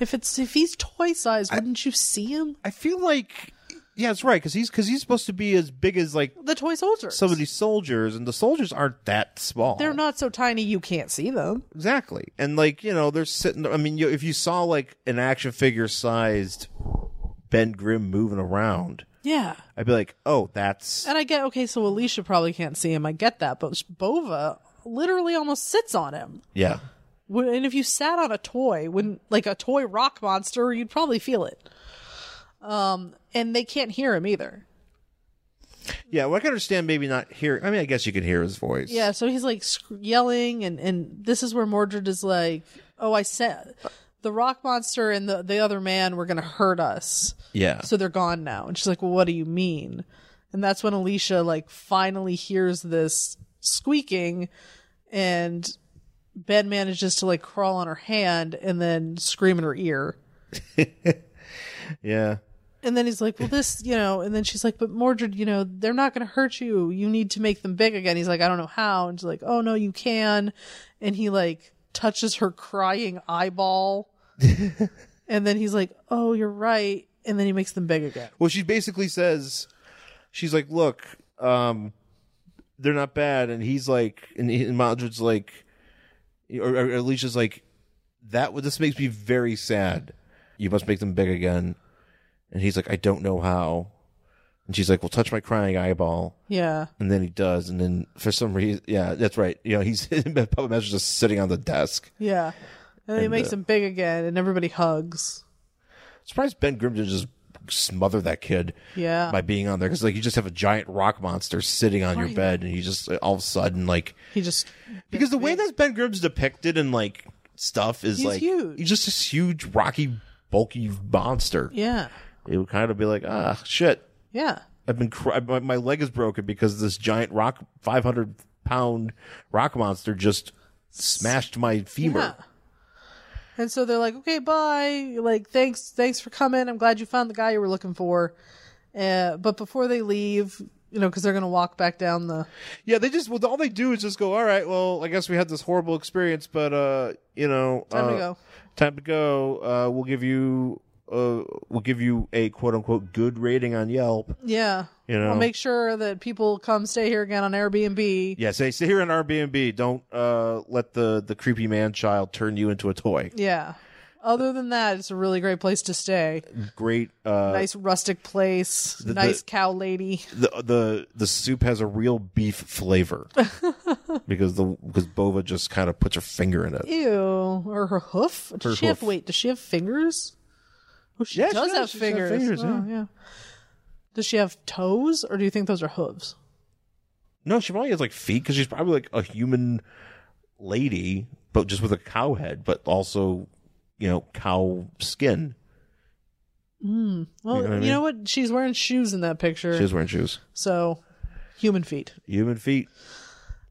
[SPEAKER 1] If it's if he's toy size, wouldn't you see him?
[SPEAKER 2] I feel like yeah, that's right because he's because he's supposed to be as big as like
[SPEAKER 1] The toy soldiers.
[SPEAKER 2] some of these soldiers, and the soldiers aren't that small.
[SPEAKER 1] they're not so tiny you can't see them.
[SPEAKER 2] exactly, and like you know they're sitting. I mean, you, if you saw like an action figure sized Ben Grimm moving around,
[SPEAKER 1] Yeah.
[SPEAKER 2] I'd be like, oh, that's.
[SPEAKER 1] And I get okay, so Alicia probably can't see him. I get that, but Bova literally almost sits on him.
[SPEAKER 2] Yeah.
[SPEAKER 1] When- And if you sat on a toy, when like a toy rock monster, you'd probably feel it. Um, and they can't hear him either.
[SPEAKER 2] Yeah, well, I can understand maybe not hearing. I mean, I guess you can hear his voice.
[SPEAKER 1] Yeah, so he's like sc- yelling, and and this is where Mordred is like, "Oh, I said the rock monster and the the other man were gonna hurt us."
[SPEAKER 2] Yeah.
[SPEAKER 1] so they're gone now and she's like well what do you mean and that's when alicia like finally hears this squeaking and ben manages to like crawl on her hand and then scream in her ear
[SPEAKER 2] yeah.
[SPEAKER 1] and then he's like well this you know and then she's like but mordred you know they're not going to hurt you you need to make them big again he's like i don't know how and she's like oh no you can and he like touches her crying eyeball and then he's like oh you're right and then he makes them big again
[SPEAKER 2] Well, she basically says, she's like, look, um, they're not bad. And he's like, and, he- and Mildred's like, or, or Alicia's like, that would- this makes me very sad. You must make them big again. And he's like, I don't know how. And she's like, well, touch my crying eyeball.
[SPEAKER 1] yeah
[SPEAKER 2] And then he does. And then for some reason, yeah, that's right. You know, he's Puppet Master's just sitting on the desk.
[SPEAKER 1] Yeah. And, it makes
[SPEAKER 2] uh,
[SPEAKER 1] him big again, and everybody hugs.
[SPEAKER 2] Surprised Ben Grimm didn't just smother that kid.
[SPEAKER 1] Yeah.
[SPEAKER 2] by being on there because like you just have a giant rock monster sitting on your bed and you just like, all of a sudden like
[SPEAKER 1] he just.
[SPEAKER 2] because the way that Ben Grimm's depicted in like stuff is
[SPEAKER 1] He's
[SPEAKER 2] like
[SPEAKER 1] huge.
[SPEAKER 2] he's just this huge rocky bulky monster.
[SPEAKER 1] Yeah.
[SPEAKER 2] It would kind of be like ah shit
[SPEAKER 1] Yeah.
[SPEAKER 2] I've been cr- my, my leg is broken because this giant rock five hundred pound rock monster just smashed my femur.
[SPEAKER 1] Yeah. And so they're like, okay, bye. Like, thanks, thanks for coming. I'm glad you found the guy you were looking for. Uh, but before they leave, you know, because they're gonna walk back down the.
[SPEAKER 2] Yeah, they just well, all they do is just go. All right, well, I guess we had this horrible experience, but uh, you know,
[SPEAKER 1] Time to
[SPEAKER 2] uh,
[SPEAKER 1] go."
[SPEAKER 2] Time to go. Uh, we'll give you uh, we'll give you a quote unquote good rating on Yelp.
[SPEAKER 1] Yeah.
[SPEAKER 2] You know.
[SPEAKER 1] I'll make sure that people come stay here again on Airbnb.
[SPEAKER 2] Yeah, say stay here in Airbnb. Don't uh let the the creepy man child turn you into a toy.
[SPEAKER 1] Yeah. Other than that, it's a really great place to stay.
[SPEAKER 2] Great. Uh,
[SPEAKER 1] Nice rustic place.
[SPEAKER 2] the-
[SPEAKER 1] nice cow lady.
[SPEAKER 2] the the the soup has a real beef flavor because the because Bova just kind of puts her finger in it.
[SPEAKER 1] Ew. Or her hoof? Does
[SPEAKER 2] Her
[SPEAKER 1] she have
[SPEAKER 2] hoof.
[SPEAKER 1] wait, does she have fingers? Oh she
[SPEAKER 2] Yeah, she
[SPEAKER 1] does
[SPEAKER 2] does.
[SPEAKER 1] have
[SPEAKER 2] She's got
[SPEAKER 1] fingers.
[SPEAKER 2] fingers,
[SPEAKER 1] Oh,
[SPEAKER 2] yeah.
[SPEAKER 1] yeah. Does she have toes or do you think those are hooves?
[SPEAKER 2] No, she probably has like feet because she's probably like a human lady, but just with a cow head, but also, you know, cow skin.
[SPEAKER 1] Well, you
[SPEAKER 2] know
[SPEAKER 1] know,
[SPEAKER 2] what I
[SPEAKER 1] what, She's wearing shoes in that picture.
[SPEAKER 2] She was wearing shoes.
[SPEAKER 1] so, human feet.
[SPEAKER 2] Human feet.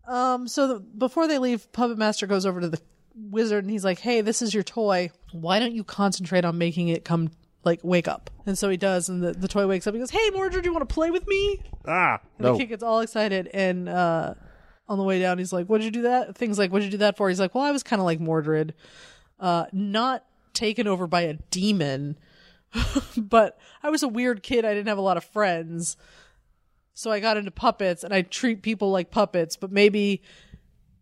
[SPEAKER 1] Um, so the, before they leave, Puppet Master goes over to the wizard and he's like, "Hey, this is your toy. Why don't you concentrate on making it come like wake up?" And so he does, and the, the toy wakes up. He goes, "Hey, Mordred, do you want to play with me?"
[SPEAKER 2] Ah,
[SPEAKER 1] And the kid gets all excited, and uh, on the way down, he's like, "What'd you do that?" Things like, "What'd you do that for?" He's like, "Well, I was kind of like Mordred, uh, not taken over by a demon, but I was a weird kid. I didn't have a lot of friends, so I got into puppets, and I treat people like puppets. But maybe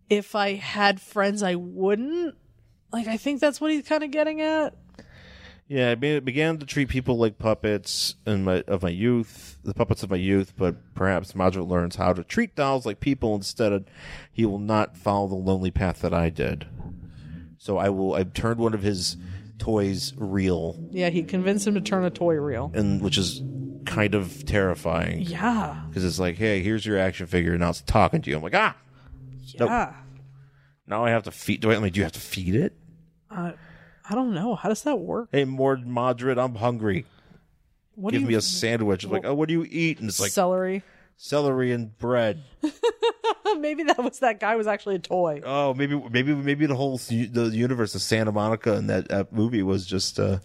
[SPEAKER 1] if I had friends, I wouldn't." Like, I think that's what he's kind of getting at.
[SPEAKER 2] Yeah, I be- began to treat people like puppets in my of my youth, the puppets of my youth. But perhaps Module learns how to treat dolls like people instead. Of, he will not follow the lonely path that I did. So I will. I turned one of his toys real,
[SPEAKER 1] Yeah, he convinced him to turn a toy reel.
[SPEAKER 2] and which is kind of terrifying
[SPEAKER 1] Yeah.
[SPEAKER 2] because it's like, hey, here's your action figure, and now it's talking to you. I'm like, ah, Nope.
[SPEAKER 1] Yeah.
[SPEAKER 2] now I have to feed. Do I, I mean, do you have to feed it?
[SPEAKER 1] I don't know. How does that work?
[SPEAKER 2] Hey, more moderate. I'm hungry.
[SPEAKER 1] What
[SPEAKER 2] Give
[SPEAKER 1] do
[SPEAKER 2] me
[SPEAKER 1] you
[SPEAKER 2] a sandwich. I'm like, oh, what do you eat? And it's like
[SPEAKER 1] celery?
[SPEAKER 2] celery and bread.
[SPEAKER 1] Maybe that was that guy was actually a toy.
[SPEAKER 2] Oh, maybe maybe maybe the whole s- the universe of Santa Monica and that uh, movie was just uh,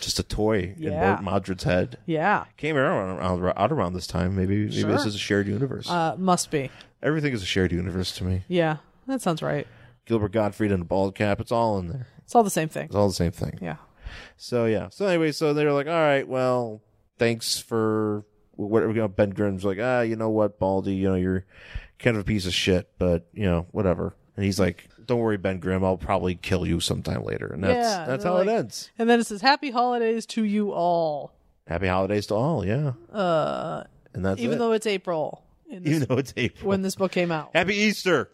[SPEAKER 2] just a toy
[SPEAKER 1] Yeah.
[SPEAKER 2] in Mor- Modred's head.
[SPEAKER 1] Yeah,
[SPEAKER 2] Came out around, out around this time. Maybe maybe this
[SPEAKER 1] Sure.
[SPEAKER 2] is a shared universe.
[SPEAKER 1] uh, must be.
[SPEAKER 2] Everything is a shared universe to me.
[SPEAKER 1] Yeah, that sounds right.
[SPEAKER 2] Gilbert Gottfried and a bald cap. It's all in there.
[SPEAKER 1] It's all the same thing.
[SPEAKER 2] It's all the same thing.
[SPEAKER 1] Yeah,
[SPEAKER 2] So yeah. So anyway, so they were like, all right, well, thanks for whatever. You know, ben Grimm's like, ah, you know what, Baldy, you know, you're kind of a piece of shit, but you know, whatever. And he's like, don't worry, Ben Grimm, I'll probably kill you sometime later. And that's
[SPEAKER 1] Yeah,
[SPEAKER 2] that's
[SPEAKER 1] they're
[SPEAKER 2] how it
[SPEAKER 1] like-
[SPEAKER 2] ends.
[SPEAKER 1] and then it says "Happy Holidays to you all,"
[SPEAKER 2] Happy holidays to all. Yeah. Uh. And that's
[SPEAKER 1] even
[SPEAKER 2] it.
[SPEAKER 1] though it's April in this,
[SPEAKER 2] even though it's April.
[SPEAKER 1] when this book came out.
[SPEAKER 2] Happy Easter.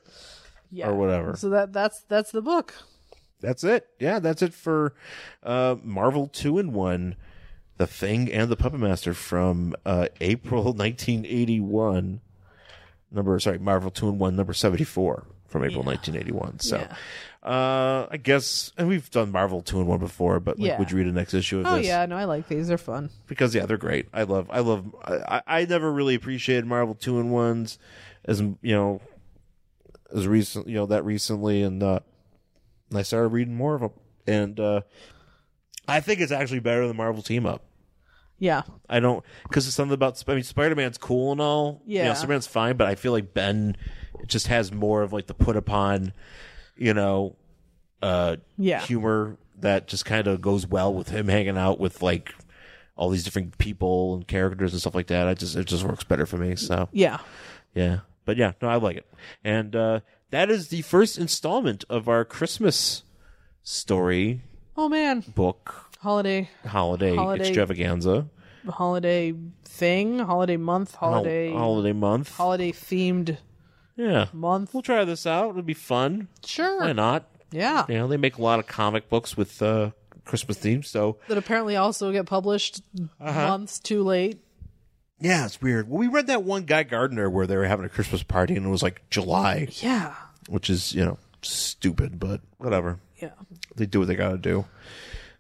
[SPEAKER 1] Yeah.
[SPEAKER 2] or whatever.
[SPEAKER 1] So that that's that's the book.
[SPEAKER 2] That's it. Yeah, that's it for uh, Marvel Two and One, The Thing and the Puppet Master from uh, April 1981. Number sorry, Marvel Two and One number 74 from April 1981. So, uh, I guess, and we've done Marvel Two and One before, but like,
[SPEAKER 1] Yeah.
[SPEAKER 2] would you read the next issue of
[SPEAKER 1] Oh
[SPEAKER 2] this?
[SPEAKER 1] yeah, no, I like these. They're fun.
[SPEAKER 2] because yeah, they're great. I love, I love, I, I I never really appreciated Marvel two and ones as you know, as recent, you know, that recently, and uh, and I started reading more of them, and uh, I think it's actually better than Marvel team up.
[SPEAKER 1] Yeah,
[SPEAKER 2] I don't because it's something about. Sp- I mean, Spider Man's cool and all. you know,
[SPEAKER 1] Yeah.
[SPEAKER 2] Spider Man's fine, but I feel like Ben just has more of like the put upon, you know, uh,
[SPEAKER 1] Yeah.
[SPEAKER 2] humor that just kind of goes well with him hanging out with like all these different people and characters and stuff like that. I just it just works better for me. So
[SPEAKER 1] yeah.
[SPEAKER 2] yeah, but yeah, no, I like it, and uh, that is the first installment of our Christmas story
[SPEAKER 1] Oh man,
[SPEAKER 2] book
[SPEAKER 1] holiday
[SPEAKER 2] holiday,
[SPEAKER 1] Holiday-
[SPEAKER 2] extravaganza
[SPEAKER 1] holiday thing, holiday month,
[SPEAKER 2] Hol-
[SPEAKER 1] holiday
[SPEAKER 2] holiday month
[SPEAKER 1] holiday themed
[SPEAKER 2] Yeah.
[SPEAKER 1] month.
[SPEAKER 2] We'll try this out. It'll be fun. Why
[SPEAKER 1] Sure.
[SPEAKER 2] not?
[SPEAKER 1] Yeah.
[SPEAKER 2] You know, they make a lot of comic books with uh, Christmas themes, so
[SPEAKER 1] That apparently also get published
[SPEAKER 2] Uh-huh.
[SPEAKER 1] months too late.
[SPEAKER 2] yeah, it's weird. Well, we read that one Guy Gardner where they were having a Christmas party and it was like July,
[SPEAKER 1] Yeah.
[SPEAKER 2] which is you know stupid, but whatever.
[SPEAKER 1] Yeah.
[SPEAKER 2] They do what they got to do.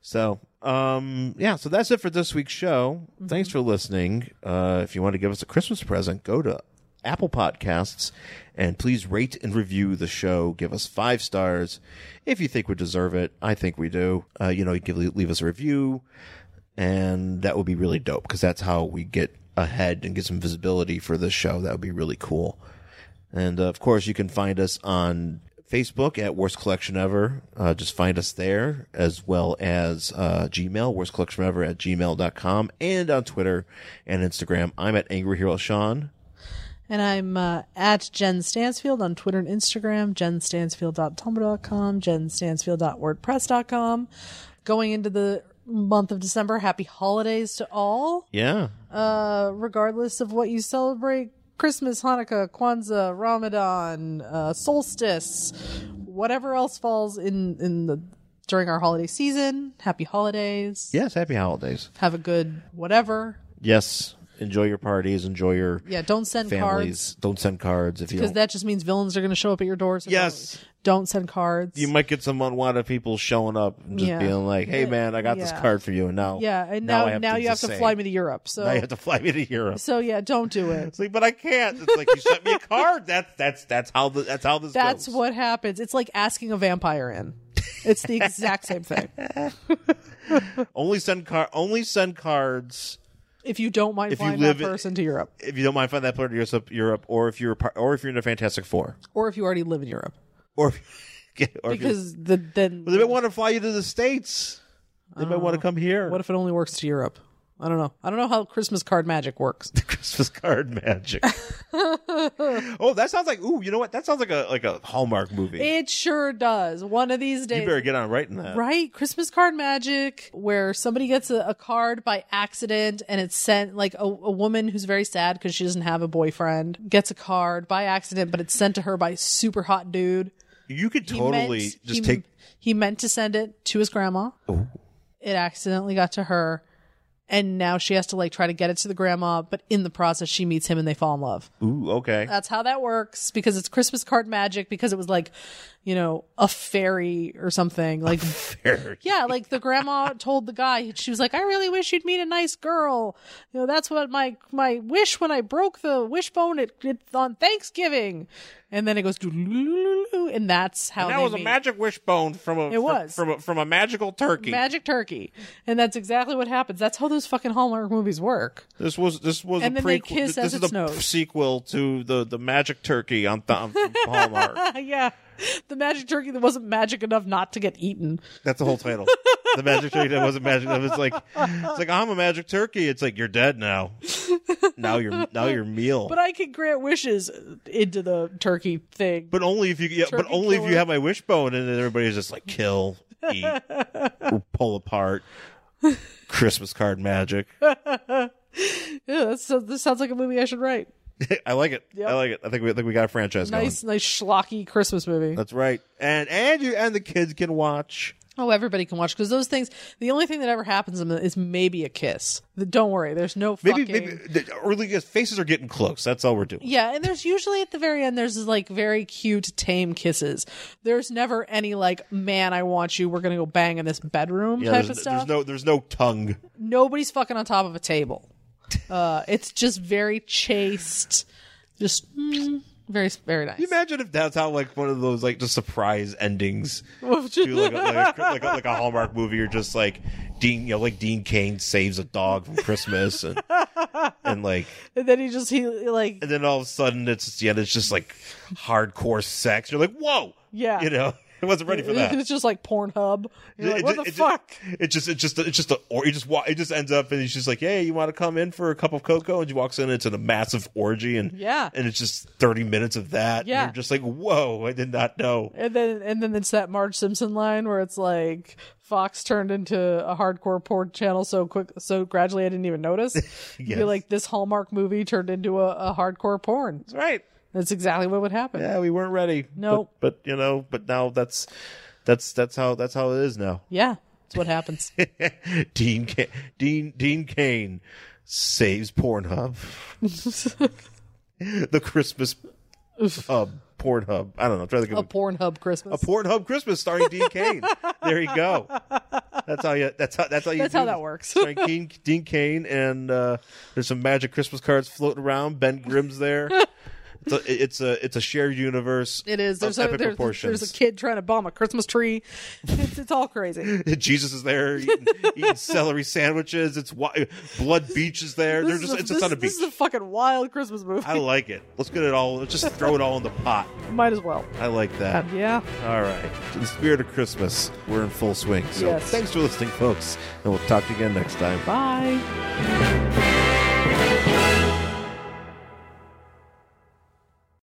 [SPEAKER 2] So, um, yeah, so that's it for this week's show. Thanks for listening. Uh, if you want to give us a Christmas present, go to Apple Podcasts and please rate and review the show. Give us five stars if you think we deserve it. I think we do. Uh, you know, you give leave us a review, and that would be really dope because that's how we get ahead and get some visibility for this show. That would be really cool. And uh, of course, you can find us on Facebook at Worst Collection Ever. Uh, just find us there, as well as uh, Gmail, Worst Collection Ever at gmail.com, and on Twitter and Instagram. I'm at Angry Hero Sean.
[SPEAKER 1] And I'm uh, at Jen Stansfield on Twitter and Instagram, jenstansfield.tumblr.com, jenstansfield.wordpress.com. Going into the month of December, happy holidays to all,
[SPEAKER 2] Yeah.
[SPEAKER 1] uh, regardless of what you celebrate Christmas, Hanukkah, Kwanzaa, Ramadan, uh, solstice, whatever else falls in, in the during our holiday season. Happy holidays.
[SPEAKER 2] Yes. Happy holidays.
[SPEAKER 1] Have a good whatever.
[SPEAKER 2] Yes. Enjoy your parties. Enjoy your
[SPEAKER 1] Yeah, don't send cards
[SPEAKER 2] families. Don't send cards if you
[SPEAKER 1] because
[SPEAKER 2] don't.
[SPEAKER 1] that just means villains are going to show up at your doors. So
[SPEAKER 2] Yes.
[SPEAKER 1] don't, don't send cards.
[SPEAKER 2] you might get some unwanted people showing up and just
[SPEAKER 1] Yeah.
[SPEAKER 2] being like, "Hey, man, I got this
[SPEAKER 1] Yeah.
[SPEAKER 2] card for you," and now
[SPEAKER 1] yeah, and now
[SPEAKER 2] I
[SPEAKER 1] now,
[SPEAKER 2] do
[SPEAKER 1] you
[SPEAKER 2] the
[SPEAKER 1] have to
[SPEAKER 2] same.
[SPEAKER 1] fly me to Europe. So
[SPEAKER 2] Now you have to fly me to Europe.
[SPEAKER 1] so yeah, don't do it.
[SPEAKER 2] It's like, but I can't. It's like you sent me a card. That's that's that's how the, that's how this
[SPEAKER 1] That's
[SPEAKER 2] goes.
[SPEAKER 1] what happens. It's like asking a vampire in. It's the exact same thing.
[SPEAKER 2] only send car only send cards
[SPEAKER 1] If you don't mind
[SPEAKER 2] If you
[SPEAKER 1] flying
[SPEAKER 2] live
[SPEAKER 1] that
[SPEAKER 2] in-
[SPEAKER 1] person to Europe,
[SPEAKER 2] if you don't mind find that player to Europe, Europe, or if you're a par- or if you're in a Fantastic Four,
[SPEAKER 1] or if you already live in Europe,
[SPEAKER 2] or if, or if you're-
[SPEAKER 1] because the then
[SPEAKER 2] Well, they might want to fly you to the states. They might want to come here.
[SPEAKER 1] Oh. what if it only works to Europe? I don't know. I don't know how Christmas card magic works.
[SPEAKER 2] Christmas card magic? oh, that sounds like ooh. You know what? That sounds like a like a Hallmark movie.
[SPEAKER 1] It sure does. One of these
[SPEAKER 2] you
[SPEAKER 1] days.
[SPEAKER 2] better get on writing that.
[SPEAKER 1] Right? Christmas card magic, where somebody gets a, a card by accident and it's sent, like a, a woman who's very sad because she doesn't have a boyfriend gets a card by accident, but it's sent to her by super hot dude.
[SPEAKER 2] You could
[SPEAKER 1] He
[SPEAKER 2] totally
[SPEAKER 1] meant-
[SPEAKER 2] just
[SPEAKER 1] he-
[SPEAKER 2] take.
[SPEAKER 1] He meant to send it to his grandma. It accidentally got to her, and now she has to like try to get it to the grandma. But in the process, she meets him and they fall in love.
[SPEAKER 2] Ooh, okay.
[SPEAKER 1] That's how that works because it's Christmas card magic. Because it was like, you know, a fairy or something like.
[SPEAKER 2] Fair.
[SPEAKER 1] Yeah, like the grandma told the guy, she was like, "I really wish you'd meet a nice girl. You know, that's what my my wish when I broke the wishbone at, at on Thanksgiving." And then it goes, "Doo-doo-doo-doo-doo," and that's how
[SPEAKER 2] That
[SPEAKER 1] they
[SPEAKER 2] was a
[SPEAKER 1] meet.
[SPEAKER 2] magic wishbone from a
[SPEAKER 1] It was.
[SPEAKER 2] from a, from a magical turkey.
[SPEAKER 1] magic turkey and that's exactly what happens that's how those fucking hallmark movies work
[SPEAKER 2] This was this was
[SPEAKER 1] And
[SPEAKER 2] a
[SPEAKER 1] then they
[SPEAKER 2] prequel.
[SPEAKER 1] kiss
[SPEAKER 2] this
[SPEAKER 1] as
[SPEAKER 2] is
[SPEAKER 1] it
[SPEAKER 2] a
[SPEAKER 1] snows.
[SPEAKER 2] sequel to the the magic turkey on, th- on Hallmark.
[SPEAKER 1] yeah the magic turkey that wasn't magic enough not to get eaten
[SPEAKER 2] That's the whole title. the magic turkey that wasn't magic. enough. It's like it's like I'm a magic turkey. It's like you're dead now. Now you're now your meal.
[SPEAKER 1] but i could grant wishes into the turkey thing
[SPEAKER 2] But only if you yeah, but
[SPEAKER 1] Turkey
[SPEAKER 2] only if you
[SPEAKER 1] killer.
[SPEAKER 2] have my wishbone and then everybody's just like kill, eat, or pull apart. Christmas card magic.
[SPEAKER 1] yeah that sounds, this sounds like a movie i should write
[SPEAKER 2] I like it.
[SPEAKER 1] Yep.
[SPEAKER 2] I like it. I think we I think we got a franchise going.
[SPEAKER 1] nice nice schlocky christmas movie
[SPEAKER 2] That's right. And and you and the kids can watch.
[SPEAKER 1] oh everybody can watch because those things the only thing that ever happens in them is maybe a kiss don't worry there's no
[SPEAKER 2] Maybe
[SPEAKER 1] fucking
[SPEAKER 2] maybe the early yes, faces are getting close. That's all we're doing.
[SPEAKER 1] Yeah, and there's usually at the very end there's this, like very cute tame kisses. There's never any like, man, I want you. We're gonna go bang in this bedroom
[SPEAKER 2] Yeah,
[SPEAKER 1] type of
[SPEAKER 2] there's,
[SPEAKER 1] stuff.
[SPEAKER 2] there's no there's no tongue.
[SPEAKER 1] Nobody's fucking on top of a table. Uh, it's just very chaste, just mm, very very nice.
[SPEAKER 2] Can you imagine if that's how like one of those like just surprise endings to like a, like, a, like, a, like a Hallmark movie or just like Dean you know like Dean Kane saves a dog from Christmas and and like
[SPEAKER 1] and then he just he like
[SPEAKER 2] and then all of a sudden it's yeah it's just like hardcore sex you're like whoa
[SPEAKER 1] Yeah.
[SPEAKER 2] you know I wasn't ready for that.
[SPEAKER 1] it's just like Pornhub. You're like,
[SPEAKER 2] It-
[SPEAKER 1] what
[SPEAKER 2] it-
[SPEAKER 1] the
[SPEAKER 2] it-
[SPEAKER 1] fuck?
[SPEAKER 2] It, just, it just, it's just a, or you just wa it just ends up and he's just like, hey, you want to come in for a cup of cocoa? And she walks in, and it's in a massive orgy, and
[SPEAKER 1] Yeah.
[SPEAKER 2] and it's just thirty minutes of that. and
[SPEAKER 1] Yeah.
[SPEAKER 2] you're just like, whoa, I did not know.
[SPEAKER 1] And then and then it's that Marge Simpson line where it's like Fox turned into a hardcore porn channel so quick so gradually I didn't even notice. You'd be
[SPEAKER 2] Yes.
[SPEAKER 1] like this Hallmark movie turned into a, a hardcore porn.
[SPEAKER 2] That's right.
[SPEAKER 1] That's exactly what would happen. Yeah.
[SPEAKER 2] Yeah, we weren't ready.
[SPEAKER 1] No.
[SPEAKER 2] but, but you know, but now that's that's that's how that's how it is now.
[SPEAKER 1] that's what happens.
[SPEAKER 2] Dean Ca- Dean Dean Kane saves Pornhub, the Christmas hub, Pornhub. I don't know. I'm trying to think
[SPEAKER 1] a
[SPEAKER 2] of
[SPEAKER 1] porn hub Christmas.
[SPEAKER 2] a Pornhub Christmas starring Dean Kane. There you go. That's how you. That's how. That's how you.
[SPEAKER 1] That's
[SPEAKER 2] do
[SPEAKER 1] how
[SPEAKER 2] this.
[SPEAKER 1] that works.
[SPEAKER 2] Starring Keen, Dean Kane and uh, there's some magic Christmas cards floating around. Ben Grimm's there. It's a it's a, it's a shared universe.
[SPEAKER 1] it is.
[SPEAKER 2] of
[SPEAKER 1] There's a,
[SPEAKER 2] epic
[SPEAKER 1] there's,
[SPEAKER 2] proportions.
[SPEAKER 1] there's a kid trying to bomb a Christmas tree. It's, it's all crazy.
[SPEAKER 2] Jesus is there eating, eating celery sandwiches. It's wi- Blood Beach is there. They're
[SPEAKER 1] This
[SPEAKER 2] just
[SPEAKER 1] is a-
[SPEAKER 2] it's just on a
[SPEAKER 1] this-
[SPEAKER 2] beach.
[SPEAKER 1] This is a fucking wild Christmas movie.
[SPEAKER 2] I like it. Let's get it all. Let's just throw it all in the pot.
[SPEAKER 1] Might as well.
[SPEAKER 2] I like that.
[SPEAKER 1] Yeah.
[SPEAKER 2] All right. In the spirit of Christmas, we're in full swing. So
[SPEAKER 1] Yes.
[SPEAKER 2] thanks for listening, folks, and we'll talk to you again next time.
[SPEAKER 1] Bye.